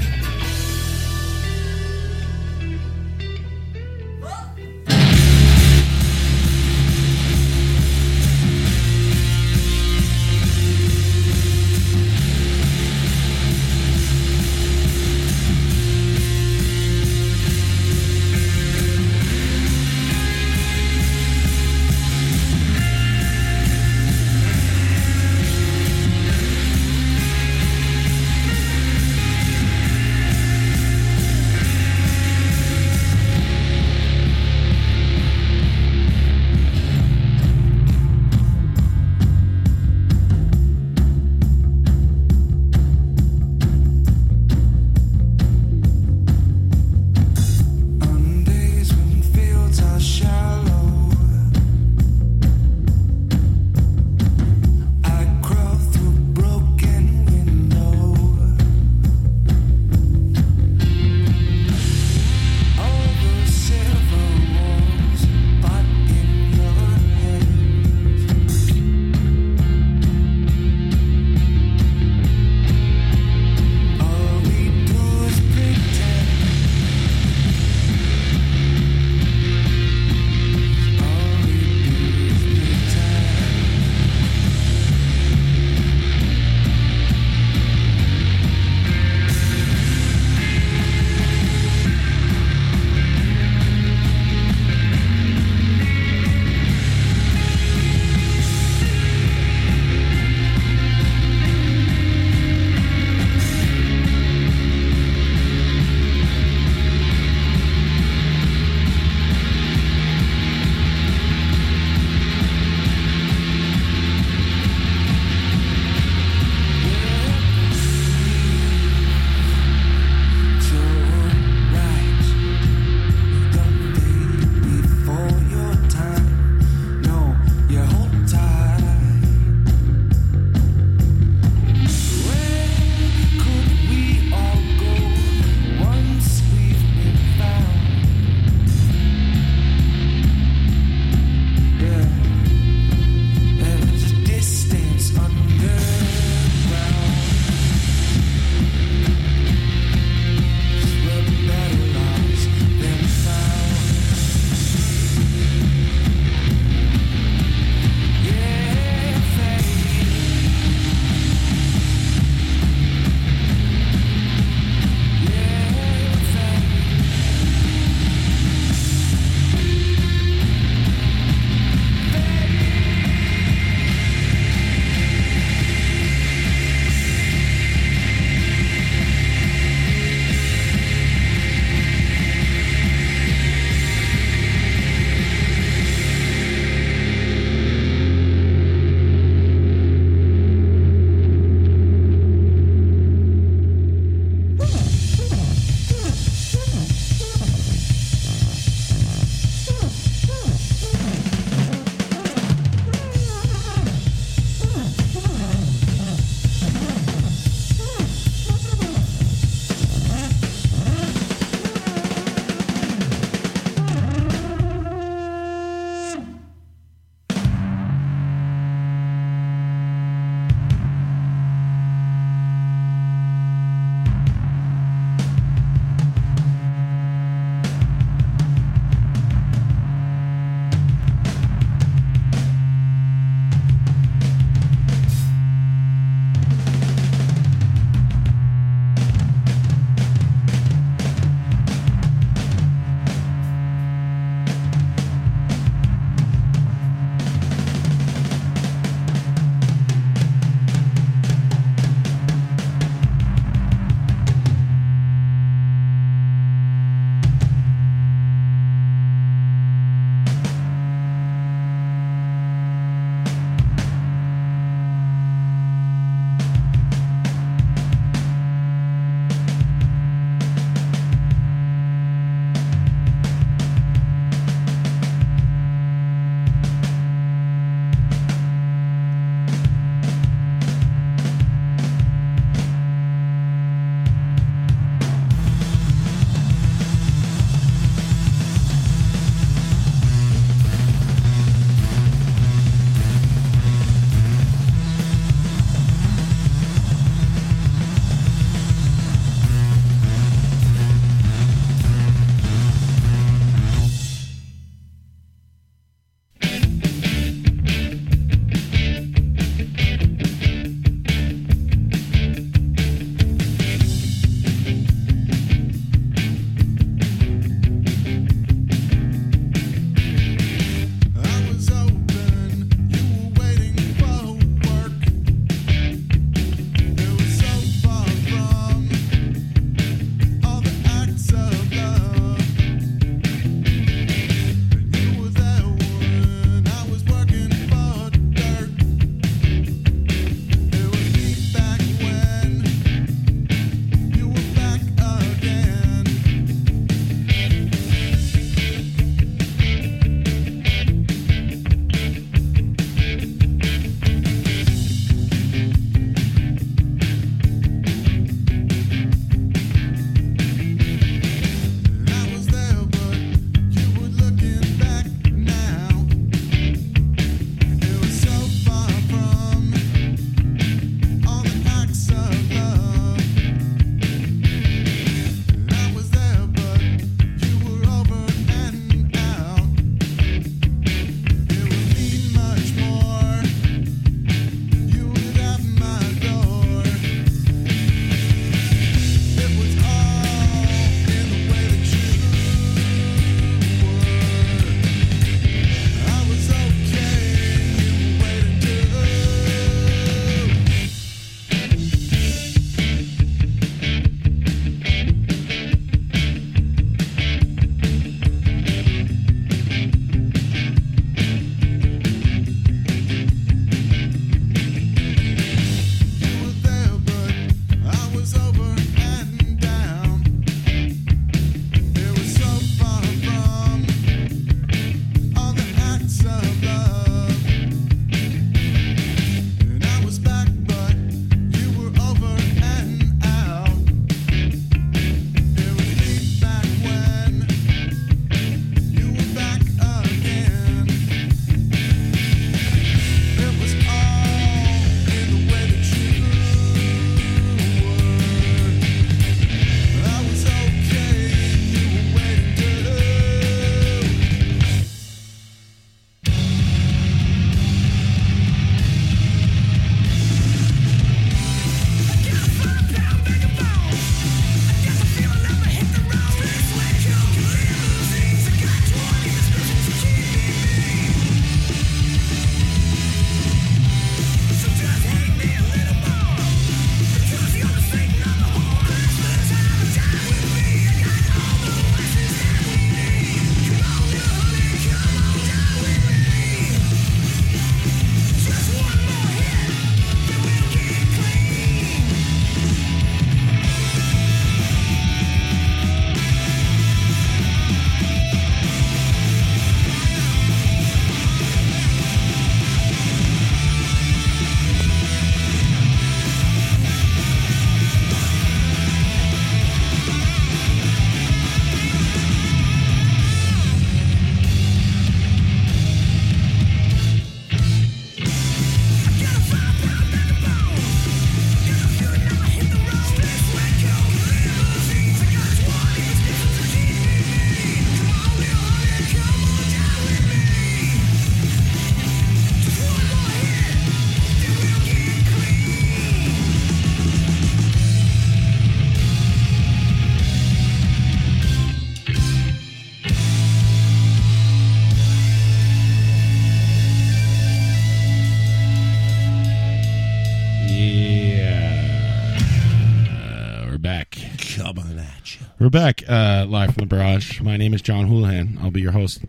S5: We're back uh, live from the barrage. My name is John Houlihan. I'll be your host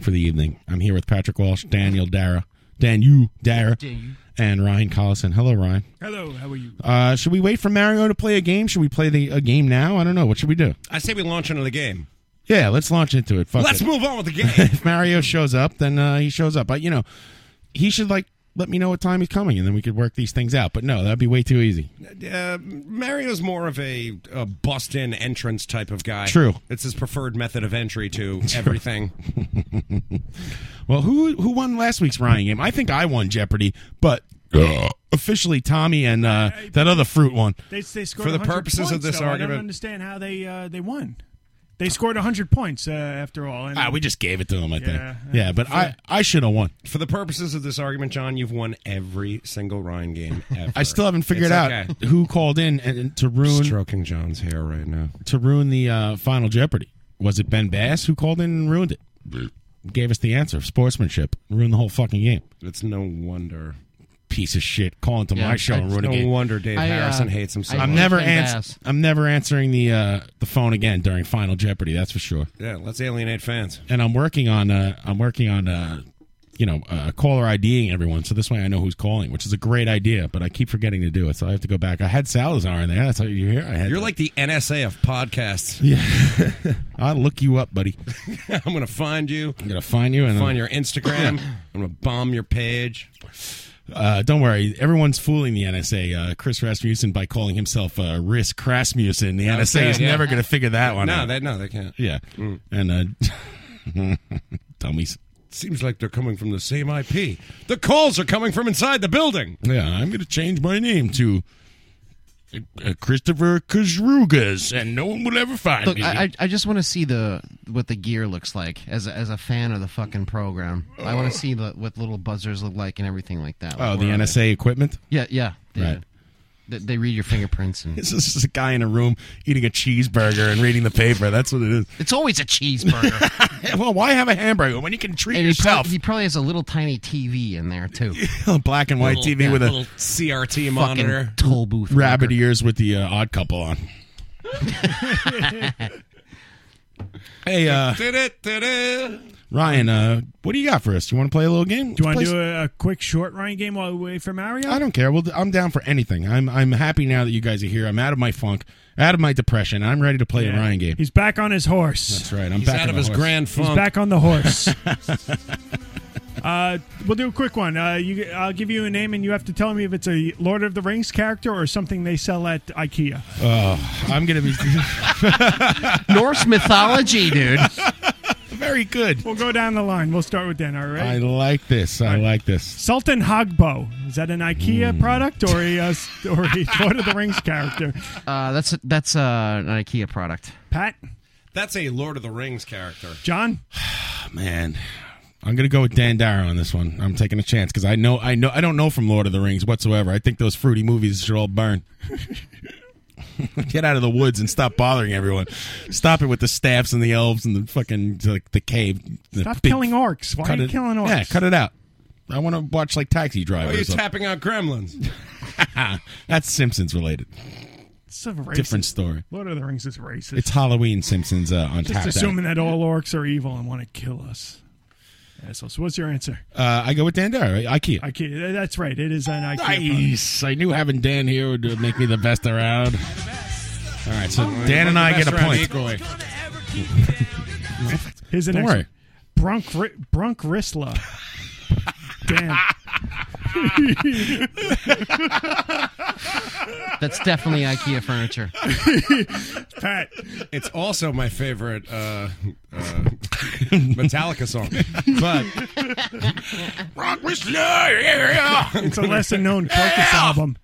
S5: for the evening. I'm here with Patrick Walsh, Daniel Dara, Dan you Dara, and Ryan Collison. Hello, Ryan.
S6: Hello, how are you?
S5: Uh, should we wait for Mario to play a game? Should we play the a game now? I don't know. What should we do?
S8: I say we launch another game.
S5: Yeah, let's launch into it. Fuck
S8: Let's
S5: it.
S8: move on
S5: *laughs*
S8: with the game.
S5: if Mario shows up, then uh, he shows up. But you know, he should like let me know what time he's coming, and then we could work these things out. But no, that'd be way too easy.
S8: Uh, Mario's more of a, a bust-in entrance type of guy.
S5: True.
S8: It's his preferred method of entry
S5: *laughs*
S8: to everything.
S5: well, who who won last week's Ryan game? I think I won Jeopardy, but officially Tommy and uh, that other fruit one.
S6: They, they scored 100 points, though. I don't understand how they uh, they won. They scored 100 points uh, after all. And
S5: Ah, we just gave it to him, I
S6: Yeah.
S5: think. Yeah, but I, I should have won.
S8: For the purposes of this argument, John, you've won every single Ryan game ever.
S5: *laughs* I still haven't
S8: It's
S5: figured out
S8: okay.
S5: who called in and, and to ruin
S8: stroking John's hair right now
S5: to ruin the uh, final Jeopardy. Was it Ben Bass who called in and ruined it? Gave us the answer of sportsmanship, ruined the whole fucking game.
S8: It's no wonder.
S5: Piece of shit calling to
S8: Yeah,
S5: my show and
S8: it's
S5: ruining
S8: no
S5: it.
S8: wonder Dave I, uh, Harrison hates him so
S5: I'm
S8: much.
S5: never
S8: Ben
S5: ans-
S8: Bass.
S5: I'm never answering the uh, the phone again during Final Jeopardy. That's for sure.
S8: Yeah, let's alienate fans.
S5: and I'm working on uh, I'm working on uh, you know uh, caller IDing everyone, so this way I know who's calling, which is a great idea. But I keep forgetting to do it, so I have to go back. I had Salazar in there. That's how you hear. I had.
S8: You're like the NSA of podcasts.
S5: yeah, I'll look you up, buddy.
S8: *laughs* I'm gonna find you.
S5: I'm gonna find you and
S8: find your
S5: *coughs*
S8: Instagram. I'm gonna bomb your page.
S5: Uh, don't worry, everyone's fooling the NSA. Uh, Chris Rasmussen by calling himself uh, Risk Rasmussen. The NSA is
S8: Okay, yeah.
S5: never going to figure that one
S8: no,
S5: out.
S8: they- no, they can't.
S5: yeah,
S8: Mm.
S5: and uh, *laughs* dummies.
S8: Seems like they're coming from the same IP. The calls are coming from inside the building.
S5: Yeah, I'm going to change my name to uh, Christopher Kazrugas, and no one will ever find
S3: Look,
S5: me.
S3: I, I- I just want to see the what the gear looks like as a, as a fan of the fucking program. I want to see the, what little buzzers look like and everything like that.
S5: oh,
S3: Like,
S5: the
S3: where are
S5: NSA equipment?
S3: they? Yeah, yeah. They, uh,
S5: Right.
S3: They, they read your fingerprints
S5: *laughs*
S3: and
S5: This is a guy in a room eating a cheeseburger and reading the paper. That's what it is.
S3: It's always a
S5: *laughs*
S3: cheeseburger.
S5: well, why have a hamburger when you can treat
S3: yourself? He probably, has a little tiny TV in there
S5: *laughs*
S3: too.
S5: Black and white
S3: Little-
S5: TV
S3: yeah,
S5: with a
S3: little
S8: CRT
S3: *laughs* monitor. toll booth
S5: rabbit ears with the uh, odd couple on. hey, uh, Ryan, uh, what do you got for us? You want to play a little game?
S6: do you want to do a, a quick short Ryan game while we wait for Mario?
S5: I don't care. Well, I'm down for anything. I'm I'm happy now that you guys are here. I'm out of my funk, out of my depression. I'm ready to play a
S6: Yeah.
S5: Ryan game.
S6: He's back on his horse.
S5: That's right. I'm back on my horse.
S6: He's back on the
S8: *laughs*
S6: horse. uh, we'll do a quick one. Uh, you, I'll give you a name, and you have to tell me if it's a Lord of the Rings character or something they sell at IKEA.
S5: oh, I'm gonna
S6: *laughs*
S5: be
S3: Norse mythology, dude.
S5: Very good.
S6: We'll go down the line. We'll start with Dan. All right.
S5: *laughs* I like this. I like this.
S6: Sultan Hogbo. Is that an IKEA
S5: Hmm.
S6: product or a, uh, s- or a *laughs* Lord of the Rings character?
S3: Uh, that's that's uh, an IKEA product.
S6: Pat,
S8: That's a Lord of the Rings character.
S6: John,
S5: Oh, man, I'm gonna go with Dan Darrow on this one. I'm taking a chance because I know I know I don't know from Lord of the Rings whatsoever. I think those fruity movies should all burn. *laughs* Get out of the woods and stop bothering everyone. Stop it with the staffs and the elves and the fucking like the cave. The
S6: stop
S5: big-
S6: killing orcs. Why are
S5: cut
S6: you
S5: it-
S6: killing orcs?
S5: Yeah, cut it out. I want to watch like Taxi Driver.
S8: Why are
S5: or
S8: you
S5: something.
S8: tapping out gremlins?
S5: *laughs* That's Simpsons related.
S6: It's a racist.
S5: Different story.
S6: Lord of the Rings is racist.
S5: It's Halloween Simpsons uh, on
S6: Just
S5: tap.
S6: assuming that all orcs are evil and want to kill us. Assholes. What's your
S5: *laughs*
S6: answer?
S5: Uh, I go with Dan Darrow. IKEA.
S6: IKEA. That's right. It is an IKEA. product.
S5: Nice. I knew having Dan here would uh, make me the best around. All right, so Dan and I get a point.
S6: Here's the
S5: Don't
S6: next
S5: worry.
S6: one. Brunk, Ri- Brunk
S5: *laughs*
S6: Risla. Damn.
S3: *laughs* That's definitely IKEA
S8: *laughs*
S3: furniture.
S6: Pat.
S8: It's also my favorite uh, uh, *laughs* Metallica
S5: *laughs*
S8: song. But
S5: Rock Whistler, yeah.
S6: It's a lesser known *laughs* Carcass album.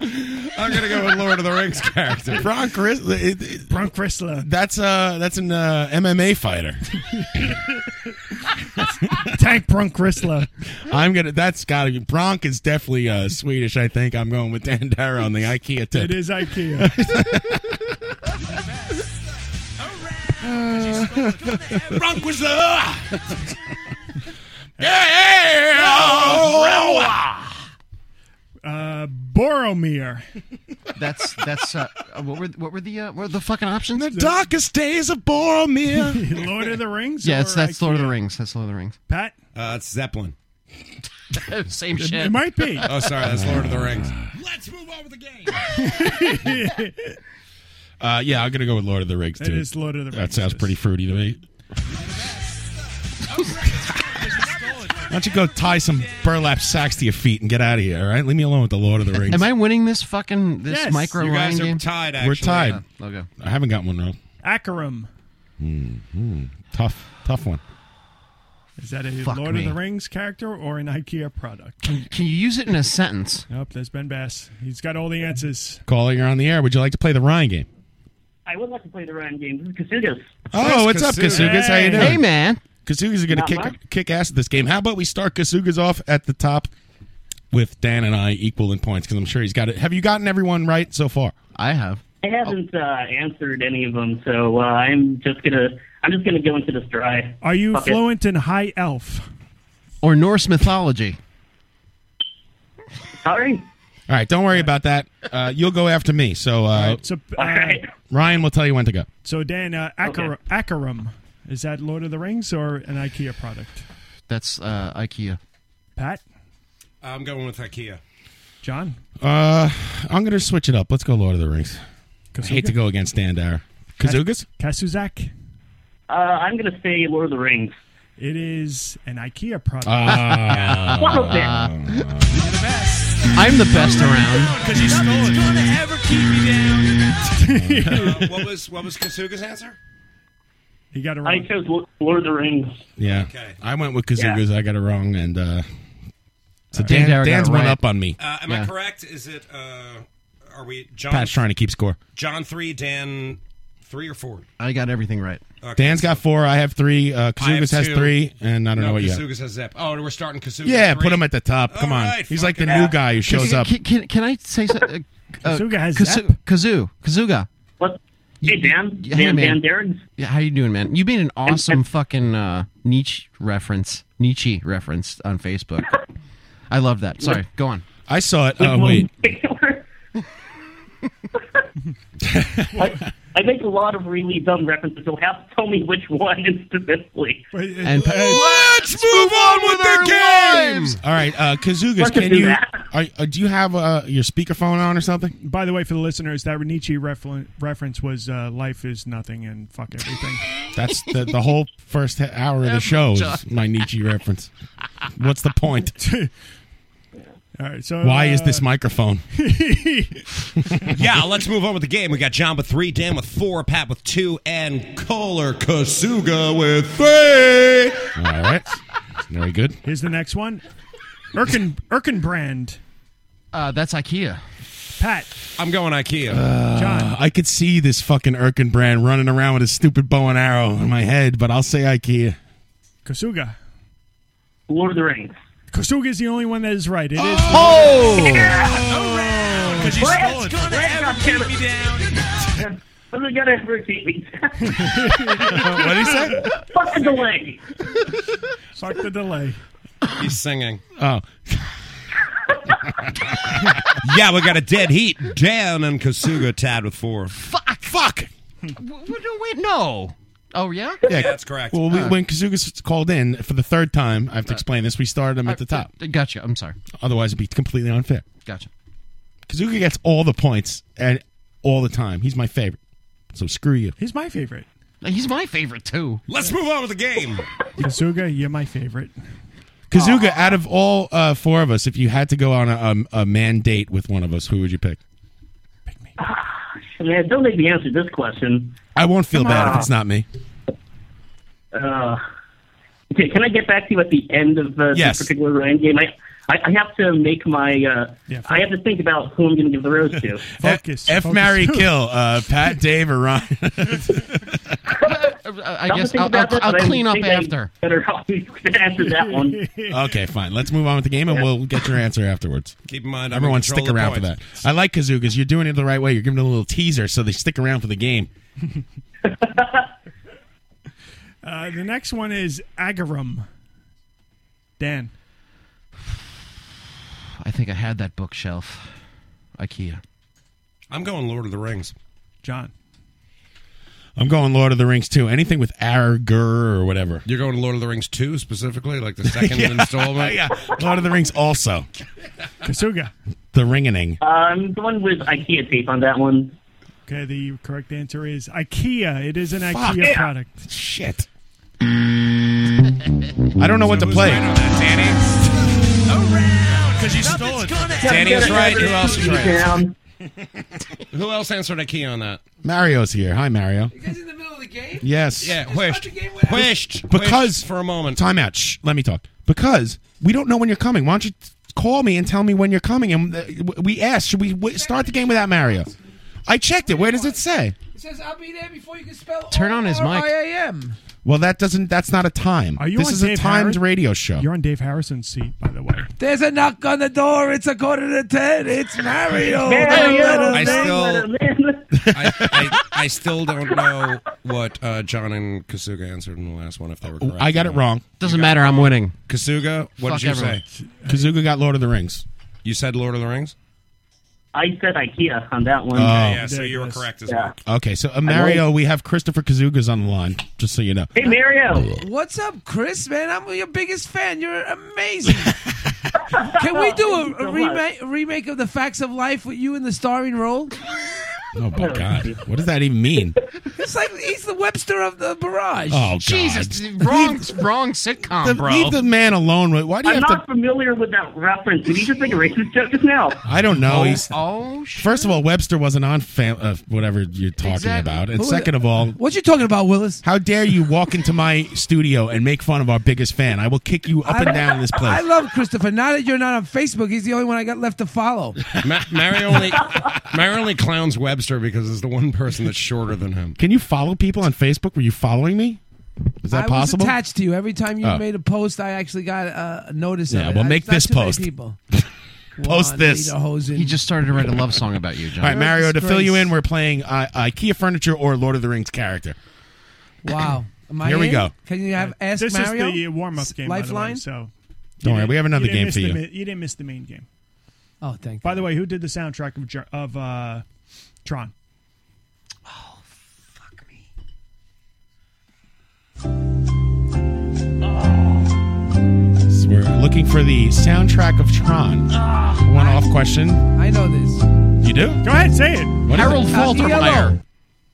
S8: I'm gonna go with Lord of the Rings
S5: *laughs*
S8: character.
S5: *laughs* Bronk Rizzler.
S6: Bronk Rizzler.
S5: That's uh, that's an uh, MMA fighter.
S6: *laughs* Tank Brunk Rizzler.
S5: I'm gonna. That's gotta be Bronk is definitely uh, Swedish. I think I'm going with Dan Darrow on the IKEA tip.
S6: It is
S5: *laughs*
S6: IKEA.
S2: *laughs*
S5: Bronk was the.
S6: Uh, Boromir.
S3: That's that's uh, what were what were the uh, what were the fucking options?
S5: The darkest days of
S6: *laughs*
S5: Boromir.
S6: Lord of the Rings.
S3: Yeah, it's,
S6: or
S3: that's Lord of the
S6: IKEA?
S3: Rings. That's Lord of the Rings.
S6: Pat.
S8: Uh, it's Zeppelin.
S3: Same
S6: It- it might be.
S8: oh, sorry, that's Lord of the Rings.
S15: Let's move on with the game.
S5: Uh, yeah, I'm gonna go with Lord of the Rings
S6: That
S5: too.
S6: is Lord of the
S5: That
S6: Rings.
S5: sounds pretty fruity
S3: *laughs*
S5: to me. Why don't you go tie some burlap sacks to your feet and get out of here? All right, leave me alone with the Lord of the
S3: *laughs*
S5: Rings.
S3: Am I winning this fucking this
S6: Yes,
S3: micro
S6: you guys
S3: line
S6: are
S3: game?
S6: tied,
S5: We're tied.
S3: okay.
S5: I haven't got one wrong.
S6: Acherum.
S3: Mm-hmm.
S5: hmm Tough, tough one.
S6: Is that a
S3: Fuck
S6: Lord
S3: me.
S6: of the Rings character or an IKEA product?
S3: Can, can you use it in a sentence?
S6: Nope, there's Ben Bass. He's got all the answers.
S5: Caller, you're on the air. Would you like to play the Ryan game?
S22: I would like to play the round game. This is Kasugas.
S5: Oh, what's up, Kasugas? How you doing?
S22: Hey,
S3: man.
S5: Kasugas are going to
S22: Not much.
S5: kick, kick ass at this game. How about we start Kasugas off at the top with Dan and I equal in points? Because I'm sure he's got it. Have you gotten everyone right so far?
S3: I have.
S22: I haven't uh, answered any of them, so uh, I'm just gonna I'm just gonna go into this dry.
S6: Are you
S22: Fuck it.
S6: fluent in High Elf?
S3: Or Norse mythology?
S22: Sorry.
S5: All right, don't worry about that. Uh, you'll go after me. So, uh,
S6: So, uh,
S5: Ryan will tell you when to go.
S6: so Dan, uh, Acherum. Acherum. Is that Lord of the Rings or an IKEA product?
S3: That's uh, IKEA.
S6: Pat,
S8: I'm going with IKEA.
S6: John,
S5: Uh, I'm going to switch it up. Let's go Lord of the Rings. I hate
S6: Kasuga?
S5: to go against Dan Dyer. Kazugas?
S6: Kasuzak.
S22: Uh, I'm gonna say Lord of the Rings. *laughs*
S6: It is an IKEA product.
S22: *laughs*
S5: Ah.
S22: Fuck it.
S3: I'm the
S15: *laughs*
S3: best around.
S15: Because you stole it. gonna ever keep me down.
S6: *laughs*
S8: Uh, what was what was Kasuga's answer?
S6: He got it
S22: I chose Lo- Lord of the Rings.
S5: Yeah.
S8: Okay.
S5: I went with Kazugas. I got it wrong. And uh, so
S3: Dan
S5: Dan,
S3: Dyer got
S5: Dan's
S3: it
S5: one
S3: right.
S5: up on me.
S8: Uh, am
S5: Yeah.
S8: I correct? Is it? Uh, are we John?
S5: Pat's trying to keep score.
S8: John three, Dan three or four.
S3: I got everything right.
S8: Okay,
S5: Dan's got four. I have three. Uh,
S8: Uh, I have
S5: Kazugas has
S8: two.
S5: three. And I don't
S8: no,
S5: know what you have.
S8: Kasugas has Zep. Oh, we're starting Kasugas.
S5: Yeah,
S8: three.
S5: put him at the top. Come on. He's like the
S8: fucking
S5: new guy who shows
S3: Can-
S5: up.
S3: Can, can, can I say something? Uh, uh,
S6: *laughs* Kazuga has
S3: Kazu, Kazoo. Kazuga.
S22: What? Hey Dan,
S3: Yeah,
S22: Dan,
S3: hey, man.
S22: Dan, Darren.
S3: Yeah, how you doing, man? You made an awesome fucking uh, Nietzsche reference, Nietzsche reference on
S22: *laughs*
S3: Facebook. I love that. Sorry, go on.
S5: I saw it.
S3: uh,
S5: Oh, wait.
S22: I, I make a lot of really dumb references. You'll have to tell me which one specifically.
S5: And-
S15: Let's move on with the game.
S5: All right, uh, Kazugas,
S22: Let's
S5: can
S22: do
S5: you
S22: that.
S5: are, uh, do you have uh, your speakerphone on or something?
S6: By the way, for the listeners, that Nietzsche referen- reference was uh, "Life is nothing and fuck everything."
S5: *laughs* That's the, the whole first he- hour of the
S6: Ever,
S5: show
S6: John.
S5: is my Nietzsche reference. What's the
S6: *laughs*
S5: point?
S6: All right, so
S5: Why is
S6: uh,
S5: this microphone?
S8: yeah, let's move on with the game. We got John with three, Dan with four, Pat with two, and Kohler Kasuga with three.
S5: All right, very good.
S6: Here's the next one. Erkin Erkenbrand.
S3: Uh, that's IKEA.
S6: Pat.
S8: I'm going IKEA.
S5: Uh, I could see this fucking Erkin brand running around with his stupid bow and arrow in my head, but I'll say IKEA.
S6: Kasuga.
S22: Lord of the Rings.
S6: Kasuga is the only one that is right. It is.
S15: Oh!
S22: Because
S15: you stole it. Gonna ever keep me
S22: down. What's gonna ever keep me down?
S15: What'd he say?
S22: Fuck the delay.
S6: Fuck the delay.
S8: He's singing.
S5: Oh.
S8: *laughs* yeah, we got a dead heat. Dan and Kasuga tied with four.
S3: Fuck.
S5: Fuck.
S3: W- w- no, wait, no. Oh yeah.
S5: Well, we,
S3: Uh,
S5: when Kazugas called in for the third time, I have to explain this. We started him at the top.
S3: Gotcha. I'm sorry.
S5: Otherwise, it'd be completely unfair.
S3: Gotcha.
S5: Kazuga gets all the points and all the time. He's my favorite. So screw you.
S6: He's my favorite.
S3: He's my favorite too.
S8: Let's move on with the game.
S6: Kasuga, you're *laughs* my favorite.
S5: Kazuga, out of all uh, four of us, if you had to go on a, a, a man date with one of us, who would you pick?
S22: Man, don't make me answer this question.
S5: I won't feel
S22: Come
S5: bad if
S22: on.
S5: it's not me.
S22: Uh, okay, can I get back to you at the end of uh,
S5: Yes.
S22: this particular round game? I, I, I have to make my. Uh, I have to think about who I'm going to give the rose to.
S5: Focus.
S6: *laughs*
S5: F. Mary Kill, uh, Pat, Dave, or Ryan? *laughs*
S22: I'll
S3: Uh, I
S22: have to
S3: guess
S22: think
S3: I'll,
S22: about
S3: I'll,
S22: that, but
S3: I'll
S22: I
S3: clean up
S22: think I'm
S3: after.
S22: Better off *laughs* after that one.
S5: okay, fine. Let's move on with the game, and we'll get your answer afterwards.
S8: Keep in mind, I'm in
S5: everyone,
S8: control
S5: stick
S8: of the
S5: around for that.
S8: points.
S5: I like Kazugas. You're doing it the right way. You're giving them a little teaser, so they stick around for the game.
S6: Uh, the next one is Agarum. Dan.
S3: I think I had that bookshelf. IKEA.
S8: I'm going Lord of the Rings.
S6: John.
S5: I'm going Lord of the Rings too. Anything with Aragorn or whatever.
S8: You're going to Lord of the Rings 2 specifically, like the
S5: *laughs*
S8: second
S5: Yeah,
S8: installment?
S5: yeah. Lord of the Rings also.
S6: Kasuga.
S5: The ringening.
S22: I'm going Um, with IKEA tape on that one.
S6: Okay, the correct answer is IKEA. It is an
S22: Fuck.
S6: IKEA
S22: Yeah.
S6: product.
S5: Shit. I don't know what to play.
S15: Around, because you stole it.
S8: Danny's right. Who else is
S5: Down.
S8: right? Who else answered a key on that?
S5: Mario's here. Hi, Mario.
S8: Because in the middle of the game?
S5: Yes.
S8: Yeah, whished. Whished.
S5: Because
S8: Whished for a moment.
S5: Time out. Shh, let me talk. Because we don't know when you're coming. Why don't you t- call me and tell me when you're coming? And uh, w- we asked, should we w- start the game without Mario? I checked it. Where does it say?
S1: It says I'll be there before you can spell.
S5: Turn on his mic.
S1: R-I-A-M.
S5: Well, that doesn't. That's not a time.
S6: Are you
S5: this
S6: on
S5: is
S6: Dave
S5: a timed
S6: Harris?
S5: radio show.
S6: You're on Dave Harrison's seat, by the way.
S1: There's a knock on the door. It's a quarter to ten. It's Mario.
S22: Mario.
S1: Don't
S8: I
S1: let him in.
S8: still,
S3: *laughs*
S8: I, I, I still don't know what uh, John and Kasuga answered in the last one. If they were correct,
S5: I got it wrong.
S8: You got it wrong. Kasuga, what
S5: Fuck
S8: did you
S5: everyone.
S8: say?
S5: Kazuga got Lord of the Rings.
S8: You said Lord of the Rings.
S22: I said IKEA on that one.
S5: Oh. Yeah, yeah, so
S8: you were correct as well.
S5: Okay, so uh, Mario, we have Christopher Kazuga's on the line. Just so you know.
S1: Hey, What's up, Chris? Man, I'm your biggest fan. You're amazing. Can we do
S22: Thank you
S1: a,
S22: so
S1: a
S22: much.
S1: remake, remake of the Facts of Life with you in the starring role?
S5: Oh my God, what does that even mean?
S1: It's like he's the Webster of the barrage.
S5: Oh, God. Jesus,
S3: wrong, wrong sitcom,
S5: The-
S3: bro.
S5: leave the man alone. Why do you
S22: I'm
S5: have
S22: not familiar with that reference. Did he just make a racist joke just now?
S5: to? I don't know. He's-
S3: oh,
S5: First of all, Webster wasn't on fam- uh, whatever you're talking
S1: Exactly.
S5: about, and
S1: Who was-
S5: second of all,
S1: what you talking about, Willis?
S5: How dare you walk into my studio and make fun of our biggest fan? I will kick you up
S1: I-
S5: and down this
S1: *laughs* I
S5: place.
S1: love Christopher. Now that you're not on Facebook, he's the only one I got left to follow.
S8: Ma-
S3: *laughs*
S8: Mario only Mario only clowns Webster because it's the one person that's shorter than him.
S5: Can you follow people on Facebook? Were you following me? Is that
S1: I
S5: possible?
S1: was attached to you every time you
S5: Oh.
S1: made a post. I actually got uh, a notice.
S5: Yeah,
S1: of it.
S5: well,
S1: I-
S5: make
S1: it's not
S5: this
S1: too many
S5: *laughs* post.
S1: People.
S5: Post
S1: Juan
S5: this.
S1: Lederhosen.
S3: He just started to write a love song about you,
S5: All
S3: John.
S5: right, Mario. To fill you in, we're playing uh, IKEA furniture or Lord of the Rings character.
S1: Wow. Am I
S5: Here we
S1: in?
S5: go.
S1: Can you have Ask
S6: this
S1: Mario?
S6: is the warm up game. By the way,
S1: Lifeline?
S6: so
S5: Don't worry, we have another
S6: didn't
S5: game
S6: miss
S5: for
S6: the
S5: you.
S6: ma- you didn't miss the main game.
S1: Oh, thank.
S6: By the way, who did the soundtrack of Jer- of uh, Tron?
S5: So we're looking for the soundtrack of Tron. One-off question.
S1: I know this.
S5: You do?
S6: Go ahead, say it.
S5: What is Harold it? Faltermeyer.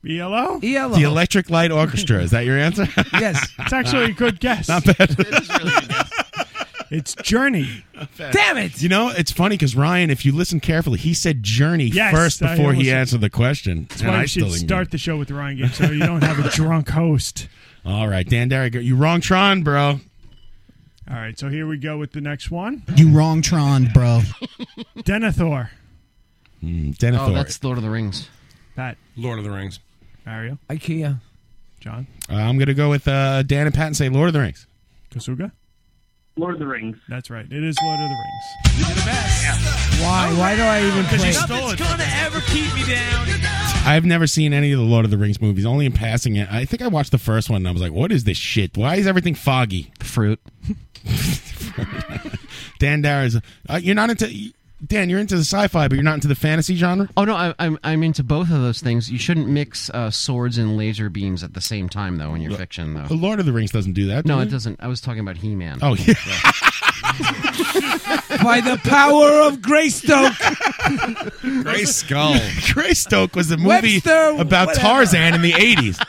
S6: ELO.
S1: ELO.
S5: The *laughs* Electric Light Orchestra. Is that your answer?
S1: yes,
S6: it's
S5: *laughs*
S6: actually a good guess.
S5: Not bad.
S6: It's Journey.
S1: Damn it!
S5: You know, it's funny because Ryan, if you listen carefully, he said Journey
S6: Yes,
S5: first
S6: I
S5: before he
S6: listened.
S5: answered the question.
S6: That's
S5: and
S6: why
S5: I
S6: you
S5: still
S6: should
S5: didn't
S6: start the show with the Ryan game, so you don't have a drunk host.
S5: get it. *laughs* All right, Dan Derrick, you wrong Tron, bro.
S6: All right, so here we go with the next one.
S23: You wrong Tron, bro.
S6: Denethor.
S5: Mm, Denethor.
S3: Oh, that's Lord of the Rings.
S6: Pat.
S8: Lord of the Rings.
S6: Mario.
S1: IKEA.
S6: John.
S5: Uh, I'm going to go with uh, Dan and Pat and say Lord of the Rings.
S6: Kasuga.
S22: Lord of the Rings.
S6: That's right. It is Lord of the Rings.
S1: Why? Why do I even
S15: Because
S1: play?
S15: you stole it. gonna ever keep me down.
S5: I've never seen any of the Lord of the Rings movies, only in passing. I think I watched the first one and I was like, what is this shit? Why is everything foggy?
S3: Fruit.
S5: *laughs* Dan Dara is. Uh, you're not into. Dan, you're into the sci fi, but you're not into the fantasy genre?
S3: Oh no, I, I'm I'm into both of those things. You shouldn't mix uh, swords and laser beams at the same time, though, in your fiction,
S5: The
S3: though.
S5: Lord of the Rings doesn't do that.
S3: No,
S5: does
S3: it doesn't. I was talking about He-Man. *laughs*
S5: Oh, yeah.
S1: By the power of
S5: *laughs*
S1: Greystoke.
S8: Gray Skull.
S5: Greystoke was a movie
S1: Webster,
S5: about
S1: whatever.
S5: Tarzan in
S6: *laughs*
S5: the 80s.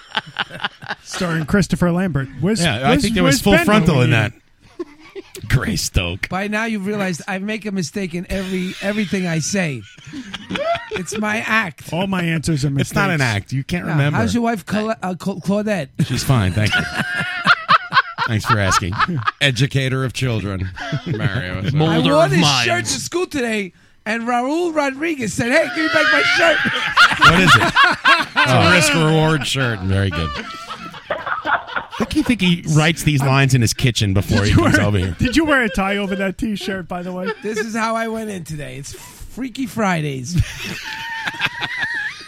S6: *laughs* Starring Christopher Lambert. Where's,
S5: yeah, I
S6: where's-
S5: think there was
S6: where's
S5: full
S6: Bender
S5: frontal
S6: when
S5: in
S6: you-
S5: that. Greystoke.
S1: By now you've realized I make a mistake in every everything I say. It's my act.
S6: All my answers are mistakes.
S5: It's not an act. You can't remember.
S1: How's your wife, Cla- uh, Cla- Claudette?
S5: She's fine. Thank
S8: *laughs*
S5: you. Thanks for asking.
S8: Educator of children. Mario. is right.
S1: I wore this shirt to school today, and Raul Rodriguez said, "Hey, give me back my shirt." Uh,
S5: What
S1: *laughs*
S5: is it?
S8: It's a risk reward shirt.
S5: Very good. I think you think he writes these lines in his kitchen before he
S6: Did you
S5: comes
S6: wear-
S5: over here.
S6: Did you wear a tie over that T-shirt? By the way,
S1: This is how I went in today. It's Freaky Fridays.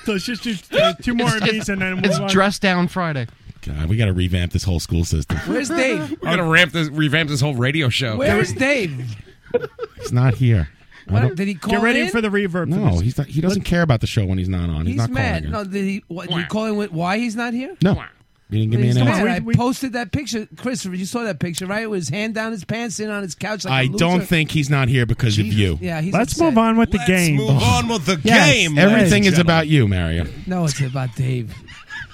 S6: so it's just uh, two more of these, and then we'll
S3: It's dress down Friday.
S5: God, we got to revamp this whole school system.
S1: Where's Dave?
S8: We're gonna ramp this, revamp this whole radio show.
S1: Where is Dave?
S5: He's not here. I don't-
S1: Did he call
S6: Get ready
S1: in?
S6: for the reverb.
S5: No, he's not, he doesn't care about the show when he's not on. He's,
S1: He's,
S5: not
S1: mad.
S5: calling.
S1: No, did he, what, did he call in with why he's not here?
S5: in. No, he didn't give me
S1: He's
S5: an
S1: mad.
S5: answer.
S1: I posted that picture, Christopher. You saw that picture, right? With his hand down his pants, sitting on his couch. Like a
S5: I don't
S1: loser.
S5: think he's not here because of you.
S1: Yeah, he's
S6: Let's
S1: upset.
S6: move on with the game.
S8: move on with the
S6: Yes.
S8: game.
S5: Everything
S8: ladies
S5: is
S8: and
S5: about you, Mario.
S1: No, it's about Dave.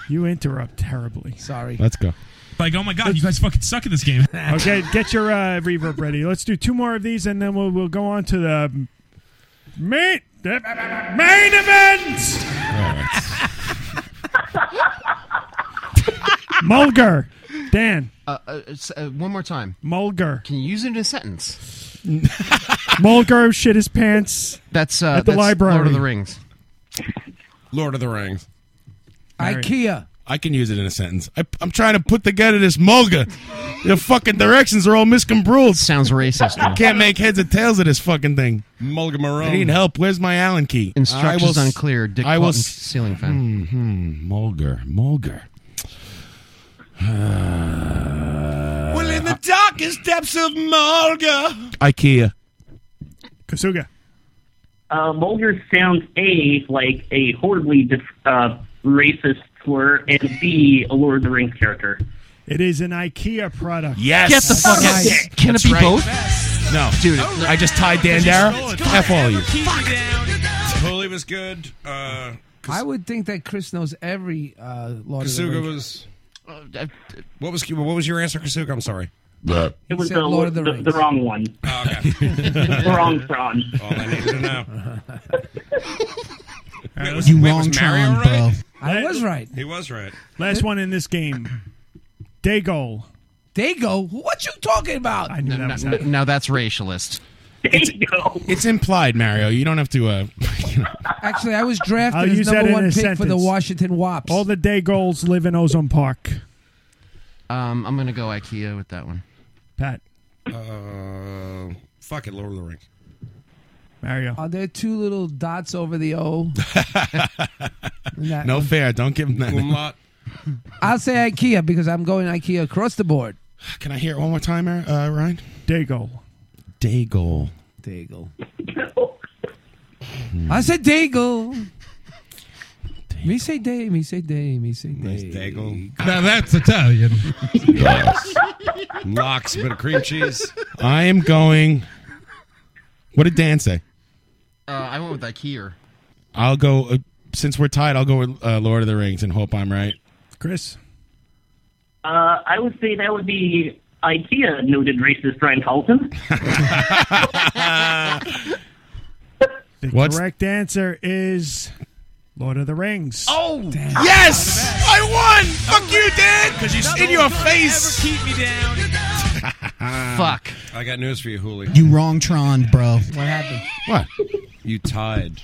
S6: you interrupt terribly.
S1: Sorry.
S5: Let's go.
S14: Like, oh my god, you guys fucking suck at this
S8: *laughs*
S14: game.
S6: okay, get your uh, reverb ready. Let's do two more of these, and then we'll we'll go on to the main the main event. Mulger,
S5: *laughs*
S6: Dan,
S3: Uh, uh, s- uh, one more time.
S6: Mulger.
S3: Can you use it in a sentence?
S6: Mulger shit his pants.
S3: That's uh,
S6: at the
S3: that's
S6: library.
S3: Lord of the Rings.
S5: Lord of the Rings.
S1: IKEA.
S5: I can use it in a sentence. I, I'm trying to put together this mulga. The fucking directions are all miscombruled.
S3: Sounds racist.
S5: I can't make heads or tails of this fucking thing.
S8: Mulga Marone.
S5: I need help. Where's my Allen key?
S3: Instructions unclear. Dick
S5: I will
S3: Cotton
S5: s-
S3: ceiling fan.
S5: Hmm, Mulger. Mulger. Uh,
S8: Well, in the darkest depths of Mulga.
S5: IKEA.
S6: Kasuga.
S22: Uh, vulgar sounds A, like a horribly dif- uh, racist slur, and B, a Lord of the Rings character.
S6: It is an IKEA product.
S5: Yes. Get the fuck out of here. Can it That's be right. both? No. Oh, Dude, I just tied Dan Dara. F all you.
S8: Holy was good. Uh,
S1: I would think that Chris knows every uh, Lord of the
S8: Kasuga
S1: Rings.
S8: was. What was what was your answer, Kasuga? I'm sorry.
S22: It was
S1: said
S22: the,
S1: Lord of the
S22: the,
S1: Rings.
S22: the wrong one.
S8: Oh, okay.
S22: *laughs* the wrong Tron.
S8: All I needed to know.
S22: *laughs*
S6: Uh,
S8: Wait,
S22: You
S8: wait, Mario
S22: wrong Tron,
S8: right?
S1: I was right.
S8: He was right.
S6: Last one in this game. Dago.
S1: Dago? What you talking about?
S6: I knew that was
S3: Now,
S6: happening.
S3: now that's racialist.
S5: It's implied, Mario. You don't have to. Uh, *laughs*
S1: Actually, I was
S6: I'll
S1: drafted
S6: use
S1: as
S6: that
S1: number
S6: in
S1: one
S6: a
S1: pick for the
S6: sentence.
S1: Washington Wops.
S6: All the day goals live in Ozone Park.
S3: Um, I'm gonna go IKEA with that one.
S6: Pat.
S8: Uh, fuck it, Lord of the Rings.
S6: Mario.
S1: Are there two little dots over the
S5: *laughs*
S1: O? And that-
S5: no fair. Don't give him that.
S8: Umlaut.
S1: I'll say IKEA because I'm going IKEA across the board.
S5: Can I hear it one more time, Aaron- uh, Ryan?
S6: Dago.
S5: Dago. *laughs*
S1: Daigle.
S5: Mm.
S1: I said Daigle. Me say day, me say day, me say day.
S8: Daigle.
S16: Now that's Italian.
S8: Locks, bit of cream
S3: *laughs*
S8: cheese.
S5: I am going. What did Dan say?
S3: Uh, I went with IKEA.
S5: I'll go. Uh, since we're tied, I'll go with uh, Lord of the Rings and hope I'm right.
S6: Chris.
S22: Uh, I would say that would be IKEA noted racist Ryan
S6: *laughs*
S22: Halton.
S6: The
S5: What's-
S6: correct answer is Lord of the Rings.
S15: Oh,
S5: yes! I won! Fuck you, Dan!
S15: Because
S5: in your face.
S15: Never keep me
S5: *laughs*
S2: *laughs*
S15: down.
S3: Fuck.
S8: I got news for you, Hooli.
S7: You wrong Tron, bro.
S1: What happened?
S5: What?
S8: You tied.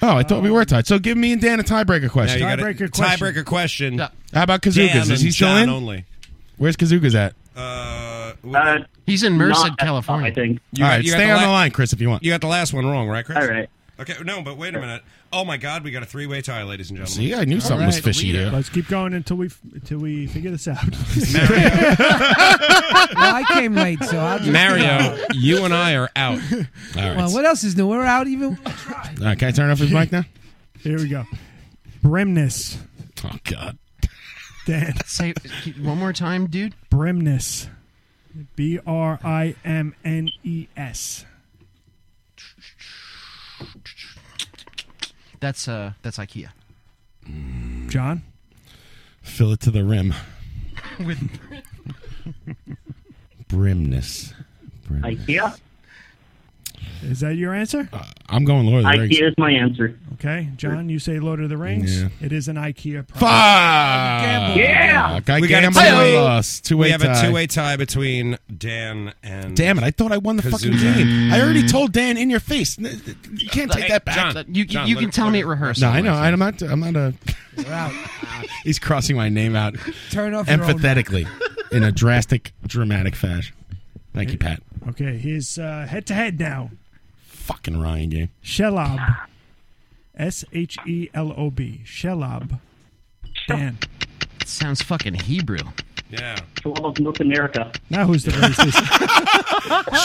S5: Oh, I thought we were tied. So give me and Dan a tiebreaker question.
S8: Now you got a Tiebreaker question.
S5: How about Kazuga's?
S8: Dan
S5: Is he
S8: and
S5: still
S8: John
S5: in?
S8: Only.
S5: Where's Kazuga's at?
S8: Uh,
S3: He's in Merced, not- California. I think.
S5: All right, stay on the line, Chris, if you want.
S8: You got the last one wrong, right, Chris?
S5: All right.
S8: Okay, no, but wait a minute. Oh my God, we got a three-way tie, ladies and gentlemen.
S5: See, I knew something was fishy here.
S6: Let's keep going until we until we figure this
S8: *laughs*
S6: out. *laughs*
S1: Well, I came late, so
S5: *laughs*
S1: I'll just
S8: Mario, you and I are out.
S5: All right.
S1: Well, what else is new? We're out even.
S5: All right, can I turn off his mic now?
S6: Here we go. Brimness.
S5: Oh God.
S6: Dan.
S3: *laughs* Say one more time, dude.
S6: Brimness. B R I M N E S.
S3: That's uh, that's IKEA.
S6: John.
S5: Fill it to the rim.
S3: With
S5: Brimness. Brim.
S22: IKEA?
S6: Is that your answer?
S5: I'm going Lord of Uh, oh, the Rings.
S22: IKEA is my answer.
S6: Okay, John, you say Lord of the Rings.
S5: Yeah.
S6: It is an IKEA product.
S5: Fuck! Uh, Yeah! I
S8: We got a
S5: gambled and I
S8: two-way-
S5: lost. Two-way
S8: We have
S5: tie.
S8: a two-way tie between Dan and.
S5: Damn it! I thought I won the fucking
S8: Kazuga.
S5: game. I already told Dan in your face. N- n- You can't take
S8: Hey,
S5: that back.
S8: John, You- you- John, you let can it- tell
S3: me at rehearsal.
S5: No, I know. I'm not. I'm not a.
S1: We're out.
S5: He's crossing my name out.
S1: Turn off your own-
S5: empathetically, in a drastic, dramatic fashion. Thank you, Pat.
S6: Okay, here's uh, head to head now.
S5: Fucking Ryan game.
S6: Shelob. S H E L O B. Shelob. Dan.
S3: Sounds fucking Hebrew.
S8: Yeah.
S22: North America.
S5: *laughs*
S6: Now who's the racist?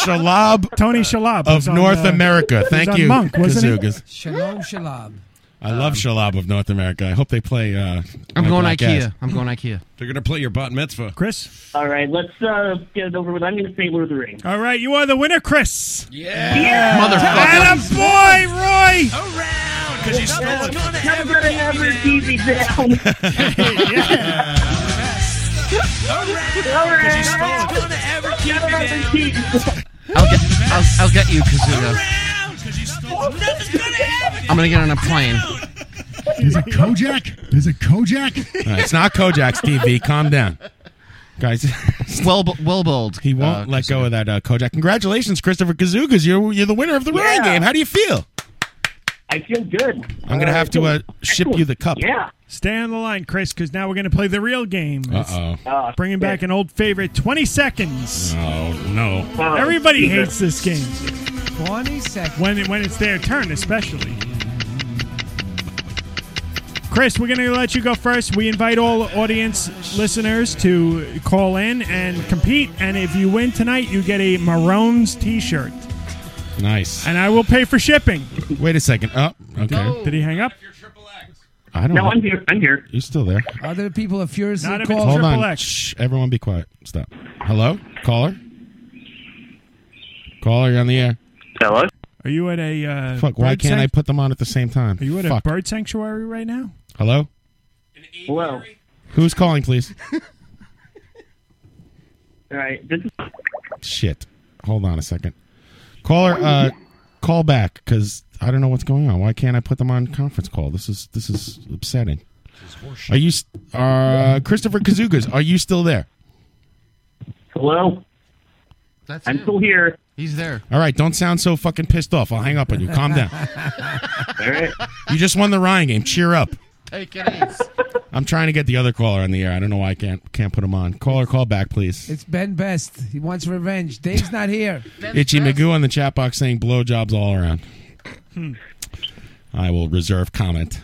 S5: Shalab
S6: Tony Shalab
S5: of
S6: was on,
S5: North
S6: uh,
S5: America.
S6: was
S5: Thank
S6: on
S5: you,
S6: Monk, wasn't he?
S5: Kazookas.
S1: Shalom Shalab.
S5: I love Shalab of North America. I hope they play. Uh,
S3: I'm
S5: my
S3: going
S5: black
S3: IKEA.
S5: ass.
S3: I'm going IKEA.
S8: They're gonna play your bat mitzvah,
S6: Chris.
S22: All right, let's uh, get it over with. I'm going to say Lord of the Rings.
S6: All right, you are the winner, Chris.
S8: Yeah.
S22: Yeah.
S6: And a boy, Roy.
S15: Around, because you stole it.
S22: Come to every TV down.
S6: *laughs*
S15: Around, 'cause you stole it. Gonna ever keep you down.
S3: I'll get, I'll, I'll get you, Kazuga.
S15: Around, 'cause you stole it. Nothing's gonna happen.
S3: I'm gonna get on a plane.
S16: Is it Kojak? Is it Kojak?
S5: All right, it's not Kojak, Stevie. Calm down, guys.
S3: well, well bowled.
S5: He won't let go of that uh, Kojak. Congratulations, Christopher Kazookas. You're you're the winner of the
S22: Yeah.
S5: Ryan game. How do you feel?
S22: I feel good.
S5: I'm gonna have to uh, ship you the cup.
S22: Yeah.
S6: Stay on the line, Chris, because now we're going to play the real game. It's
S5: Uh-oh.
S22: Oh,
S6: Bringing back an old favorite, 20 seconds.
S5: Oh no.
S6: Everybody hates this game.
S1: 20 seconds.
S6: When, it, when it's their turn, especially. Chris, we're going to let you go first. We invite all audience listeners to call in and compete. And if you win tonight, you get a Maroons t shirt.
S5: Nice.
S6: And I will pay for shipping.
S5: Wait a second. Oh, okay.
S6: Did he hang up?
S5: I don't.
S6: No,
S5: know.
S6: I'm here.
S22: I'm here.
S5: You're still there.
S1: Other people are furious.
S6: Not if it's
S1: call.
S5: Hold on. Shh, everyone be quiet. Stop. Hello? Caller? Caller, you're on the air.
S22: Hello?
S6: Are you at a. Uh,
S5: Fuck, why
S6: bird
S5: can't I
S6: sanct-
S5: put them on at the same time?
S6: Are you at
S5: Fuck.
S6: a bird sanctuary right now?
S5: Hello?
S22: Hello.
S5: Who's
S6: *laughs*
S5: calling, please?
S22: All right. This is
S5: Shit. Hold on a second. Caller, uh, call back, because I don't know what's going on. Why can't I put them on conference call? This is this is upsetting. Are you, s- uh, Christopher Kazugas, are you still there?
S22: hello. I'm still here.
S3: He's there.
S5: All right, don't sound so fucking pissed off. I'll hang up on you. Calm *laughs* down.
S22: All right.
S5: You just won the Ryan game. Cheer up.
S3: Take it easy.
S5: I'm trying to get the other caller on the air. I don't know why I can't can't put him on. Caller, call back, please.
S1: It's Ben Best. He wants revenge. Dave's not here.
S5: *laughs* Itchy Magoo on the chat box saying blowjobs all around.
S1: Hmm.
S5: I will reserve comment.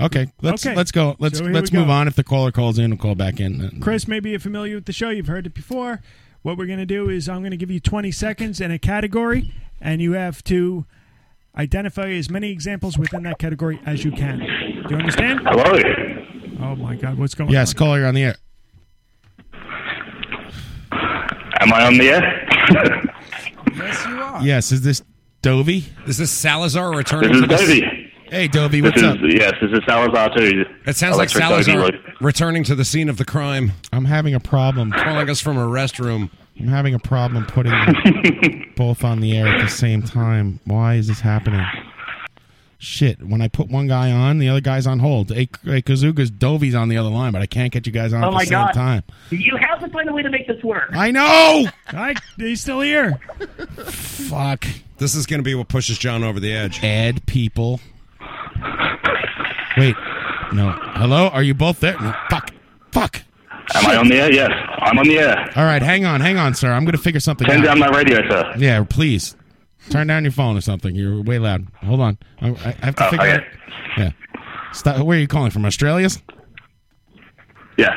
S5: Okay, let's
S6: Okay.
S5: let's go. Let's
S6: So here
S5: let's
S6: we
S5: move
S6: go.
S5: on. If the caller calls in, we'll call back in.
S6: Chris, maybe you're familiar with the show. You've heard it before. What we're going to do is I'm going to give you 20 seconds and a category, and you have to identify as many examples within that category as you can. Do you understand?
S22: Hello.
S6: Oh my God, what's going
S5: Yes, caller, you're on the air.
S7: Am I on the
S5: *laughs*
S7: air?
S5: Yes, is this Dovey?
S8: Is this Salazar returning?
S7: This is
S8: to the-
S7: Dovey.
S5: Hey, Dovey,
S7: This
S5: what's
S7: is,
S5: up?
S7: Yes, this is Salazar too.
S8: It sounds like
S7: Electric Dovey
S8: Salazar
S7: Loop.
S8: returning to the scene of the crime,
S5: I'm having a problem.
S8: calling us from a restroom.
S5: I'm having a problem putting them both on the air at the same time. Why is this happening? Shit, when I put one guy on, the other guy's on hold. Hey, hey Kazuka's Dovey's on the other line, but I can't get you guys on
S22: oh
S5: at the
S22: my
S5: same
S22: God.
S5: time.
S22: You have to find a way to make this work. *laughs*
S5: I know!
S6: I, he's still here.
S5: Fuck.
S8: This is going to be what pushes John over the edge.
S5: Add people. Wait, no. Hello? Oh, Are you both there? No. Fuck. Fuck.
S7: Am I on the air? Yes, I'm on the air.
S5: All right, hang on, hang on, sir. I'm going to figure something
S7: Turn
S5: out.
S7: down my radio, sir.
S5: Yeah, please. Turn down your phone or something. You're way loud. Hold on. I, I have to
S7: Oh,
S5: figure
S7: okay.
S5: out. Yeah. Stop. Where are you calling from? Australia?
S7: Yeah.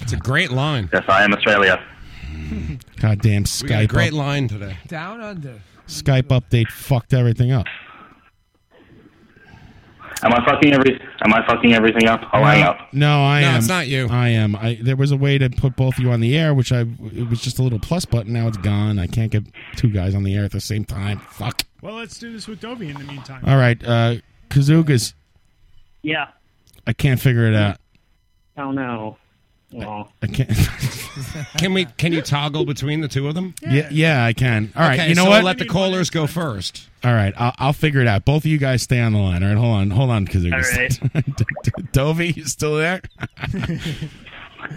S8: It's a great line.
S7: Yes, I am Australia.
S5: Goddamn
S8: We got
S5: Skype.
S8: a great
S5: up-
S8: line today.
S1: Down under.
S5: Skype update fucked everything up.
S7: Am I fucking every? Am I fucking everything up? I'll hang up.
S5: No, I
S7: No,
S5: am.
S7: it's not
S5: you. I am. I there was a way to put both of you on the air, which I it was just a little plus button. Now it's gone. I can't get two guys on the air at the same time. Fuck.
S6: Well, let's do this with Dovey in the meantime.
S5: All right, uh, Kazugas.
S22: Yeah.
S5: I can't figure it out.
S22: Oh no. Aw.
S5: I can't.
S8: Can we? Can you toggle between the two of them?
S5: yeah, yeah, I can. All right,
S8: Okay,
S5: you know
S8: so
S5: what?
S8: Let the callers go first.
S5: All right, I'll, I'll figure it out. Both of you guys stay on the line. All right, hold on, hold on, Kazugas. All right. Dovey, you
S15: *laughs*
S5: still there?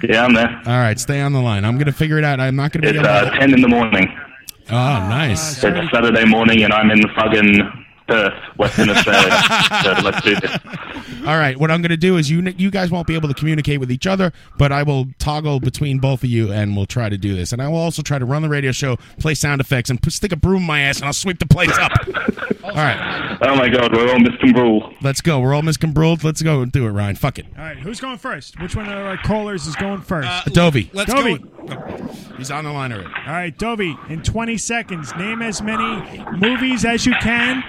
S7: Yeah, I'm there.
S5: All right, stay on the line. I'm gonna figure it out. I'm not gonna be
S7: It's
S5: able.
S7: uh,
S5: To...
S7: ten in the morning.
S5: Oh,
S7: It's
S5: nice. *laughs*
S7: Saturday morning, and I'm in fucking Perth, Western Australia. so let's do this.
S5: All right, what I'm going to do is you you guys won't be able to communicate with each other, but I will toggle between both of you and we'll try to do this. And I will also try to run the radio show, play sound effects, and p- stick a broom in my ass, and I'll sweep the place up. All right,
S11: Oh my God, we're all Mr. Brule.
S5: let's go. We're all miscombruled. Let's go and do it, Ryan. Fuck it.
S6: All right, who's going first? Which one of our callers is going first?
S5: Uh, Dovey. let's go Oh,
S6: Dovey.
S5: He's on the line already.
S6: All right, Dovey, in 20 seconds, name as many movies as you can.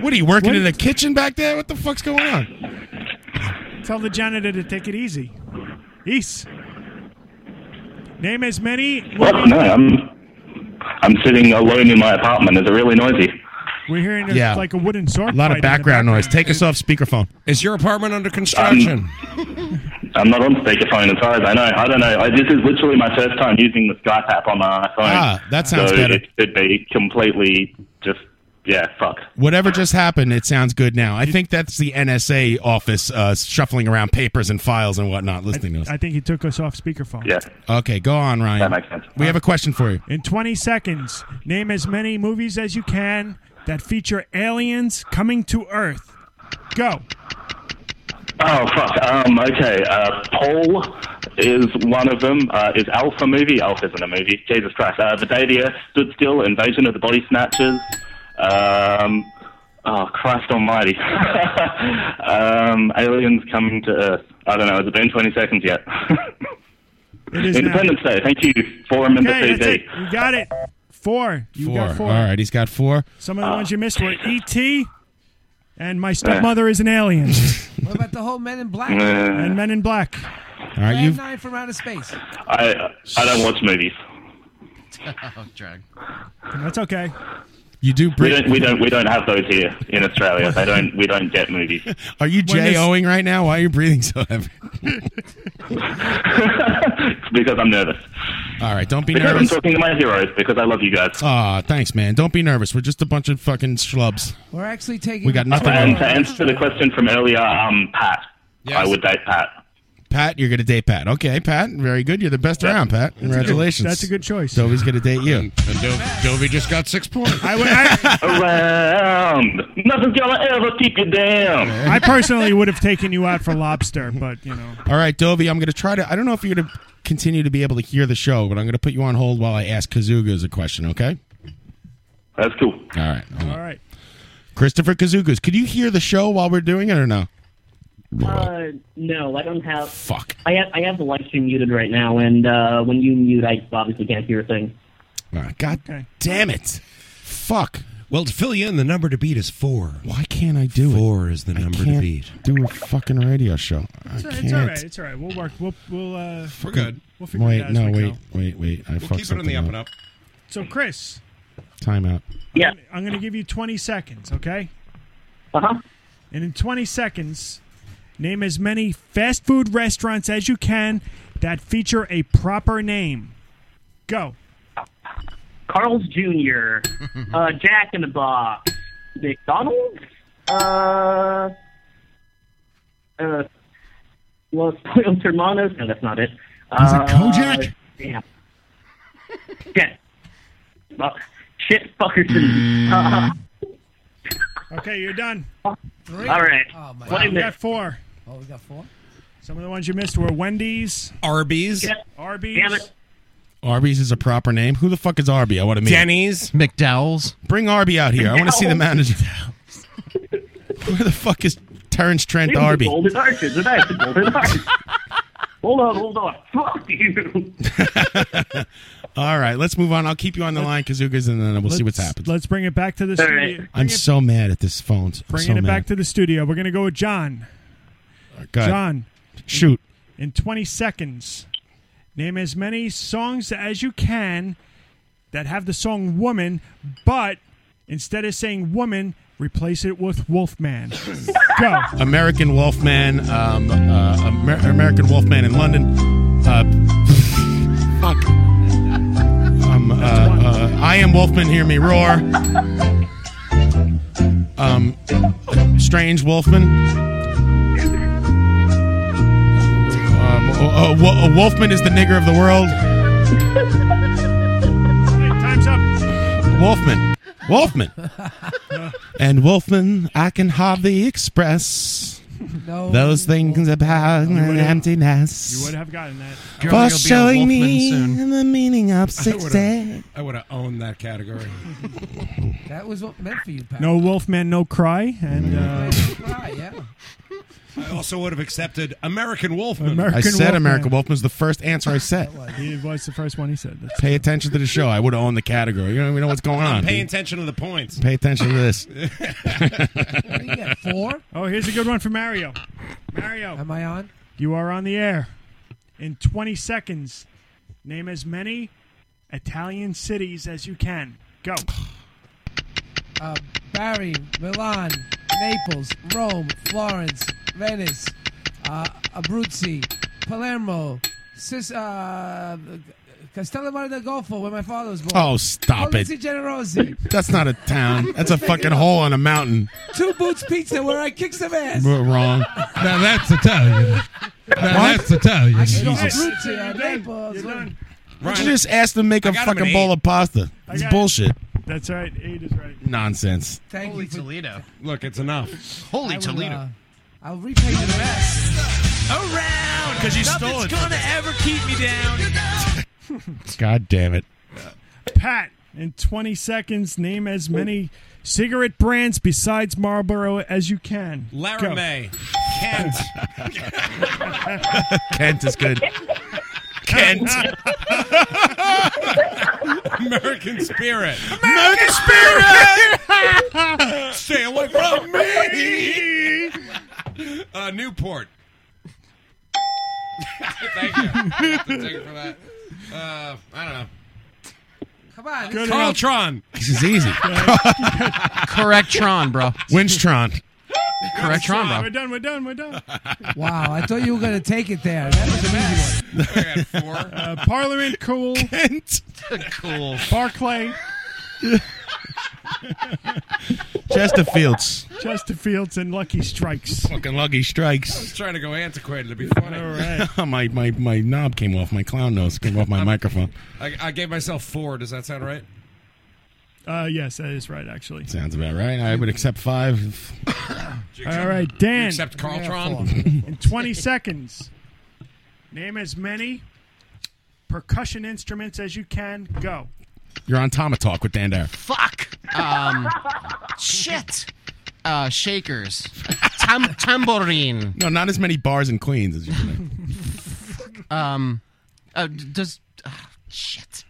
S5: What are you working in the kitchen back there? What the fuck's going on?
S6: Tell the janitor to take it easy. East. Name as many.
S11: Well, no, I'm I'm sitting alone in my apartment. It's really noisy.
S6: We're hearing a-
S5: Yeah.
S6: like a wooden sword.
S5: A lot of background noise. Take us off speakerphone.
S8: Is your apartment under construction?
S6: Um,
S11: I'm not on speakerphone as far as I know. I don't know. I, this is literally my first time using the Skype app on my phone.
S5: Ah, that sounds
S11: so
S5: better.
S11: It could be completely just yeah, fucked.
S5: Whatever just happened, it sounds good now. I think that's the NSA office uh, shuffling around papers and files and whatnot, listening to us.
S6: I think he took us off speakerphone.
S11: Yeah.
S5: Okay, go on, Ryan. That
S11: makes sense.
S5: We have a question for you.
S6: In 20 seconds, name as many movies as you can that feature aliens coming to Earth. Go.
S11: Oh fuck. Um. Okay. Uh, Paul is one of them. Uh, is Alf a movie? Alf isn't a movie. Jesus Christ. Uh, the Day the Earth Stood Still. Invasion of the Body Snatchers. Um. Oh Christ Almighty. *laughs*
S9: *laughs*
S11: um. Aliens coming to Earth. I don't know. Has it been 20 seconds yet? *laughs*
S6: It is
S11: Independence Day. Thank you. Forum and
S6: Okay,
S11: the
S6: that's it.
S11: TV.
S6: You got it. Four. You got four.
S5: All right, he's got four.
S6: Some of the ones you missed were E.T. and My Stepmother is an Alien.
S1: What about the whole Men in Black?
S6: and Men
S8: *laughs*
S6: in Black.
S5: All
S1: Plan
S5: right, you've
S1: Nine from Outer Space.
S11: I I don't watch movies.
S24: drag.
S6: That's okay.
S5: You do.
S11: We don't. We don't. We don't have those here in Australia. They don't. We don't get
S5: *laughs*
S11: movies.
S5: Are you
S11: When
S5: J
S11: this-
S5: O'ing right now? Why are you breathing so heavy?
S11: It's because I'm nervous.
S5: All right, don't be
S11: because
S5: nervous.
S11: I'm talking to my heroes. Because I love you guys.
S5: Aw, thanks, man. Don't be nervous. We're just a bunch of fucking schlubs.
S1: We're actually taking.
S5: We got nothing
S11: And
S5: wrong.
S11: to answer the question from earlier, um, Pat. I would date Pat.
S5: Pat, you're going to date Pat. Okay, Pat, very good. You're the best around, Pat. Congratulations.
S6: That's a good choice.
S5: So he's going to date you.
S8: Dovey just got six points.
S11: around. Nothing's gonna ever keep you down.
S6: I personally would have taken you out for lobster, but you know.
S5: All right, Dovey, I'm going to try to. I don't know if you're going to continue to be able to hear the show, but I'm going to put you on hold while I ask Kazuga's a question, okay?
S11: That's cool. All
S5: right.
S6: All right.
S5: Christopher Kazuga's. Could you hear the show while we're doing it or no?
S22: Uh, no, I don't have.
S5: Fuck.
S22: I have I have the live stream muted right now, and uh, when you mute, I obviously can't hear a thing.
S5: God damn it. Fuck.
S8: Well, to fill you in, the number to beat is four.
S5: Why can't I do it?
S8: Four is the number to
S5: can't
S8: beat.
S5: Do a fucking radio show. I
S6: It's, all-
S5: can't.
S6: it's all right. It's all right. We'll work. We'll. we'll uh,
S8: We're good.
S6: We'll figure it
S5: Wait,
S6: out. as
S5: no,
S6: we go.
S5: wait, wait, wait. I
S8: We'll
S5: fucked
S8: keep it on the
S5: something
S8: up and up.
S6: So, Chris,
S5: Time out.
S22: yeah,
S6: I'm going to give you 20 seconds, okay?
S22: Uh huh.
S6: And in 20 seconds, name as many fast food restaurants as you can that feature a proper name. Go.
S22: Carl's Jr., uh, Jack in the Box, McDonald's, uh, uh, Los Pollos Hermanos. No, that's not it.
S2: Is it
S22: uh,
S2: Kojak?
S22: Damn. Shit. Fuck. Shit, fuckerson. Uh,
S6: Okay, you're done.
S1: Three.
S22: all right.
S1: Oh my
S6: Wow,
S1: God.
S6: we got four.
S1: Oh, we got four.
S6: Some of the ones you missed were Wendy's,
S8: Arby's.
S6: Arby's.
S5: Arby's is a proper name. Who the fuck is Arby? I want to meet. him.
S8: Denny's.
S5: McDowell's. Bring Arby out here. I want to see the
S24: McDowell's.
S5: manager. Where the fuck is Terrence Trent
S22: These are
S5: Arby?
S22: Golden arches. The nice golden arches. Hold on, hold on. Fuck you.
S5: All right, let's move on. I'll keep you on the line, Kazugas, and then we'll see what's happened.
S6: Let's bring it back to the studio. Bring
S5: I'm
S6: it,
S5: so mad at this phone. I'm
S6: bringing
S5: so
S6: it
S5: mad.
S6: back to the studio. We're going to go with John.
S5: Go ahead.
S6: John.
S5: Shoot.
S6: In 20 seconds, name as many songs as you can that have the song Woman, but instead of saying woman, replace it with Wolfman. Go.
S5: American Wolfman, um, uh, Amer- American Wolfman in London. Uh, fuck. Um, uh, uh, I am Wolfman, hear me roar. Um, strange Wolfman. Um, uh, uh, Wo- uh, Wolfman is the nigger of the world.
S6: Time's up.
S5: Wolfman. Wolfman. And Wolfman, I can hardly express Those things about
S6: You
S5: emptiness.
S6: would have gotten that.
S5: For showing me the meaning of six days.
S8: I would have owned that category.
S1: *laughs* That was what meant for you, Pat.
S6: No Wolfman, no cry, and uh,
S1: Right, Ah, yeah.
S8: *laughs* I also would have accepted American Wolfman.
S6: American
S5: I said
S6: Wolfman.
S5: American Wolfman was the first answer I said.
S6: he was the first one he said. That's-
S5: Pay attention to the show. I would own the category. You don't even know what's going on.
S8: Pay
S5: dude.
S8: attention to the points.
S5: Pay attention to this.
S1: four?
S6: Oh, here's a good one for Mario. Mario. Am
S1: I on?
S6: You are on the air. In 20 seconds, name as many Italian cities as you can. Go.
S1: Uh, Barry, Milan, Naples, Rome, Florence, Venice, uh, Abruzzi, Palermo, Sis, uh, Castellamare del Golfo, where my father was born.
S5: Oh, stop it.
S1: Polizzi Generosi.
S5: That's not a town. That's a fucking hole on a mountain.
S1: Two Boots Pizza, where I kick some ass.
S5: We're wrong.
S10: Now that's Italian. Now that's Italian.
S1: Abruzzi, uh, Naples.
S5: Why don't you just ask them to make a fucking bowl of pasta?
S6: I
S5: It's
S6: got it.
S5: bullshit.
S6: That's right. Eight is right.
S5: Nonsense.
S1: Thank Holy you.
S8: Toledo. Look, it's enough.
S1: I will, uh, I'll repay you the rest.
S15: Around,
S5: 'cause you
S15: Nothing's
S5: stole it.
S15: gonna ever keep me down.
S5: God damn it.
S6: Pat, in 20 seconds, name as many cigarette brands besides Marlboro as you can.
S8: Larry
S6: Go.
S8: May.
S6: *laughs*
S8: Kent.
S5: Kent is good.
S8: Kent. American Spirit.
S15: American
S8: Spirit! Stay away from me! Uh, Newport. *laughs* Thank you. Thank you for that. Uh, I don't know.
S1: Come on.
S8: Good
S1: Good
S8: Carl Tron.
S5: This
S8: *laughs*
S6: *laughs*
S5: is easy. Correctron, bro. Winstron. Correctron,
S6: Ah,
S5: bro.
S6: We're done. We're done. We're done.
S1: Wow, I thought you were going to take it there. That was an easy one.
S5: *laughs*
S6: Uh, Parliament, cool.
S5: Kent.
S8: *laughs*
S6: cool. Barclay.
S5: Chesterfields.
S6: *laughs* Chesterfields and Lucky Strikes.
S5: Fucking lucky strikes.
S8: I was trying to go antiquated to be funny. All right.
S5: *laughs* my, my my knob came off. My clown nose came off my microphone.
S8: I, I gave myself four. Does that sound right?
S6: Uh, yes, that is right, actually.
S5: Sounds about right. I would accept five.
S6: *coughs* All right, Dan.
S8: You accept Carltron?
S6: In 20 seconds, name as many percussion instruments as you can. Go.
S5: You're on Tama Talk with Dan Dyer.
S3: Fuck.
S8: *laughs*
S3: Um, shit. Uh, shakers.
S8: *laughs*
S3: Tam- tambourine.
S5: No, not as many bars in Queens as
S3: *laughs*
S5: you think.
S3: Um, uh, d- does ah, shit.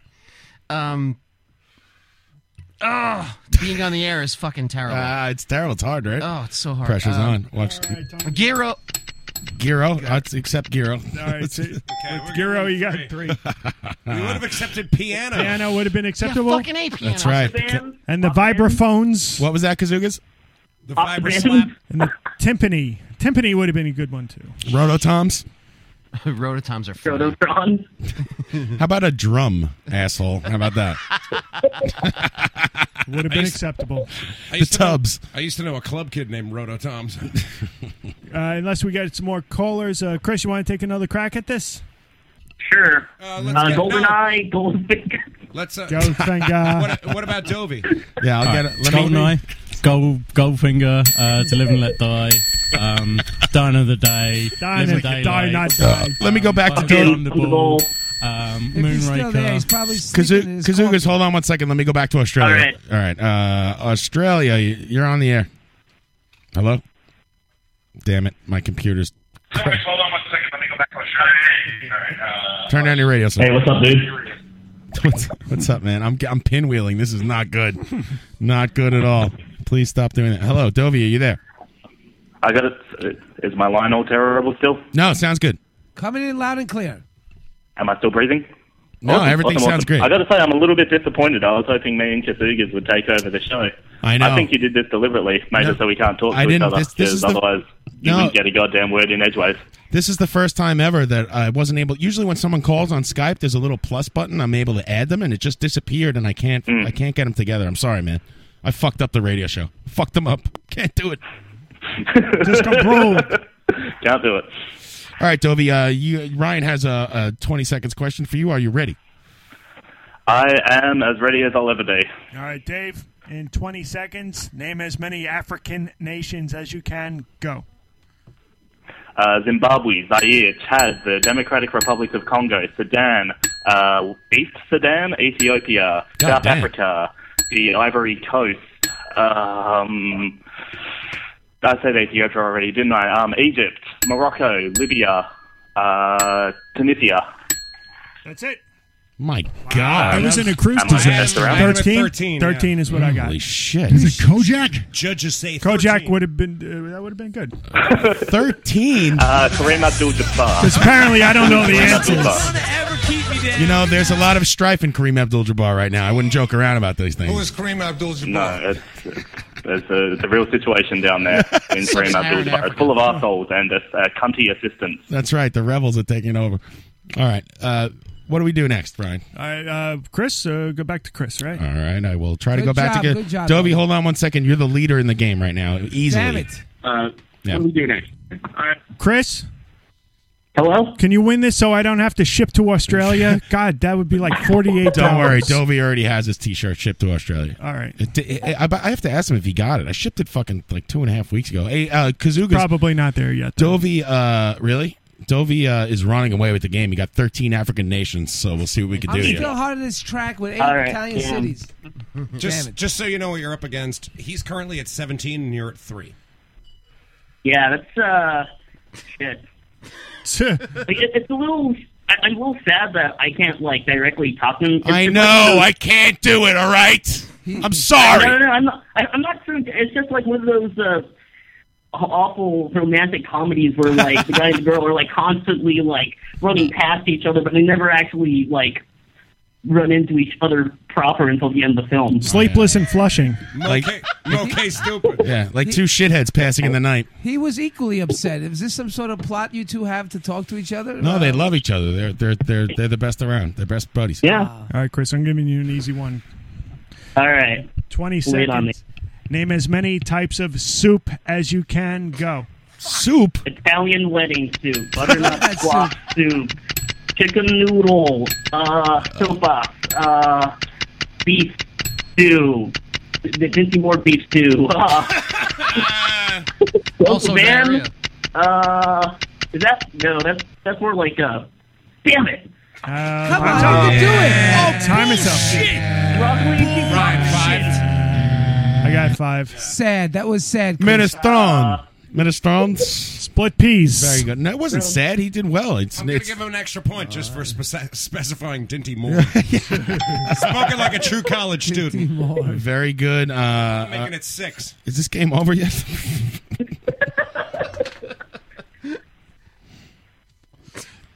S3: Um, oh, being on the air is fucking terrible.
S5: Ah, it's terrible. It's hard, right?
S3: Oh, it's so hard.
S5: Pressure's
S3: Um,
S5: on. Watch.
S3: *laughs* Giro.
S5: Giro. Let's accept Giro.
S6: All
S5: *laughs*
S6: right, so with Giro, you got three.
S8: You would have accepted piano.
S6: Piano would have been acceptable.
S8: fucking A piano.
S5: That's right.
S6: And the vibraphones.
S5: What was that, Kazoogas?
S8: The
S6: viber slap. And the timpani. Timpani would have been a good one, too.
S5: Rototoms.
S3: Rototoms are fun.
S5: How about a drum, asshole? How about that?
S6: *laughs* Would have been acceptable.
S8: I
S5: The
S8: used to know-
S5: tubs.
S8: I used to know a club kid named Roto
S5: *laughs*
S8: Toms.
S6: Uh, unless we got some more callers. Uh, Chris, you want to take another crack at this?
S22: Sure.
S8: Uh,
S6: let's get-
S22: GoldenEye, Goldfinger.
S8: Let's. Uh,
S6: Goldfinger.
S8: *laughs* what, what about Dovey?
S5: Yeah, I'll
S23: All
S5: get
S23: right.
S5: it. Let
S23: Goldeneye,
S5: me-
S23: Gold, Goldfinger, uh, To Live and Let Die, um, Die Another Day,
S6: Die
S23: Live and
S6: Another-
S23: Daylight,
S6: Die Not Die.
S5: Let me go back to
S23: Five Feet
S5: Dil-
S23: on the Ball, um,
S5: If he's
S23: Moonraker.
S5: still there, he's
S1: probably
S5: Kazoo- Kazoogas, hold on one second. Let me go back to Australia.
S23: All right.
S5: All right. Uh, Australia, y- you're on the air. Hello? Damn it. My computer's.
S20: hold on one second. Let me go back to Australia. uh,
S5: Turn down your radio. Sir.
S20: Hey, what's up, dude?
S5: *laughs* What's, what's up, man? I'm, I'm pinwheeling. This is not good. not good at all. Please stop doing that. Hello, Dovey, are you there?
S20: I got it. Is my line all terrible still?
S5: No, it sounds good.
S1: Coming in loud and clear.
S20: Am I still breathing?
S5: No, everything sounds great.
S20: I got to say, I'm a little bit disappointed. I was hoping me and Kasugas would take over the show.
S5: I know.
S20: I think you did this deliberately, made
S5: No.
S20: it so we can't talk to
S5: I
S20: each
S5: didn't.
S20: other.
S5: This- this
S20: because
S5: is the-
S20: otherwise, you
S5: No.
S20: wouldn't get a goddamn word in edgeways. *laughs*
S5: This is the first time ever that I wasn't able. Usually, when someone calls on Skype, there's a little plus button. I'm able to add them, and it just disappeared, and I can't. I can't get them together. I'm sorry, man. I fucked up the radio show. Fucked them up. Can't do it. Disco bro. All
S20: Can't do it.
S5: right, Dovey. Uh, you Ryan has a, a 20 seconds question for you. Are you ready?
S20: I am as ready as I'll ever be.
S6: All right, Dave. In 20 seconds, name as many African nations as you can. Go.
S7: uh, Zimbabwe, Zaire, Chad, the Democratic Republic of Congo, Sudan, uh, East Sudan, Ethiopia,
S11: God
S7: South
S11: damn.
S7: Africa, the Ivory Coast. Um, I said Ethiopia already, didn't I? Um, Egypt, Morocco, Libya, uh, Tunisia.
S6: That's it.
S5: My God.
S6: I was in a cruise
S7: Am I-
S6: disaster.
S7: that's around?
S6: 13?
S7: 13,
S6: 13 is what I got.
S5: Holy shit.
S6: Is it Kojak?
S8: Judges say
S6: Kojak would have been uh, that would have been good. *laughs*
S5: 13?
S7: Uh, Kareem Abdul-Jabbar.
S6: 'Cause *laughs* apparently I don't know the
S7: Kareem
S6: answers.
S7: Abdul-Jabbar.
S5: You know, there's a lot of strife in Kareem Abdul-Jabbar right now. I wouldn't joke around about these things.
S7: is Kareem Abdul-Jabbar? No, it's, it's, it's, a, it's a real situation down there in Kareem Abdul-Jabbar. It's full of assholes and uh, uh, cunty assistants.
S5: That's right. The rebels are taking over. All right. Uh, what do we do next, Brian?
S6: *laughs* All right, uh, Chris, uh, go back to Chris, right?
S5: All right. I will try to go
S6: Good
S5: back
S6: job,
S5: to
S6: good job,
S5: Dobie,
S6: Dobie.
S5: hold on one second. You're the leader in the game right now. Easily.
S22: Uh,
S5: Yeah.
S22: What do we do next?
S6: Chris?
S22: Hello?
S6: Can you win this so I don't have to ship to *laughs* Australia? God, that would be like 48
S5: Don't worry. Dobie already has his T-shirt shipped to Australia.
S6: All right.
S5: It- it- I, I have to ask him if he got it. I shipped it fucking like two and a half weeks ago. Hey, uh, Kazuga.
S6: Probably not there yet.
S5: Dovey, uh, really? Dovey uh, is running away with the game. He got 13 African nations, so we'll see what we can
S1: I'm
S5: do.
S1: still hard on this track with eight
S8: All right,
S1: Italian
S8: yeah.
S1: cities.
S8: Just, just so you know what you're up against, he's currently at 17 and you're at three.
S22: Yeah, that's uh, shit. Like, it, it's a little. I, I'm a little sad that I can't like directly talk to him. It's
S5: I
S22: just
S5: know. I
S22: like
S5: can't do it, all right? I'm sorry.
S22: No, no, no. I'm not. I, I'm not. Through, it's just like one of those uh, awful romantic comedies where like the guy and the girl are like constantly like running past each other, but they never actually like run into each other proper until the end of the film.
S6: Sleepless and flushing.
S5: Like,
S8: okay, stupid.
S5: yeah, like two shitheads passing in the night.
S1: He was equally upset. Is this some sort of plot you two have to talk to each other?
S5: No, they love each other. They're they're they're they're the best around. They're best buddies.
S6: All right, Chris, I'm giving you an easy one.
S22: All right.
S6: 20
S5: Wait on me.
S6: seconds. Name as many types of soup as you can. Go.
S5: Soup?
S22: Italian wedding
S6: *laughs*
S22: soup, butternut squash soup, chicken noodle, uh, sopa, uh, beef stew. There didn't see more beef
S6: *laughs*
S22: stew. *laughs*
S15: Also diarrhea.
S22: man, uh, is that no? That's that's more like uh, damn it.
S6: Come
S22: on,
S6: you can do it. Oh,
S22: it.
S6: Time is up. I got five.
S1: Sad. That was sad. Chris.
S5: Minestrone. Minestrone. Split
S6: peas.
S5: Very good. No, it wasn't sad. He did well. It's,
S8: I'm going to
S5: it's
S8: give him an extra point just for spec- specifying Dinty
S5: *laughs*
S8: Moore. Spoken like a true college student.
S5: very good. Uh,
S8: I'm making
S5: uh,
S8: it six.
S5: Is this game
S6: *laughs*
S5: over yet?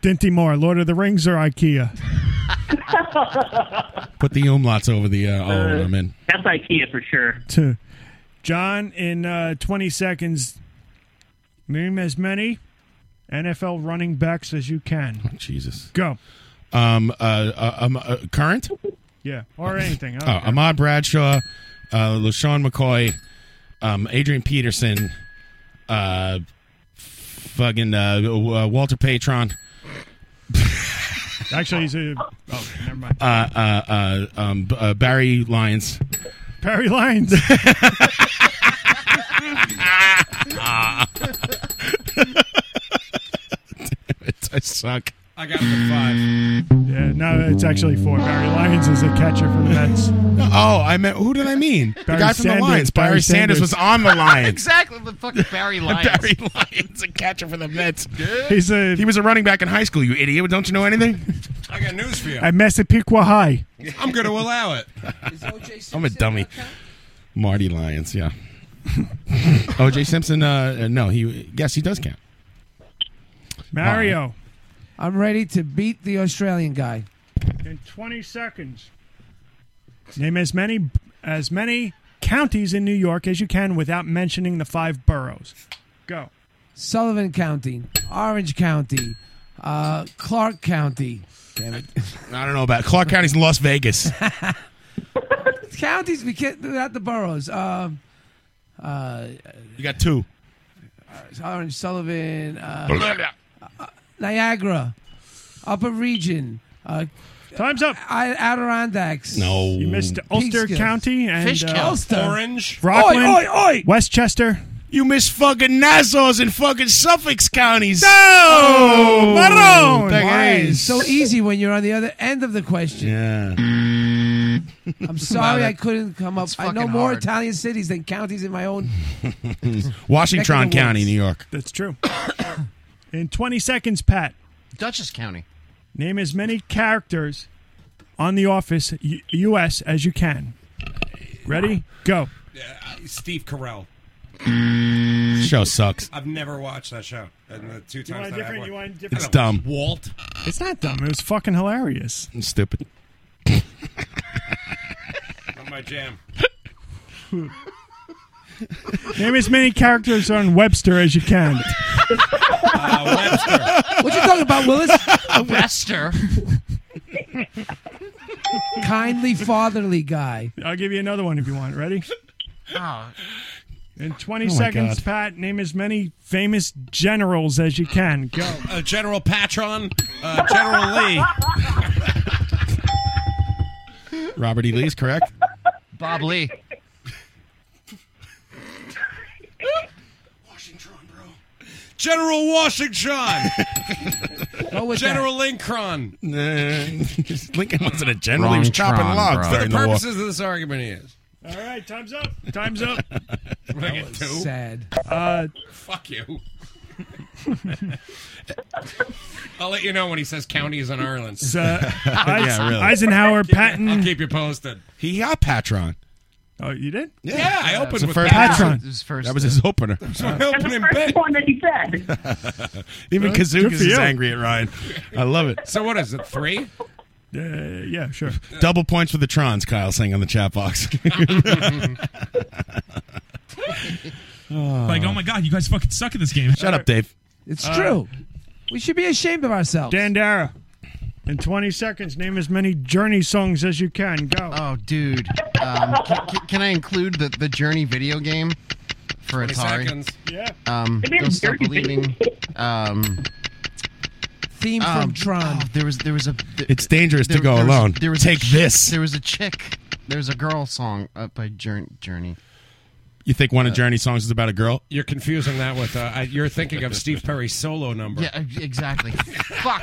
S6: Dinty Moore, Lord of the Rings or IKEA?
S5: Put the umlauts over the uh, all of them in.
S22: That's IKEA for sure.
S6: Two. John, in uh, 20 seconds, name as many NFL running backs as you can.
S5: Jesus.
S6: Go.
S5: Um. Uh. uh, um uh current.
S6: Yeah, or anything.
S5: Oh, Ahmad Bradshaw, uh, LaShawn McCoy, um, Adrian Peterson, uh, fucking uh, uh, Walter Patron,
S6: Actually, he's a. Oh, never mind.
S5: uh, uh, uh, um, B- uh, Barry Lyons.
S6: Barry
S5: *laughs*
S6: Lyons.
S5: Ah.
S6: *laughs*
S8: *laughs*
S5: Damn
S8: Ah.
S5: it, I suck.
S8: I got the five.
S6: Yeah, no, it's actually four. Barry Lyons is a catcher for the Mets.
S5: Oh, I meant who did I mean?
S6: Barry
S5: the guy from
S6: Sanders,
S5: the Lions, Barry,
S6: Barry
S5: Sanders.
S6: Sanders.
S5: was on the Lions.
S15: exactly, the fucking
S5: *laughs*
S15: Barry Lyons.
S5: Barry Lyons, a catcher for the Mets.
S6: He's a,
S5: he was a running back in high school. You idiot! Don't you know anything?
S8: I got news for you.
S6: At Massapequa High.
S8: I'm going to allow it.
S5: I'm a dummy. Marty Lyons, yeah. *laughs* OJ Simpson, uh, uh, no, he yes, he does count.
S6: Mario.
S1: I'm ready to beat the Australian guy.
S6: In 20 seconds. Name as many as many counties in New York as you can without mentioning the five boroughs. Go.
S1: Sullivan County, Orange County, uh, Clark County. Damn it.
S5: I don't know about Clark County's in Las Vegas.
S1: *laughs* Counties, we can't, not the boroughs. Um, uh,
S5: You got two.
S1: Orange, Sullivan, uh, Niagara, Upper Region. Uh,
S6: Time's up.
S1: I, Adirondacks.
S5: No.
S6: You missed Ulster
S1: Peekskill.
S6: County and
S1: Fishkill.
S6: uh,
S1: Ulster.
S6: Rockland,
S1: Oi, oi, oi.
S6: Westchester.
S5: You miss fucking Nassau's and fucking Suffolk's *laughs* counties. No,
S1: Oh, Why? It's so easy when you're on the other end of the question.
S5: Yeah.
S1: *laughs* I'm sorry
S5: Wow,
S1: I couldn't come up. I know
S5: fucking
S1: more
S5: hard.
S1: Italian cities than counties in my own.
S5: Washington County, New York.
S6: That's true. *coughs* In 20 seconds, Pat.
S3: Dutchess County.
S6: Name as many characters on The Office U- U.S. as you can. Ready? Go.
S8: uh, Steve Carell.
S5: Show sucks.
S8: I've never watched that show. And the two times
S6: want
S8: that
S6: different-
S8: I've
S6: you
S8: watched-
S6: want different-
S8: I
S5: It's
S8: don't
S5: dumb.
S8: watch Walt.
S6: It's not dumb. It was fucking hilarious. *laughs*
S5: Stupid.
S8: Not my jam.
S6: Name as many characters on Webster as you can.
S1: What you talking about, Willis?
S5: *laughs*
S6: Webster.
S1: Kindly fatherly guy.
S6: I'll give you another one if you want. Ready? In 20
S1: Oh my
S6: seconds,
S1: God.
S6: Pat, name as many famous generals as you can. Go.
S8: Uh, General Patron, uh, General Lee.
S5: Robert E. Lee's correct.
S3: *laughs*
S5: *laughs*
S3: Bob Lee.
S8: General Washington. General Lincoln.
S5: *laughs* Lincoln wasn't a general. he
S8: Wrong
S5: was chopping
S8: Tron,
S5: logs
S8: For
S5: during
S8: the
S5: the war.
S8: purposes of this argument, he is.
S6: All right, time's up. Time's up.
S8: *laughs* That was
S1: sad.
S6: Uh,
S8: Fuck you. *laughs* I'll let you know when he says county is in Ireland.
S6: So, Eis- Eisenhower,
S8: Keep you-
S6: Patton.
S8: I'll keep you posted.
S5: He got Patron.
S6: Oh, you did?
S8: *laughs* Yeah, I opened with
S5: Patron.
S8: Patron.
S5: That was his opener. *laughs*
S8: That's
S22: the first one that he said.
S5: Even
S8: Good for
S5: Kazookas is
S8: you.
S5: angry at Ryan. I love it.
S8: So what is it? Three?
S6: Uh, yeah, sure.
S5: Double points for the Trons, Kyle saying on the chat box. *laughs*
S14: Like, oh my god, you guys fucking suck at this game.
S5: Shut up, Dave.
S1: It's true. We should be ashamed of ourselves.
S6: Dandara. In 20 seconds, name as many Journey songs as you can. Go.
S3: Oh, dude. Um, can, can- can I include the, the Journey video game for
S6: 20
S3: Atari?
S6: seconds. Yeah.
S3: Um,
S6: They made
S3: Don't
S6: a
S3: Stop
S6: Journey
S3: Believing. Um,
S1: Theme
S3: um,
S1: from Tron.
S3: oh, there was there was a. th-
S5: It's dangerous to
S3: there-
S5: go
S3: there was-
S5: alone.
S3: there was a
S5: Take
S3: ch-
S5: this.
S3: There was a chick. There was a girl song uh, by Jour- Journey.
S5: You think one of Journey's songs is about a girl?
S8: You're confusing that with uh, I- you're thinking of Steve Perry's solo number.
S3: Yeah, uh,
S5: *laughs*
S3: exactly. Fuck.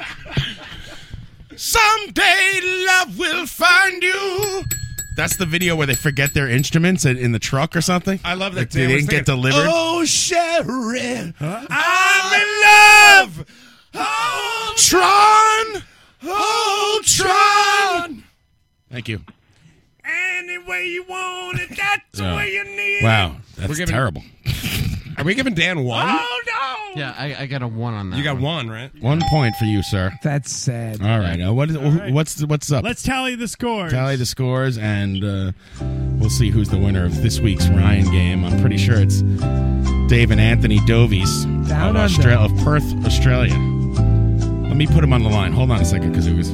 S5: Someday love will find you. That's the video where they forget their instruments in, in the truck or something.
S8: I love
S5: Like,
S8: that.
S5: they
S8: Dan was
S5: didn't get
S8: thinking,
S5: delivered.
S8: Oh, Sharon,
S5: I'm in love.
S8: Oh,
S5: Tron.
S8: Oh, Tron.
S5: Thank you.
S6: Any way you want it, that's
S5: the Oh. way
S6: you need
S5: Wow, that's
S8: We're giving-
S5: terrible.
S8: *laughs* Are we giving Dan one?
S3: Yeah, I, I got a one on that.
S8: you got one, right?
S5: One point for you, sir.
S1: That's sad.
S5: All right. Uh, what is,
S6: right.
S5: What's the, what's up?
S6: Let's tally the scores.
S5: tally the scores, and uh, we'll see who's the winner of this week's Ryan game. I'm pretty sure it's Dave and Anthony Dovies
S1: Down
S5: of,
S1: under.
S5: Austra- of Perth, Australia. Let me put him on the line. Hold on a second, because it was.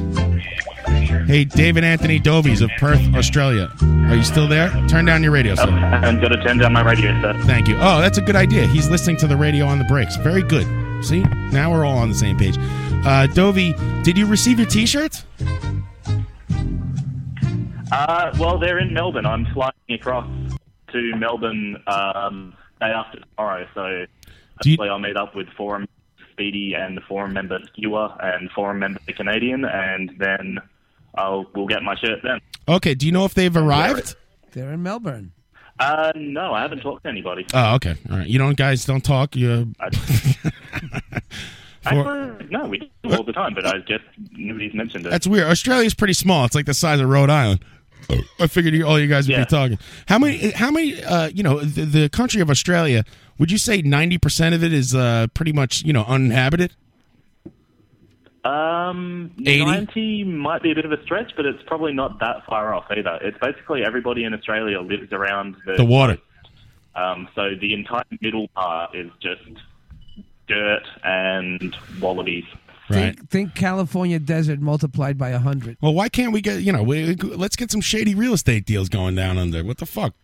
S5: Hey, Dave and Anthony Dovies of Perth, Australia. Are you still there? Turn down your radio, sir.
S11: I'm going to turn down my radio set.
S5: Thank you. Oh, that's a good idea. He's listening to the radio on the breaks. Very good. See, now we're all on the same page. Uh, Dovey, did you receive your T-shirt?
S11: Uh, well, they're in Melbourne. I'm flying across to Melbourne um, day after tomorrow, so
S5: Do you-
S11: hopefully I'll meet up with forum Speedy and the forum member Skewer and forum member the Canadian, and then I'll we'll get my shirt then.
S5: Okay. Do you know if they've arrived?
S1: They're in Melbourne.
S11: Uh, no, I haven't talked to anybody.
S5: Oh, okay. All right. You don't guys don't talk. You. *laughs* For-
S11: Actually, no, we do all the time, but I just nobody's mentioned it.
S5: that's weird. Australia's pretty small. It's like the size of Rhode Island. I figured you, all you guys would
S11: Yeah.
S5: be talking. How many? How many? Uh, you know, the, the country of Australia. Would you say ninety percent of it is uh, pretty much you know uninhabited?
S11: Um, 90 might be a bit of a stretch, but it's probably not that far off either. It's basically everybody in Australia lives around the,
S5: The water.
S11: Um, so the entire middle part is just dirt and wallabies.
S1: Think, think California desert multiplied by
S6: *laughs*
S1: 100.
S5: Well, why can't we get you know? We, let's get some shady real estate deals going down under. What the fuck?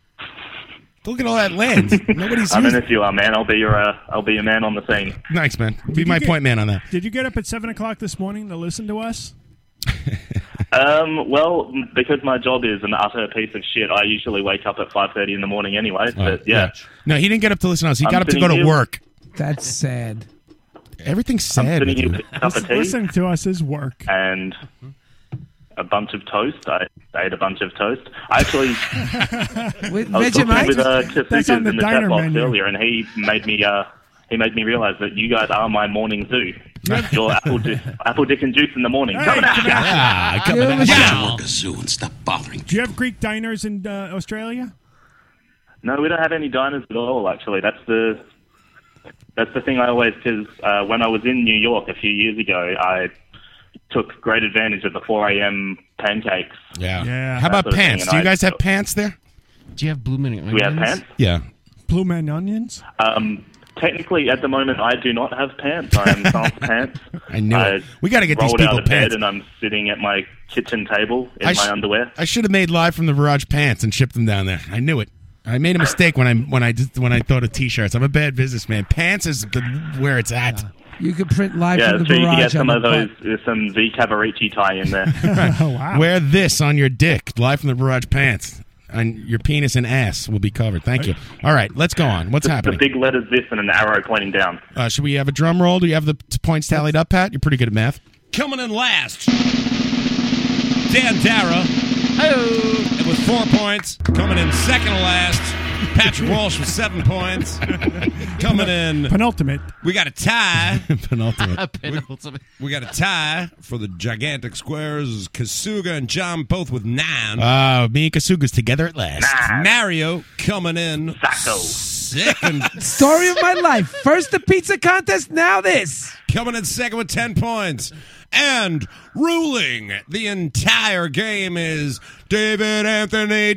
S5: Look at all that land.
S11: *laughs*
S5: Nobody's
S11: I'm in
S5: using.
S11: if you are, man. I'll be your uh, I'll be your man on the scene.
S5: Thanks, man. Be my point man on that.
S6: Did you get up at 7 o'clock this morning to listen to us?
S11: Um, well, m- because my job is an utter piece of shit, I usually wake up at 5.30 in the morning anyway, but yeah.
S5: No, he didn't get up to listen to us. He
S11: I'm
S5: got up to go
S11: sitting
S5: to
S11: here-
S5: work.
S1: That's sad.
S5: Everything's sad.
S11: sitting
S5: with
S11: here
S5: you.
S11: with a cup of tea.
S6: Listening to us is work.
S11: and a bunch of toast. I ate a bunch of toast. I actually,
S1: With
S11: I was talking with uh,
S1: Vegemite?
S11: Chris Vickers in the chat box earlier, and he made me uh, he made me realize that you guys are my morning zoo. Your apple, di- apple dick and juice in the morning. coming out.
S5: Yeah,
S6: coming out.
S11: to work a zoo and stop bothering.
S6: Do you have Greek diners in uh, Australia?
S11: No, we don't have any diners at all. Actually, that's the that's the thing I always because uh, when I was in New York a few years ago, I took great advantage of the 4 a.m. pancakes.
S5: Yeah.
S6: Yeah.
S5: How about
S11: That's what I'm
S5: pants?
S11: saying,
S5: Do you
S11: and I-
S5: guys have pants there?
S3: Do you have blue minute?
S11: Do we have pants?
S5: Yeah.
S6: Blue Man Onions?
S11: Um, technically, at the moment, I do not have pants. I am
S5: *laughs*
S11: sans pants.
S5: I knew
S11: I
S5: it. We got to get these
S11: rolled
S5: people
S11: out of bed
S5: pants.
S11: and I'm sitting at my kitchen table in
S5: I
S11: my
S5: sh-
S11: underwear.
S5: I should have made live from the Virage pants and shipped them down there. I knew it. I made a mistake when I when I did, when I thought of t-shirts. I'm a bad businessman. Pants is the, where it's at.
S1: You could print live
S11: yeah,
S1: from the
S11: so you can get
S1: barrage on
S11: some
S1: the
S11: of those, there's some Z Cavarici tie in there.
S5: Wear this on your dick. Live from the Virage pants, and your penis and ass will be covered. Thank you. All right, let's go on. *laughs* What's
S11: the
S5: happening?
S11: big letters this and an arrow pointing down.
S5: Uh, should we have a drum roll? Do you have the t- points tallied up, Pat? You're pretty good at math.
S18: Coming in last, Dan Dara. And with four points. Coming in second to last, Patrick Walsh with seven points. *laughs* Coming in.
S6: Penultimate.
S18: We got a tie.
S5: Penultimate.
S18: Penultimate. We, we got a tie for the gigantic squares. Kasuga and John both with nine.
S5: Uh, me and Kasuga's together at last.
S18: Mario coming in
S22: *laughs*
S18: second.
S1: Story of my life. First the pizza contest, now this.
S18: Coming in second with 10 points. And ruling the entire game is David Anthony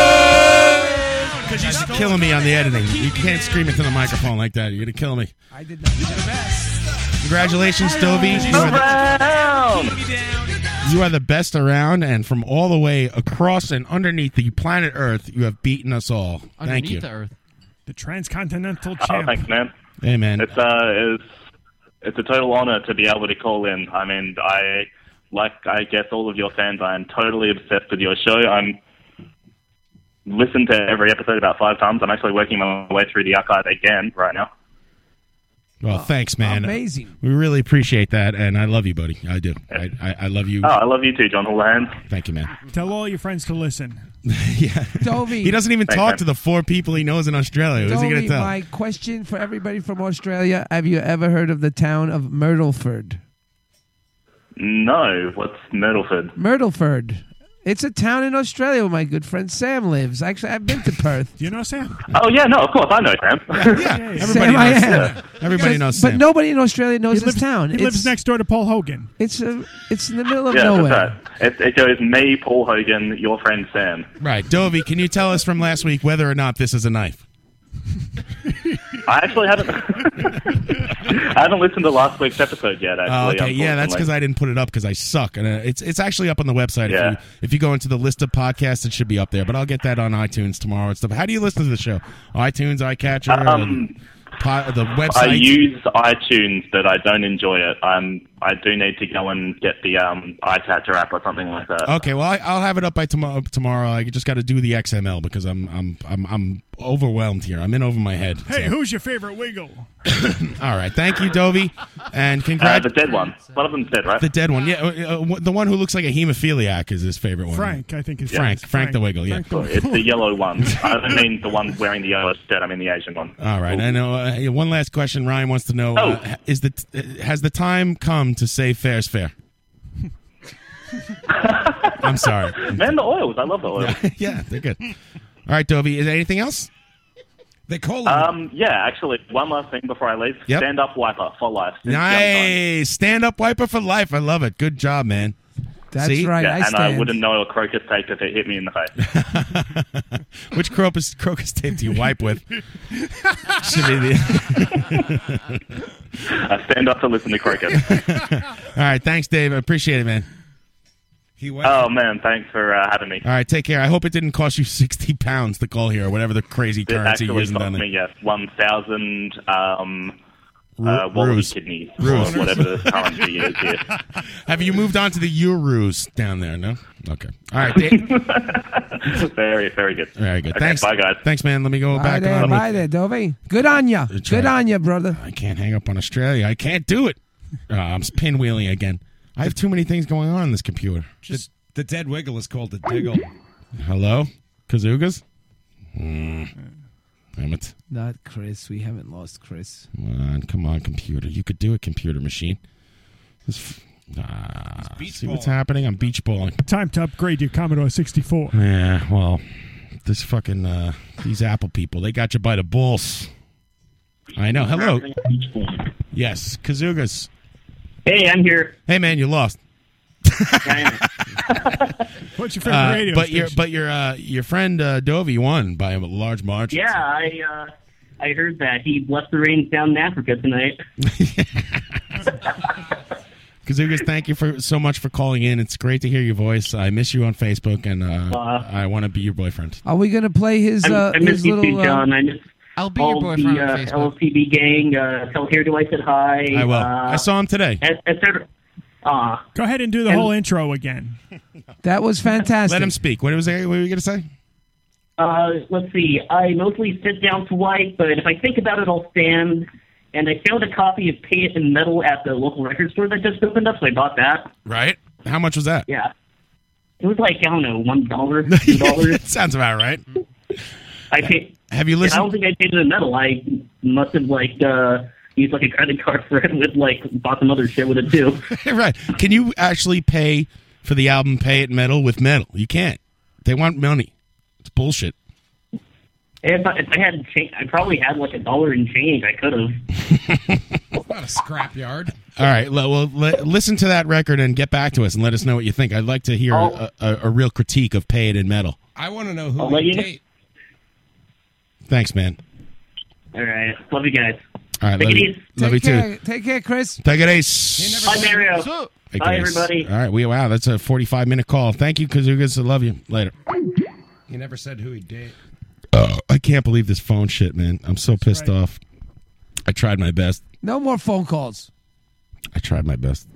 S18: Dobbins.
S5: Because you're killing me on the editing. You can't scream into the microphone like that. You're gonna kill me.
S1: I did not do the best.
S5: Congratulations, Dovey. You are the- You are the best around, and from all the way across and underneath the planet Earth, you have beaten us all. Thank you.
S3: Earth.
S6: The transcontinental
S11: Oh,
S6: champ.
S11: thanks, man.
S5: Hey, man.
S11: It's uh, it's it's a total honor to be able to call in. I mean, I like I guess all of your fans. I am totally obsessed with your show. I'm listened to every episode about five times. I'm actually working my way through the archive again right now.
S5: Well, thanks, man.
S1: Amazing.
S5: We really appreciate that, and I love you, buddy. I do. I, I, I love you.
S11: Oh, I love you too, John Hulahan.
S5: Thank you, man.
S6: Tell all your friends to listen.
S5: *laughs* yeah.
S1: Dovey.
S5: He doesn't even
S1: Thanks,
S5: talk
S1: man.
S5: to the four people he knows in Australia. Who's he going
S1: Dovey,
S5: to tell?
S1: my question for everybody from Australia: Have you ever heard of the town of Myrtleford?
S11: No, what's Myrtleford?
S1: Myrtleford. It's a town in Australia where my good friend Sam lives. Actually, I've been to Perth.
S6: Do you know Sam?
S11: Oh yeah, no, of course I know Sam. *laughs*
S5: Yeah, everybody
S1: Sam, I
S5: knows
S1: am.
S5: Sam. Everybody
S1: but,
S5: knows
S1: but
S5: Sam.
S1: nobody in Australia knows
S6: He
S1: this
S6: lives-
S1: town.
S6: he lives next door to Paul Hogan.
S1: It's a, it's in the middle of
S11: yeah,
S1: nowhere.
S11: that's right. It, it goes me, Paul Hogan, your friend Sam.
S5: Right, Dovey. Can you tell us from last week whether or not this is a knife?
S11: I actually haven't. *laughs* I haven't listened to last week's episode yet. Actually,
S5: Oh, okay, yeah, that's
S11: unfortunately.
S5: because I didn't put it up because I suck, and uh, it's it's actually up on the website.
S11: Yeah.
S5: If, you, if you go into the list of podcasts, it should be up there. But I'll get that on iTunes tomorrow and stuff. How do you listen to the show? iTunes, iCatcher,
S11: Um,
S5: the, po- the website.
S11: I use iTunes, but I don't enjoy it. I'm, I do need to go and get the um, iTatcher app or something like that.
S5: Okay, well, I, I'll have it up by tomorrow. Tomorrow, I just got to do the XML because I'm I'm I'm I'm overwhelmed here. I'm in over my head.
S6: Hey,
S5: so-
S6: who's your favorite wiggle?
S5: All right, thank you, Dovey, and
S11: Uh,
S5: congrats.
S11: the dead one. One of them's dead, right?
S5: The dead one, yeah, uh, uh, the one who looks like a hemophiliac is his favorite one.
S6: Frank, I think his name is
S5: Frank, Frank the Wiggle, yeah.
S11: It's the yellow one. I don't mean the one wearing the yellow shirt. I mean the Asian one.
S5: All right, I know. Uh, one last question. Ryan wants to know:
S11: Oh.
S5: uh, Is the uh, has the time come to say fair's fair? Oh, I'm sorry.
S11: Man, the oils. I love the oils.
S5: *laughs* yeah, they're good. All right, Dovey. Is there anything else? They call
S11: Um, yeah, actually, one last thing before I leave.
S5: Yep.
S11: Stand up wiper for life.
S5: Nice stand up wiper for life. I love it. Good job, man. See?
S11: Yeah, and I wouldn't know a crocus tape if it hit me in the face.
S5: *laughs* Which crocus, crocus tape do you
S1: *laughs*
S5: wipe with? Should be the.
S11: I stand up to listen to crocus.
S5: *laughs* All right, thanks, Dave. I appreciate it, man.
S11: oh man, thanks for uh, having me.
S5: All right, take care. I hope it didn't cost you sixty pounds to call here or whatever the crazy
S11: It
S5: currency you're
S11: actually
S5: using down
S11: cost
S5: there.
S11: me yes one thousand um,
S22: uh, wallaby
S5: Ruse.
S22: kidneys
S5: Ruse.
S22: or whatever the currency is here.
S5: Have you moved on to the Euros down there? No. Okay. *laughs*
S11: *laughs*
S5: All right. Dan-
S22: very, very good.
S5: Very good.
S22: Okay,
S5: Thanks.
S22: Bye, guys.
S5: Thanks, man. Let me go
S1: Bye
S5: back
S1: there,
S5: on.
S1: bye
S5: With,
S1: there, Dovey. Good on ya.
S5: That's
S1: Good
S5: right.
S1: on ya, brother.
S5: I can't hang up on Australia. I can't do it. Uh, I'm pinwheeling again. I have too many things going on in this computer.
S8: Just the dead wiggle is called the diggle.
S5: Hello, Kazoogas. Mm. Damn it!
S1: Not Chris. We haven't lost Chris.
S5: Come on, come on, computer. You could do it, computer machine. This f- ah, see what's
S6: balling.
S5: happening? I'm beach balling.
S6: Time to upgrade your Commodore 64.
S5: Yeah, well, this fucking uh, these Apple people, they got you by the balls. I know. Hello. Yes, Kazugas.
S22: Hey, I'm here.
S5: Hey, man, you lost.
S6: *laughs* What's your favorite
S5: Uh,
S6: radio
S5: but your
S6: station?
S5: but your uh, your friend uh, Dovey won by a large margin.
S22: Yeah, I uh, I heard that he left the rains down in Africa tonight. *laughs*
S5: Kazugas, thank you for so much for calling in. It's great to hear your voice. I miss you on Facebook, and uh,
S1: Uh,
S5: I want to be your boyfriend.
S1: Are we gonna play his
S22: I,
S1: uh,
S22: I miss
S1: his
S22: you
S1: little
S22: too, John.
S1: Uh,
S22: I miss
S25: I'll
S1: be your
S22: all
S1: boyfriend
S22: the
S1: on
S22: uh,
S1: Facebook.
S22: LCB gang. Uh, tell here do I said hi.
S5: I will.
S22: Uh,
S5: I saw him today.
S22: et, et cetera. Uh,
S6: Go ahead and do the
S22: And-
S6: whole intro again.
S1: that was fantastic.
S5: Let him speak. What was that, what were you going to say?
S22: uh, let's see. I mostly sit down to write, but if I think about it, I'll stand. And I found a copy of Pay It in Metal at the local record store that just opened up, so I bought that.
S5: Right? How much was that? *laughs*
S22: Yeah. It was like, I don't know, $1, $2.
S5: *laughs* Sounds about right.
S22: I paid.
S5: Have you
S22: I don't think I paid it in metal. I must have like uh, used like a credit card for it with like bought some other shit with it
S5: *laughs*
S22: too.
S5: right. Can you actually pay for the album Pay It Metal with metal? You can't. They want money. It's bullshit.
S22: If I, if I had, cha- I probably had like a dollar in change. I could have.
S5: *laughs*
S8: Not a scrapyard.
S5: All right. le- Well, le- listen to that record and get back to us and let us know what you think. I'd like to hear a, a, a real critique of Pay It in Metal.
S8: I want to know who
S22: I'll let
S8: you
S22: you know.
S8: date.
S5: Thanks, man.
S22: All right, love you guys.
S5: All right.
S22: Take
S5: love
S22: it
S5: you,
S22: easy.
S5: love
S1: take
S5: you
S1: care.
S5: too.
S1: Take care, Chris.
S5: Take it easy.
S22: Bye, Mario.
S5: Take
S22: Bye,
S5: it easy.
S22: everybody.
S5: All right. We, wow, that's a 45 minute call. Thank you, Kazugas. I love you. Later. Uh,
S8: He never said who he date.
S5: I can't believe this phone shit, man. I'm so pissed off. I tried my best.
S1: No more phone calls.
S5: I tried my best.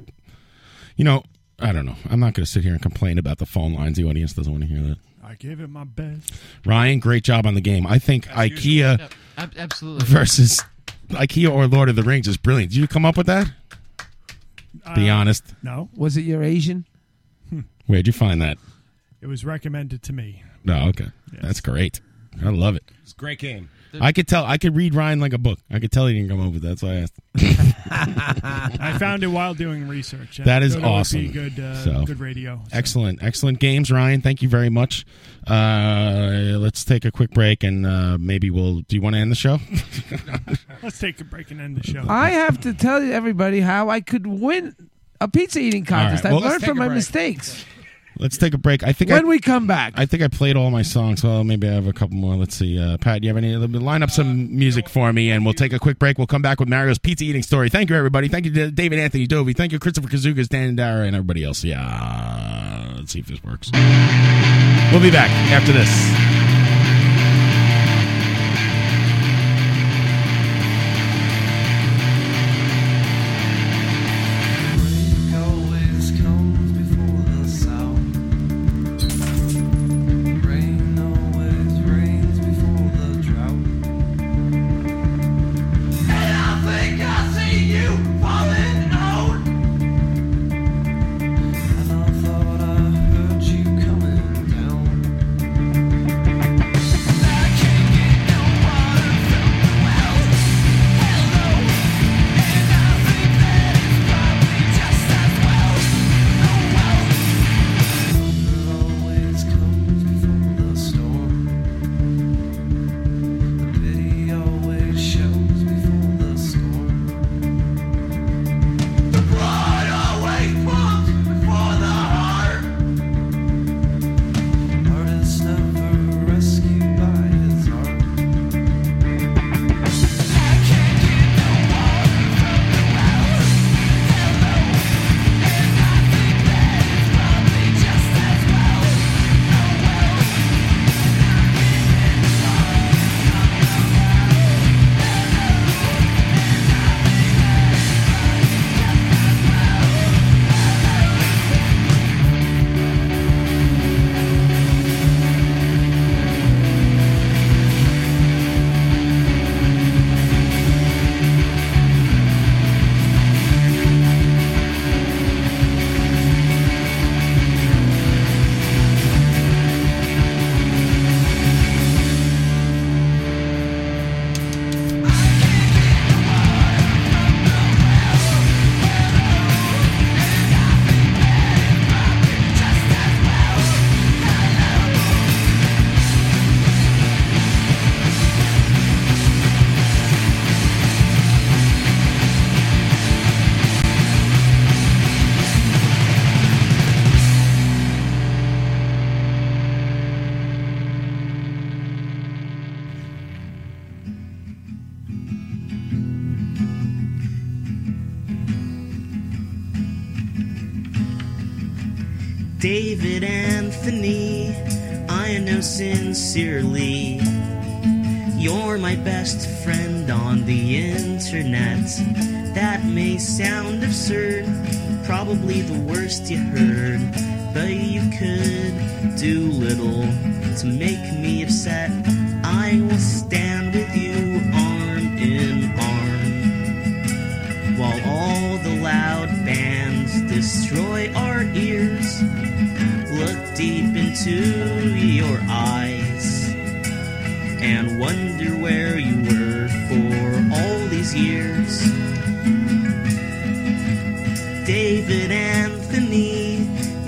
S5: You know, I don't know. I'm not going to sit here and complain about the phone lines. The audience doesn't want to hear that.
S6: I gave it my best.
S5: Ryan, great job on the game. I think IKEA
S25: Ab- absolutely.
S5: versus IKEA or Lord of the Rings is brilliant. Did you come up with that? Be
S25: Uh,
S5: honest.
S6: No,
S1: Was it Eurasian?
S5: Where'd you find that?
S6: it was recommended to me.
S5: No, okay. That's great. I love it.
S8: It's a great game.
S5: I could tell. I could read Ryan like a book. I could tell he didn't come up with that. That's why I asked.
S6: *laughs* I found it while doing research.
S5: *laughs* That is
S6: Thought it would be
S5: awesome.
S6: good, uh,
S5: So,
S6: good radio.
S5: Excellent, excellent games, Ryan. Thank you very much. Uh, let's take a quick break, and uh, maybe we'll. Do you want to end the show? *laughs*
S6: Let's take a break and end the show.
S1: I have to tell everybody how I could win a pizza eating contest.
S5: All right, well,
S1: I
S5: let's
S1: learned
S5: take
S1: from
S5: a
S1: my
S5: break.
S1: mistakes.
S5: let's take a break. I think
S1: When
S5: I,
S1: we come back,
S5: I think I played all my songs. Well, maybe I have a couple more. Let's see. Uh, Pat, you have any? Line up some music for me, and we'll take a quick break. We'll come back with Mario's pizza eating story. Thank you, everybody. Thank you, to David Anthony Dovey. Thank you, Christopher Kazugas, Dan Dara, and everybody else. Yeah. Let's see if this works. We'll be back after this.
S2: always comes before the sound. Rain always rains before the drought. And I think I see you falling out. And I thought I heard you coming down.
S13: David Anthony, I know sincerely you're my best friend on the internet. That may sound absurd, probably the worst you heard, but you could do little to make me upset. I will stand with you arm in arm while all the loud bands destroy our ears. Look deep into your eyes and wonder where you were for all these years. David Anthony,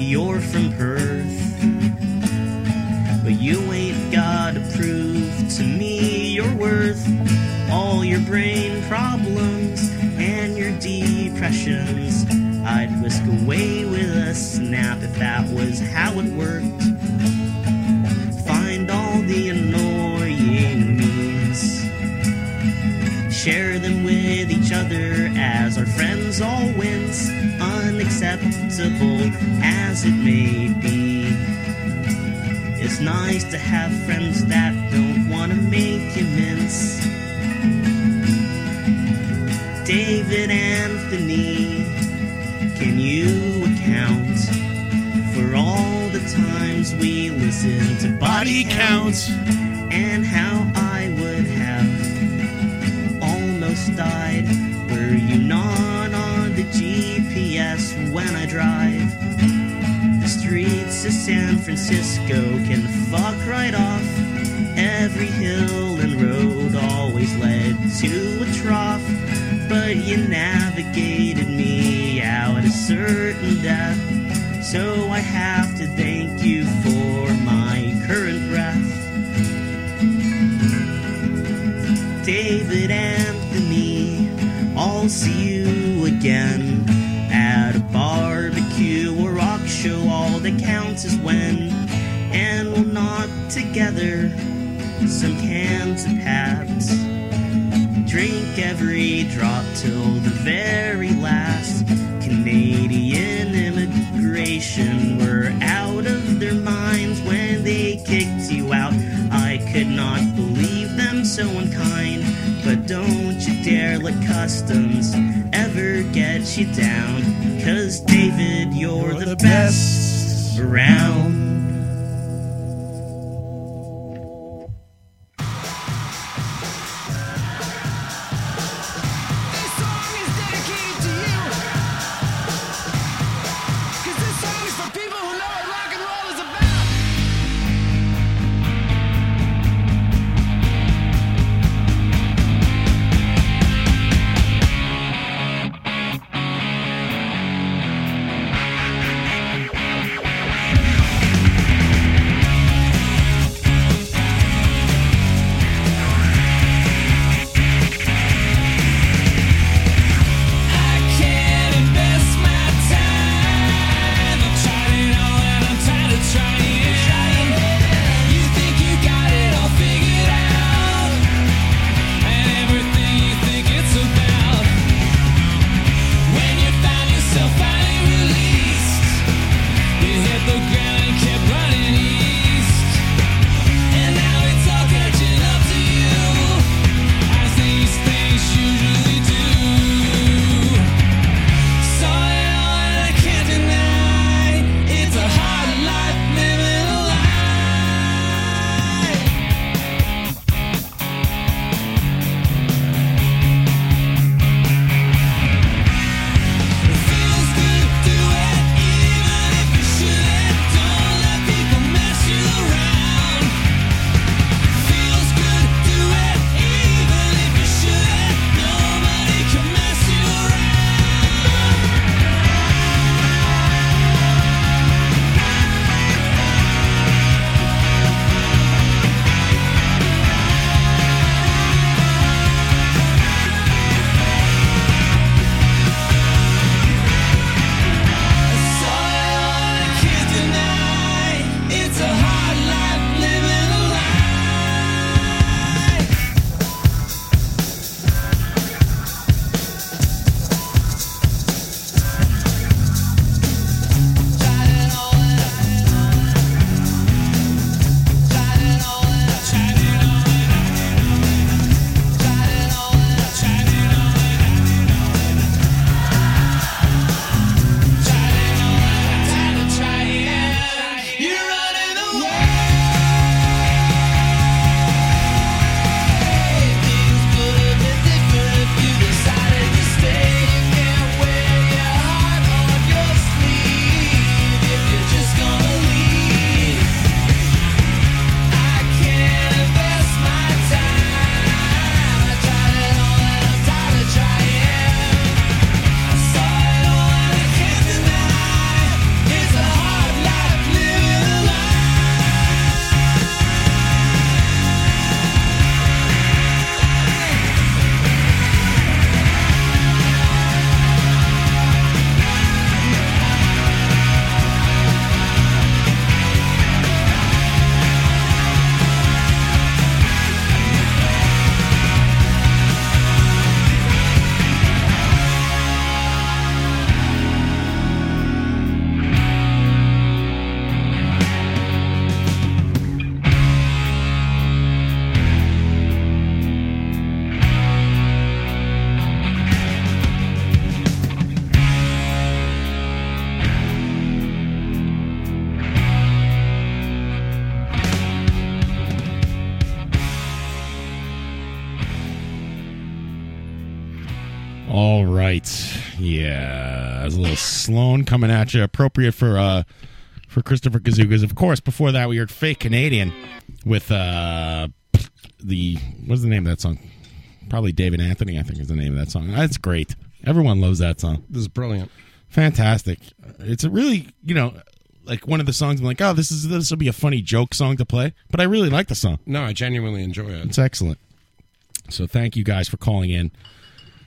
S13: you're from Perth, but you ain't gotta prove to me your worth. All your brain problems and your depressions, I'd whisk away with a snap if that was how it worked find all the annoying memes. Share them with each other as our friends all wince, unacceptable as it may be. It's nice to have friends that don't want to make you mince. David Anthony, can you account? for all the times we listen to body counts and how I would have almost died were you not on the GPS when I drive. The streets of San Francisco can fuck right off. Every hill and road always led to a trough, but you navigated me out of certain death. So I have to thank you for my current breath. David Anthony, I'll see you again at a barbecue or rock show. All that counts is when, and we'll knot together some cans of Pabst. Drink every drop till the very last. Canadian immigration were out of their minds when they kicked you out. I could not believe them so unkind. But don't you dare let customs ever get you down. Cause David, you're, the, best around.
S5: right. Yeah. There's a little Sloan coming at you, appropriate for uh for Christopher Kazugas. Of course, before that we heard Fake Canadian with uh the what's the name of that song? Probably David Anthony, I think is the name of that song. That's great. Everyone loves that song.
S18: This is brilliant.
S5: Fantastic. It's a really, you know, like one of the songs I'm like, "Oh, this is this will be a funny joke song to play." But I really like the song.
S18: No, I genuinely enjoy it.
S5: It's excellent. So thank you guys for calling in.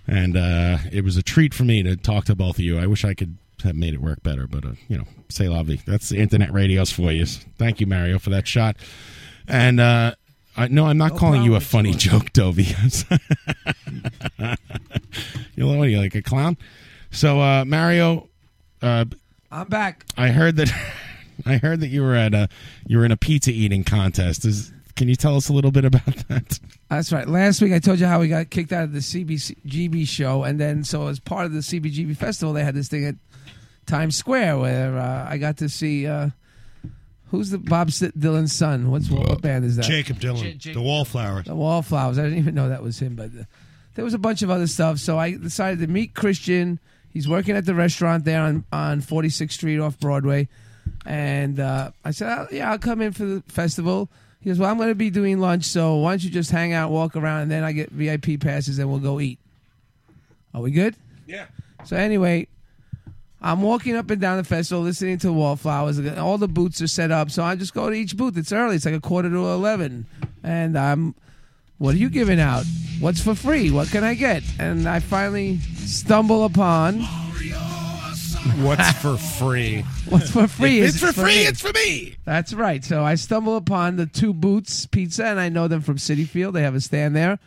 S5: And uh, it was a treat for me to talk to both of you. I wish I could have made it work better, but uh, you know, say la vie. That's the internet radios for you. Thank you, Mario, for that shot. And uh, I, no, I'm not calling you a funny joke, *laughs* Dovey. I'm sorry. you know what? Are you like a clown? So uh, Mario, uh,
S1: I'm back.
S5: I heard that. *laughs* I heard that you were at a you were in a pizza eating contest. Is can you tell us a little bit about that?
S1: That's right. Last week I told you how we got kicked out of the CBGB show, and then so as part of the CBGB festival, they had this thing at Times Square where uh, I got to see uh, who's the Bob S- Dylan's son. What's what, what band is that?
S18: Jacob Dylan, the Wallflowers.
S1: The Wallflowers. I didn't even know that was him, but uh, there was a bunch of other stuff. So I decided to meet Christian. He's working at the restaurant there on on 46th Street off Broadway, and uh, I said, "Oh, "Yeah, I'll come in for the festival." He goes, "Well, I'm going to be doing lunch, so why don't you just hang out, walk around, and then I get VIP passes, and we'll go eat." Are we good?
S18: Yeah.
S1: So anyway, I'm walking up and down the festival, listening to Wallflowers. All the booths are set up, so I just go to each booth. It's early; it's like a quarter to eleven, and I'm. What are you giving out? What's for free? What can I get? And I finally stumble upon *laughs*
S18: What's for free?
S1: what's for free.
S18: If
S1: is
S18: it's for free, it's for me.
S1: That's right. So I stumble upon the Two Boots Pizza, and I know them from City Field. They have a stand there,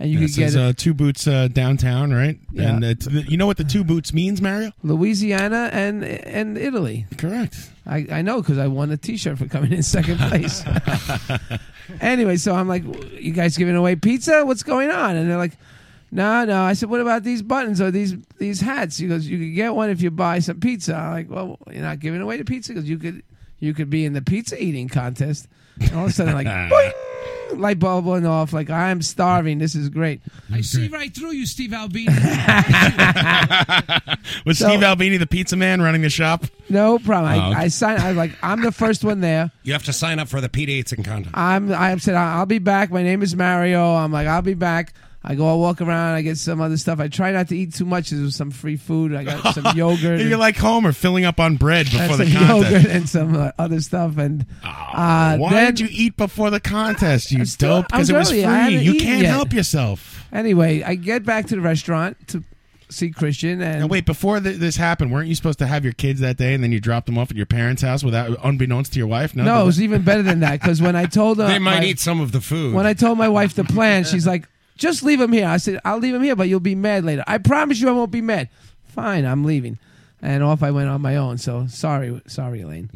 S1: and you
S5: this
S1: can get
S5: is
S1: it.
S5: uh, two boots uh, downtown, right?
S1: Yeah.
S5: And uh, it's, you know what the two boots means, Mario?
S1: Louisiana and and Italy.
S5: Correct.
S1: I, I know because I won a T-shirt for coming in second
S5: *laughs*
S1: place. anyway, so I'm like, you guys giving away pizza? What's going on? And they're like, no, no. I said, what about these buttons or these these hats? He goes, you could get one if you buy some pizza. I'm like, well, you're not giving away the pizza because you could you could be in the pizza eating contest. And all of a sudden,
S5: *laughs*
S1: like, boing, light bulb went off. Like I'm starving. This is great.
S15: I see right through you, Steve
S1: *laughs*
S15: Albini.
S5: Was Steve Albini the pizza man running the shop?
S1: No problem. I,
S5: Oh, okay.
S1: I signed. I was like, I'm the first one there.
S18: You have to sign up for the Pete Davidson contest.
S1: I'm I said I'll be back. My name is Mario. I'm like I'll be back. I go, I walk around, I get some other stuff. I try not to eat too much. There was some free food. I got
S5: *laughs*
S1: some yogurt.
S5: You're
S1: and-
S5: like Homer filling up on bread
S1: I
S5: before
S1: had
S5: the
S1: some *laughs* yogurt
S5: contest.
S1: and some uh, other stuff. And uh,
S5: Why
S1: then,
S5: did you eat before the contest? You dope,
S1: I was
S5: because it was
S1: early.
S5: free.
S1: I haven't
S5: You
S1: eaten
S5: can't
S1: yet.
S5: help yourself.
S1: Anyway, I get back to the restaurant to see Christian, and
S5: Now wait, before th- this happened, weren't you supposed to have your kids that day, and then you dropped them off at your parents' house without, unbeknownst to your wife?
S1: no, it was even better than that because when
S5: *laughs*
S1: I told her,
S5: They might
S1: my-
S5: eat
S18: some of the food.
S1: When I told my wife the plan, she's like, "Just leave him here." I said, "I'll leave him here, but you'll be mad later. I promise you, I won't be mad." Fine, I'm leaving, and off I went on my own. So sorry, sorry,
S5: *laughs*
S1: Elaine.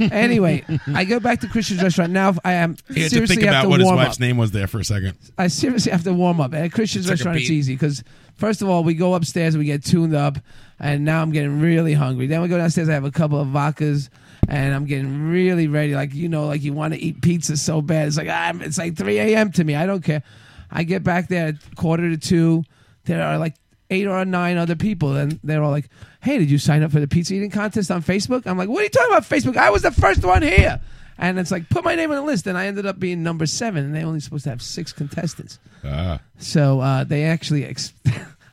S1: anyway, I go back to Christian's restaurant now. I am
S5: He had to
S1: seriously
S5: think
S1: have
S5: about
S1: to
S5: what his
S1: warm
S5: wife's
S1: up.
S5: name was there for a second.
S1: I seriously have to warm up. At Christian's
S5: It's like a
S1: restaurant, it's
S5: beat.
S1: easy because first of all, we go upstairs, we get tuned up, and now I'm getting really hungry. Then we go downstairs, I have a couple of vodkas, and I'm getting really ready. Like you know, like you want to eat pizza so bad. It's like I'm, it's like 3 a.m. to me. I don't care. I get back there at quarter to two. There are like eight or nine other people, and they're all like, "Hey, did you sign up for the pizza eating contest on Facebook?" I'm like, "What are you talking about Facebook? I was the first one here." And it's like, put my name on the list, and I ended up being number seven, and they only supposed to have six contestants.
S5: Ah.
S1: So uh, they actually, ex- *laughs*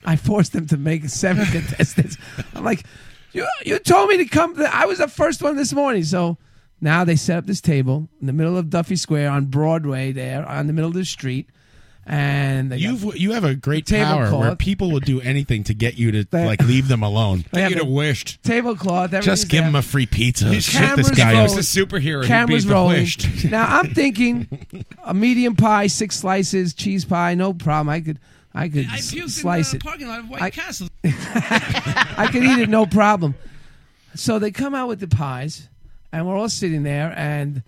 S1: I forced them to make seven *laughs* contestants. I'm like, you, you told me to come. I was the first one this morning. So now they set up this table in the middle of Duffy Square on Broadway, there on the middle of the street, and they got-
S5: You've you have a great power where
S1: Tablecloth.
S5: people will do anything to get you to like leave
S1: *laughs*
S5: them alone.
S1: They have a
S5: wished.
S1: tablecloth. everything's
S5: Just give
S1: there.
S5: him a free pizza.
S1: His
S5: Shut
S1: cameras
S5: this guy up.
S1: rolling. Cameras rolling. *laughs* now I'm thinking
S5: *laughs*
S1: a medium pie, six slices, cheese pie, no problem. I could, I could s- slice it.
S15: parking lot of White
S1: I-
S15: Castle.
S1: *laughs* I could eat it no problem. So they come out with the pies, and we're all sitting there. And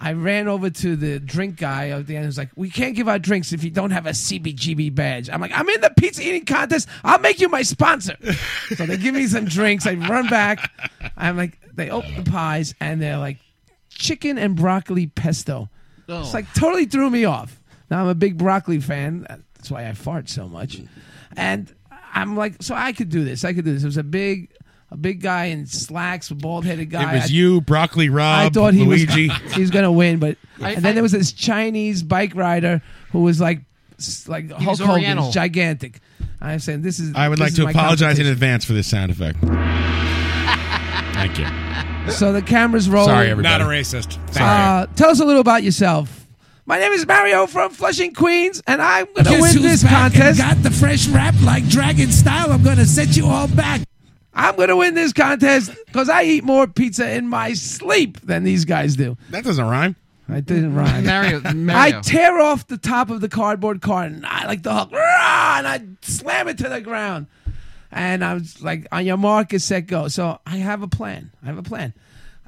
S1: I ran over to the drink guy at the end. Who's like, "We can't give out drinks if you don't have a CBGB badge." I'm like, "I'm in the pizza eating contest. I'll make you my sponsor." so they give me some drinks. I run back. I'm like, they open the pies, and they're like, chicken and broccoli pesto. It's like totally
S5: Mm-hmm.
S1: threw me off. Now I'm a big broccoli fan. That's why I fart so much. And I'm like, so I could do this. I could do this. It was a big, a big guy in slacks, a bald headed guy.
S5: it was
S1: I-
S5: you, broccoli, Rob,
S1: I thought he
S5: Luigi.
S1: was *laughs* he was gonna win, but and then there was this Chinese bike rider who was like s- like
S3: He was
S1: Hulk Hogan,
S3: Oriental.
S1: was gigantic. I'm saying this is.
S5: I would
S1: this
S5: like
S1: is
S5: to
S1: my
S5: apologize in
S1: competition.
S5: advance for this
S1: *laughs*
S5: sound effect. Thank you.
S1: So the cameras roll.
S5: Sorry, everybody.
S8: Not a racist.
S1: Uh, tell us a little about yourself. My name is Mario from Flushing, Queens, and I'm gonna
S15: Guess
S1: win
S15: who's
S1: this
S15: back and
S1: contest.
S15: got
S1: the fresh rap like Dragon Style. I'm gonna set you all back. I'm gonna win this contest because I eat more pizza in my sleep than these guys do.
S5: That doesn't rhyme.
S1: I didn't
S5: *laughs*
S1: rhyme.
S3: Mario-
S1: I
S3: Mario.
S1: tear off the top of the cardboard carton. I like the hook, rah, and I slam it to the ground. And I was like, on your mark, get set, go. So I have a plan. I have a plan.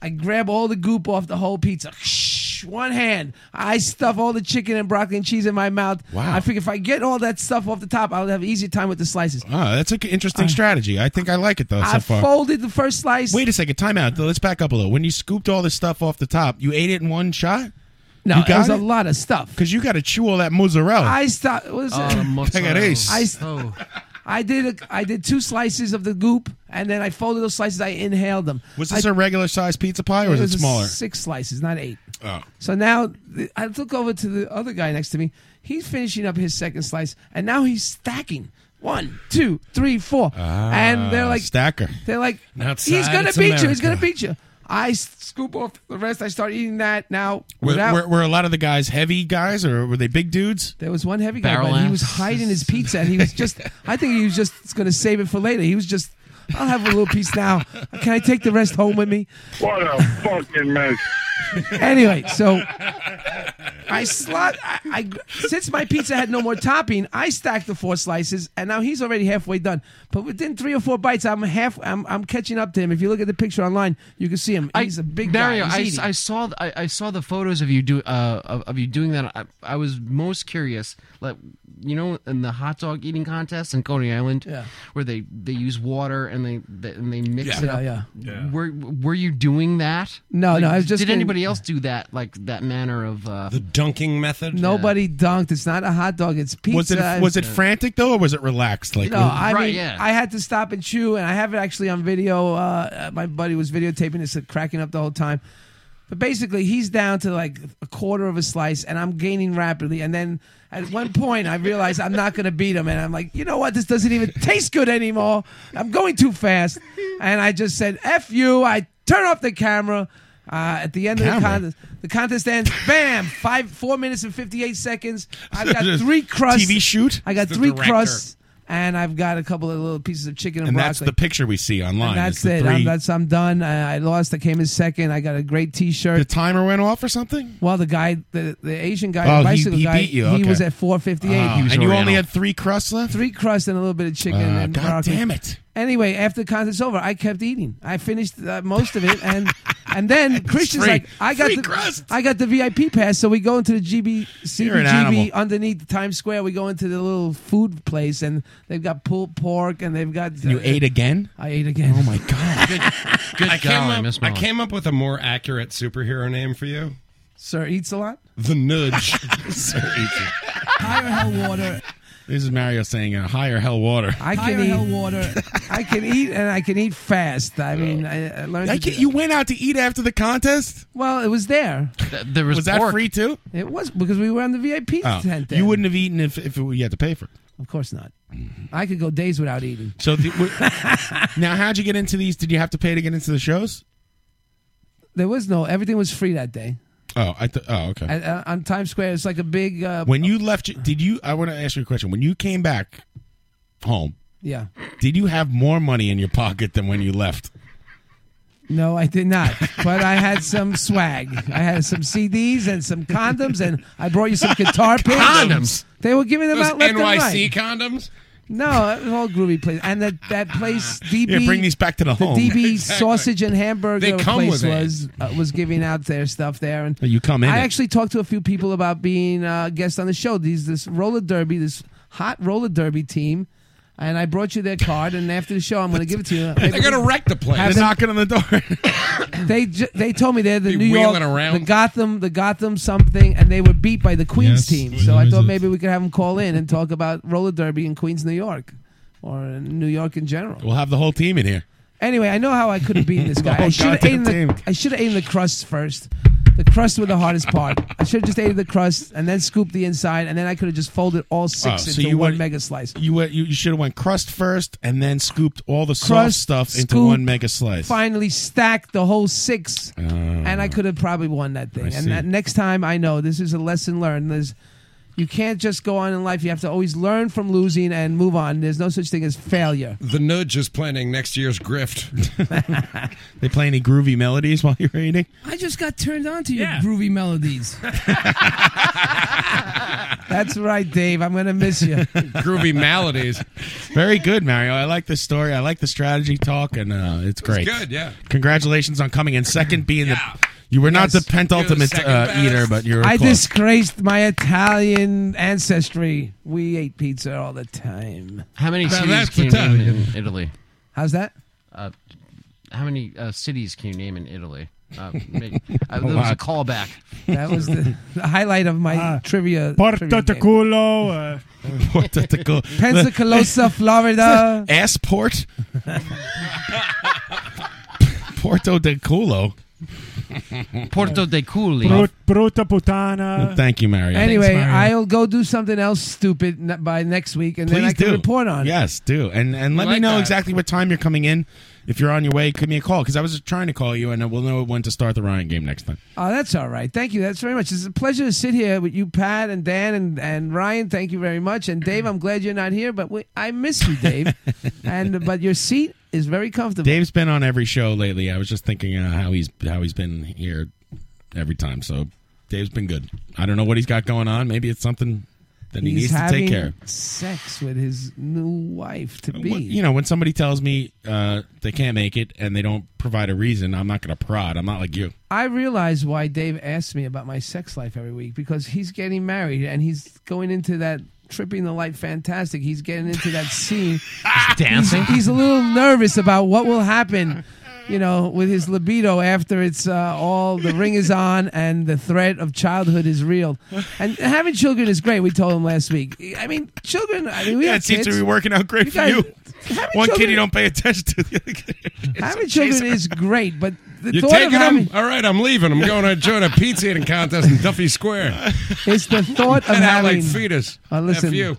S1: I grab all the goop off the whole pizza. One hand. I stuff all the chicken and broccoli and cheese in my mouth.
S5: Wow.
S1: I figure if I get all that stuff off the top, I'll have an easier time with the slices.
S5: Oh, that's an interesting strategy. I think I like it though so
S1: I
S5: far.
S1: folded the first slice.
S5: Wait a second, time out. Let's back up a little. When you scooped all this stuff off the top, you ate it in one shot.
S1: No,
S5: you
S1: it was a lot of stuff.
S5: Because you got to chew all that mozzarella.
S1: I stopped. Was
S5: Oh,
S1: *laughs*
S5: the mozzarella. Oh.
S1: I, s- *laughs* I did. A, I did two slices of the goop, and then I folded those slices. I inhaled them.
S5: was this
S1: I-
S5: a regular size pizza pie or was it,
S1: was a
S5: smaller?
S1: Six slices, not eight.
S5: Oh.
S1: So now th- I look over to the other guy next to me. He's finishing up his second slice, and now he's stacking. One, two, three, four,
S5: *laughs* Ah,
S1: and they're like
S5: stacker.
S1: They're like,
S5: Outside,
S1: he's gonna
S5: it's
S1: beat you. He's
S5: America.
S1: gonna beat you. I s- scoop off the rest. I start eating that now.
S5: Were,
S1: without-
S5: were, were a lot of the guys heavy guys or were they big dudes?
S1: There was one heavy guy, but he was hiding his pizza, and he was just—I think he was just going to save it for later. He was just, I'll have a little piece now. Can I take the rest home with me?
S20: What a fucking mess.
S1: Anyway,
S5: *laughs*
S1: so I slot. I, I since my pizza had no more topping, I stacked the four slices, and now he's already halfway done. But within three or four bites, I'm half. I'm, I'm catching up to him. If you look at the picture online, you can see him. He's a big
S3: Mario,
S1: guy.
S3: I,
S1: He's eating.
S3: I saw th- I, I saw the photos of you do uh, of, of you doing that. I, I was most curious, like you know, in the hot dog eating contest in Coney Island,
S1: Yeah.
S3: where they, they use water and they, they and they mix
S1: Yeah.
S3: it up.
S1: Yeah,
S3: yeah. Were were you doing that?
S1: No,
S3: Like,
S1: no, I was just
S3: Did
S1: getting-
S3: anybody else do that? Like that manner of uh, the
S8: dunking method.
S1: Nobody dunked. It's not a hot dog. It's pizza.
S5: Was it was it
S1: Yeah.
S5: frantic though or was it relaxed? Like
S1: no, I
S5: Right,
S1: mean,
S5: yeah.
S1: I had to stop and chew, and I have it actually on video. Uh, Uh, my buddy was videotaping this, uh, cracking up the whole time. But basically, he's down to like a quarter of a slice, and I'm gaining rapidly. And then at one point, I realize I'm not going to beat him, and I'm like, you know what? This doesn't even taste good anymore. I'm going too fast, and I just said, "F you!" I turn off the camera. Uh, at the end of the
S5: Camera?
S1: contest, the contest ends. Bam! Five, four minutes and fifty-eight seconds.
S5: *laughs*
S1: I've got
S5: Just
S1: three crusts.
S5: TV shoot?
S1: I got
S5: The
S1: three
S5: director.
S1: crusts, and I've got a couple of little pieces of chicken and,
S5: and
S1: broccoli.
S5: that's the picture we see online.
S1: And that's
S5: It's the
S1: it.
S5: three-
S1: I'm, that's I'm done. I, I lost. I came in second. I got a great T-shirt. The
S5: timer went off or something.
S1: Well, the guy, the, the Asian guy,
S5: Oh,
S1: the
S5: he-
S1: bicycle
S5: he
S1: guy,
S5: beat you.
S1: he
S5: Okay.
S1: was at 458.
S5: Oh, He was and you only Oriental. had three crusts left.
S1: Three crusts and a little bit of chicken.
S5: Ah,
S1: and
S5: God
S1: broccoli.
S5: damn it.
S1: Anyway, after the contest's over, I kept eating. I finished uh, most of it,
S5: *laughs*
S1: and and then Christian's
S5: free.
S1: like, I got
S5: Free
S1: the
S5: crust.
S1: I got the VIP pass, so we go into the GB
S5: You're an animal.
S1: CBGB underneath Times Square. We go into the little food place, and they've got pulled pork, and they've got uh,
S5: You ate again?
S1: I ate again.
S5: Oh my god!
S8: I came,
S5: golly,
S8: up,
S5: Miss
S8: I
S5: Mullins.
S8: came up with a more accurate superhero name for you.
S1: Sir eats a lot. *laughs*
S8: The nudge. Sir eats it.
S1: *laughs* Higher hell water.
S5: This is Mario saying uh, higher hell water.
S1: I can eat water. *laughs* I can eat and I can eat fast. I mean, I, I learned.
S5: I
S1: to
S5: can't-
S1: do
S5: you went out to eat after the contest.
S1: Well, it was there.
S3: there was,
S5: that
S1: pork.
S5: free too?
S1: It was because we were on the VIP
S5: Oh,
S1: tent. Then.
S5: you wouldn't have eaten if if it, you had to pay for it.
S1: Of course not. I could go days without eating.
S5: So the, w- now, how'd you get into these? Did you have to pay to get into the shows?
S1: There was no. Everything was free that day.
S5: Oh, I th- oh okay.
S1: At, uh, on Times Square, it's like a big. Uh,
S5: when you left, did you? I want to ask you a question. When you came back home,
S1: yeah.
S5: did you have more money in your pocket than when you left?
S1: No, I did not. But I had some swag. I had some CDs and some condoms, and I brought you some guitar picks.
S8: Condoms?
S1: They were giving them
S8: Those
S1: out left and
S8: NYC
S1: right.
S8: condoms?
S1: No, it was all groovy place. And that, that place, DB.
S5: *laughs* Yeah, bring these back to the home. *laughs*
S1: DB
S5: Exactly.
S1: sausage and hamburger
S5: They come
S1: place
S5: with it.
S1: was uh, was giving out their stuff there, and
S5: You come in
S1: I
S5: it.
S1: actually talked to a few people about being uh, guests on the show. These this roller derby, this hot roller derby team, and I brought you their card. And after the show, I'm going to give it to you.
S8: *laughs* They're gonna wreck the place.
S1: Have
S8: They're
S1: them-
S5: knocking on the door.
S1: *laughs* they ju- they told me they're the
S8: Be
S1: New York,
S8: wheeling around.
S1: the Gotham, the Gotham something, and they were beat by the Queens team. So I thought maybe we could have them call in and talk about roller derby in Queens, New York. or in New York in general.
S5: We'll have the whole team in here.
S1: Anyway, I know how I could have beaten
S5: *laughs*
S1: this
S5: The
S1: guy. I
S5: whole
S1: should have
S5: goddamn
S1: eaten
S5: team.
S1: the, I should have eaten the crust first. The crust was the hardest part. I should have just ate the crust and then scooped the inside, and then I could have just folded all
S5: Oh,
S1: six
S5: so
S1: into
S5: you
S1: one
S5: went-
S1: mega slice.
S5: You went, you, you should have went crust first and then scooped all the soft
S1: Crust,
S5: stuff into
S1: scoop,
S5: one mega slice.
S1: Finally stacked the whole six,
S5: Oh.
S1: and I could have probably won that
S5: I
S1: thing.
S5: see.
S1: And that next time, I know this is a lesson learned. There's, you can't just go on in life. You have to always learn from losing and move on. There's no such thing as failure.
S18: The Nudge is planning next year's
S1: *laughs*
S18: grift.
S5: They play any groovy melodies while you're eating?
S17: I just got turned on to your groovy
S5: *laughs*
S17: melodies.
S1: *laughs* That's right, Dave. I'm gonna miss you.
S5: *laughs* groovy melodies. Very good, Mario. I like this story. I like the strategy talk, and uh, it's great.
S18: good, yeah.
S5: Congratulations on coming in second, being the. You were not the penultimate
S1: second
S5: uh, eater, but you're.
S1: I
S5: close. *laughs*
S1: disgraced my Italian ancestry. We ate pizza all the time.
S3: How many
S1: Now
S3: cities
S1: that's
S3: can you name
S1: Italian.
S3: in Italy?
S1: How's that?
S3: Uh, how many uh, cities can you name in Italy? Uh, make,
S1: A
S5: *laughs*
S3: uh, that was a
S1: lot.
S3: callback.
S1: That was
S3: *laughs*
S1: the, the highlight of my trivia.
S6: Ah. Porto
S1: trivia game.
S6: Taculo. Uh,
S1: *laughs*
S5: Porto Taculo. *laughs*
S1: Pensacola, Florida. *laughs*
S5: Assport. Porto de Culo.
S3: Porto de Culi.
S6: Brut, bruta putana.
S5: Thank you, Mario.
S1: Anyway, I'll go do something else stupid ne- by next week, and then I
S5: Please
S1: can
S5: do.
S1: report on. it.
S5: Yes, do. And and
S1: I
S5: let me
S1: like
S5: know
S1: that.
S5: exactly what time you're coming in. If you're on your way, give me a call because I was trying to call you, and we'll know when to start the Ryan game next time.
S1: Oh, that's all right. Thank you. That's very much. It's a pleasure to sit here with you, Pat and Dan and, and Ryan. Thank you very much. And
S5: *clears throat*
S1: Dave, I'm glad you're not here, but we, I miss you,
S5: *laughs*
S1: Dave. and but your seat is very comfortable.
S5: Dave's been on every show lately. I was just thinking uh, how he's how he's been here every time. So Dave's been good. I don't know what he's got going on. Maybe it's something that he
S1: He's
S5: needs to
S1: having
S5: take care. of.
S1: Sex with his new wife to be.
S5: Well, you know, when somebody tells me uh, they can't make it and they don't provide a reason, I'm not going to prod. I'm not like you.
S1: I realize why Dave asks me about my sex life every week because he's getting married and he's going into that tripping the light fantastic. He's getting into that scene.
S3: dancing?
S1: He's, he's a little nervous about what will happen, you know, with his libido after it's uh, all the ring is on and the threat of childhood is real. And having children is great. We told him last week. *laughs* I mean, children. I mean, we
S5: yeah,
S1: have
S5: it seems
S1: kids.
S5: to be working out great for
S1: guys-
S5: you. One kid
S1: children-
S5: you don't pay attention
S1: *laughs*
S5: to. The other kid.
S1: Having children is great, but the
S18: You're
S1: thought
S18: taking
S1: of having
S18: them? All right, I'm leaving. I'm going to join a pizza eating contest in Duffy Square.
S1: *laughs* It's the thought of
S18: And out like
S1: having
S18: fetus.
S1: Uh, listen,
S18: F you.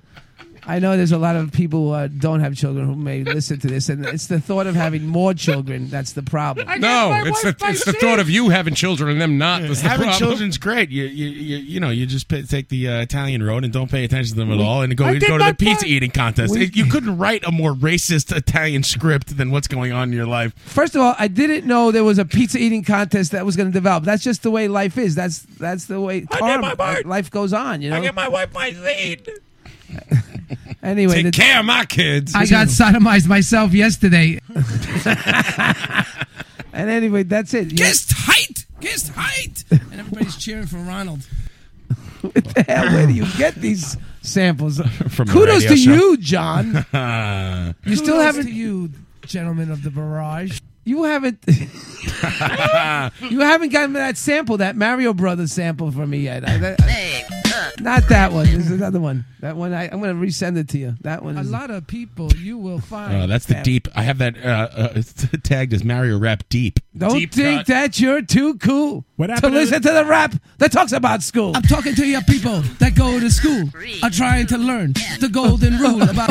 S1: I know there's a lot of people who uh, don't have children who may listen to this, and it's the thought of having more children that's the problem.
S18: No, it's the it's the thought of you having children and them not. That's the
S5: Mm-hmm. Having
S18: problem.
S5: children's great. You you, you you know you just pay, take the uh, Italian road and don't pay attention to them at
S18: We-
S5: all, and go
S18: I
S5: you
S18: did
S5: go to
S18: my
S5: the pizza eating contest.
S1: We-
S5: It- you couldn't write a more racist Italian script than what's going on in your life.
S1: First of all, I didn't know there was a pizza eating contest that was going to develop. That's just the way life is. That's that's the way karma, uh, life goes on. You know.
S18: wife my seed.
S1: *laughs* Anyway,
S18: Take
S1: the-
S18: care of my kids.
S17: I got sodomized myself yesterday.
S1: *laughs* and anyway, that's it. You-
S17: Kissed height, kissed height, and everybody's cheering for Ronald.
S1: the hell, where do you get these *laughs* samples?
S5: From the
S1: Kudos
S5: radio
S1: to
S5: show.
S1: you,
S5: *laughs*
S1: John. You still
S17: Kudos
S1: haven't-
S17: to you, gentlemen of the barrage.
S1: You haven't *laughs*
S2: *laughs*
S1: you haven't gotten that sample, that Mario Brothers sample for me yet. I- that- not that one. There's another one. That one I, I'm going to resend it to you. That one.
S17: A
S1: is-
S17: lot of people you will
S18: Oh,
S17: find.
S5: Uh, that's the deep. I have that uh, uh, *laughs* it's tagged as Mario Rap Deep.
S1: Don't think that you're too cool to
S5: happened to
S1: listen to the rap that talks about school.
S17: I'm talking to your people that go to school, are trying to learn the golden rule
S5: *laughs*
S17: about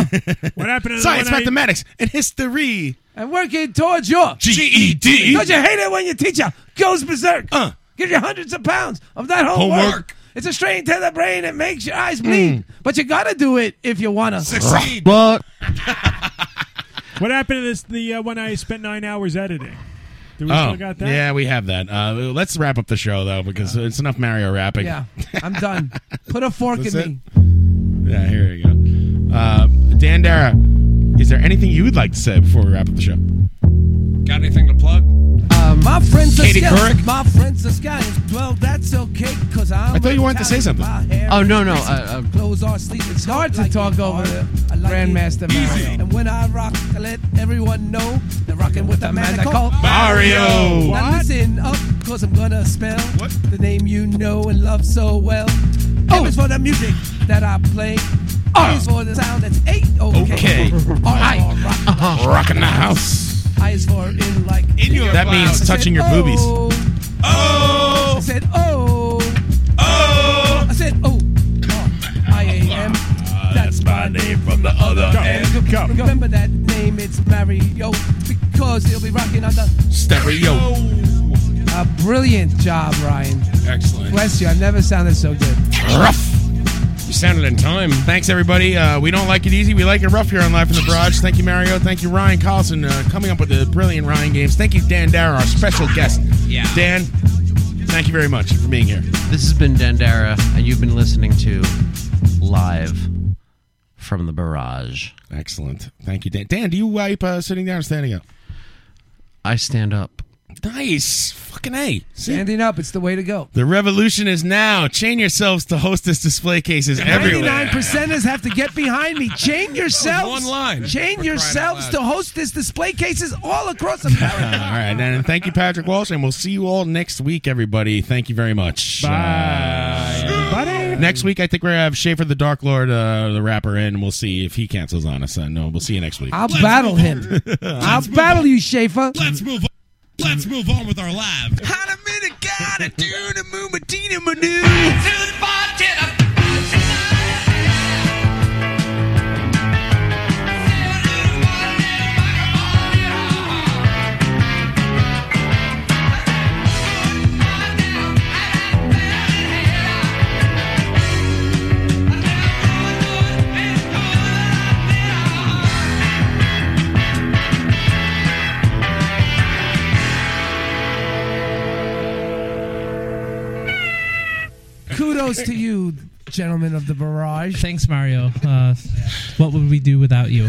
S6: what happened
S5: to the Science, one I- mathematics, and history, E
S1: and working towards your
S5: GED.
S1: Don't you hate it when your teacher goes berserk? Uh, gives you hundreds of pounds of that homework.
S5: Homework. Mm.
S1: It's a strain to the brain. It makes your eyes bleed, but you got to do it if you want to
S6: Succeed.
S1: But
S6: What happened to this? The uh, one I spent nine hours editing. Do we still got that?
S5: Oh, yeah, we have that. Uh, let's wrap up the show though because it's enough Mario rapping.
S1: yeah, I'm done. Put a fork
S5: That's
S1: in
S5: it?
S1: me.
S5: Yeah, here you go. Uh, Dan Dara, is there anything you would like to say before we wrap up the show?
S18: Got anything to plug?
S17: Um, my friends
S5: Katie
S17: are scallions.
S5: Couric?
S17: My friends are scallions. Well, that's okay, cause I'm.
S5: I thought you wanted to say something.
S3: Oh, no, no, uh, uh,
S17: Clothes are sleek. It's hard to talk over the
S1: Grandmaster Mario.
S17: And when I rock, I let everyone know they're rocking with a man I call
S5: Mario.
S17: Now
S5: What?
S17: listen up, cause I'm gonna spell the name you know and love so well. Oh, it's for the music that I play.
S1: R is for the sound that's eight. Okay.
S5: Okay.
S1: R is for rock.
S5: Rocking the house.
S1: I is for in like
S5: In your That means
S1: I said,
S5: touching your boobies.
S1: Oh. I said oh. Oh. I said oh. I A M. That's my name from the other end. Remember that name? It's Mario because he'll be rocking on the
S5: Stereo.
S1: A brilliant job, Ryan.
S5: Excellent.
S1: Bless you. I've never sounded so good.
S5: Rough. You sounded in time. Thanks, everybody. Uh, we don't like it easy. We like it rough here on Live from the Barrage. Thank you, Mario. Thank you, Ryan Carlson, uh, coming up with the brilliant Ryan games. Thank you, Dan Dara, our special guest.
S3: Yeah.
S5: Dan, thank you very much for being here.
S3: This has been Dandara, and you've been listening to Live from the Barrage.
S5: Excellent. Thank you, Dan. Dan, do you wipe uh, sitting down or standing up?
S3: I stand up.
S5: Nice. Fucking A.
S1: Standing up, it's the way to go.
S5: The revolution is now. Chain yourselves to hostess display cases everywhere.
S1: 99 percenters have to get behind me. Chain yourselves.
S5: one line.
S1: Chain yourselves
S5: out
S1: to
S5: loud.
S1: hostess display cases all across
S5: *laughs*
S1: America.
S5: Uh, all right, then. Thank you, Patrick Walsh, and we'll see you all next week, everybody. Thank you very much. Bye. Next week, I think we're going to have Schaefer the Dark Lord, uh, the rapper, in. We'll see if he cancels on us. Uh, no, we'll see you next week.
S1: I'll battle him.
S5: *laughs*
S1: I'll battle you, Schaefer. Let's
S5: move on. Let's move on with our live.
S1: Kudos to you, gentlemen of the barrage.
S2: Thanks, Mario. Uh, what would we do without you?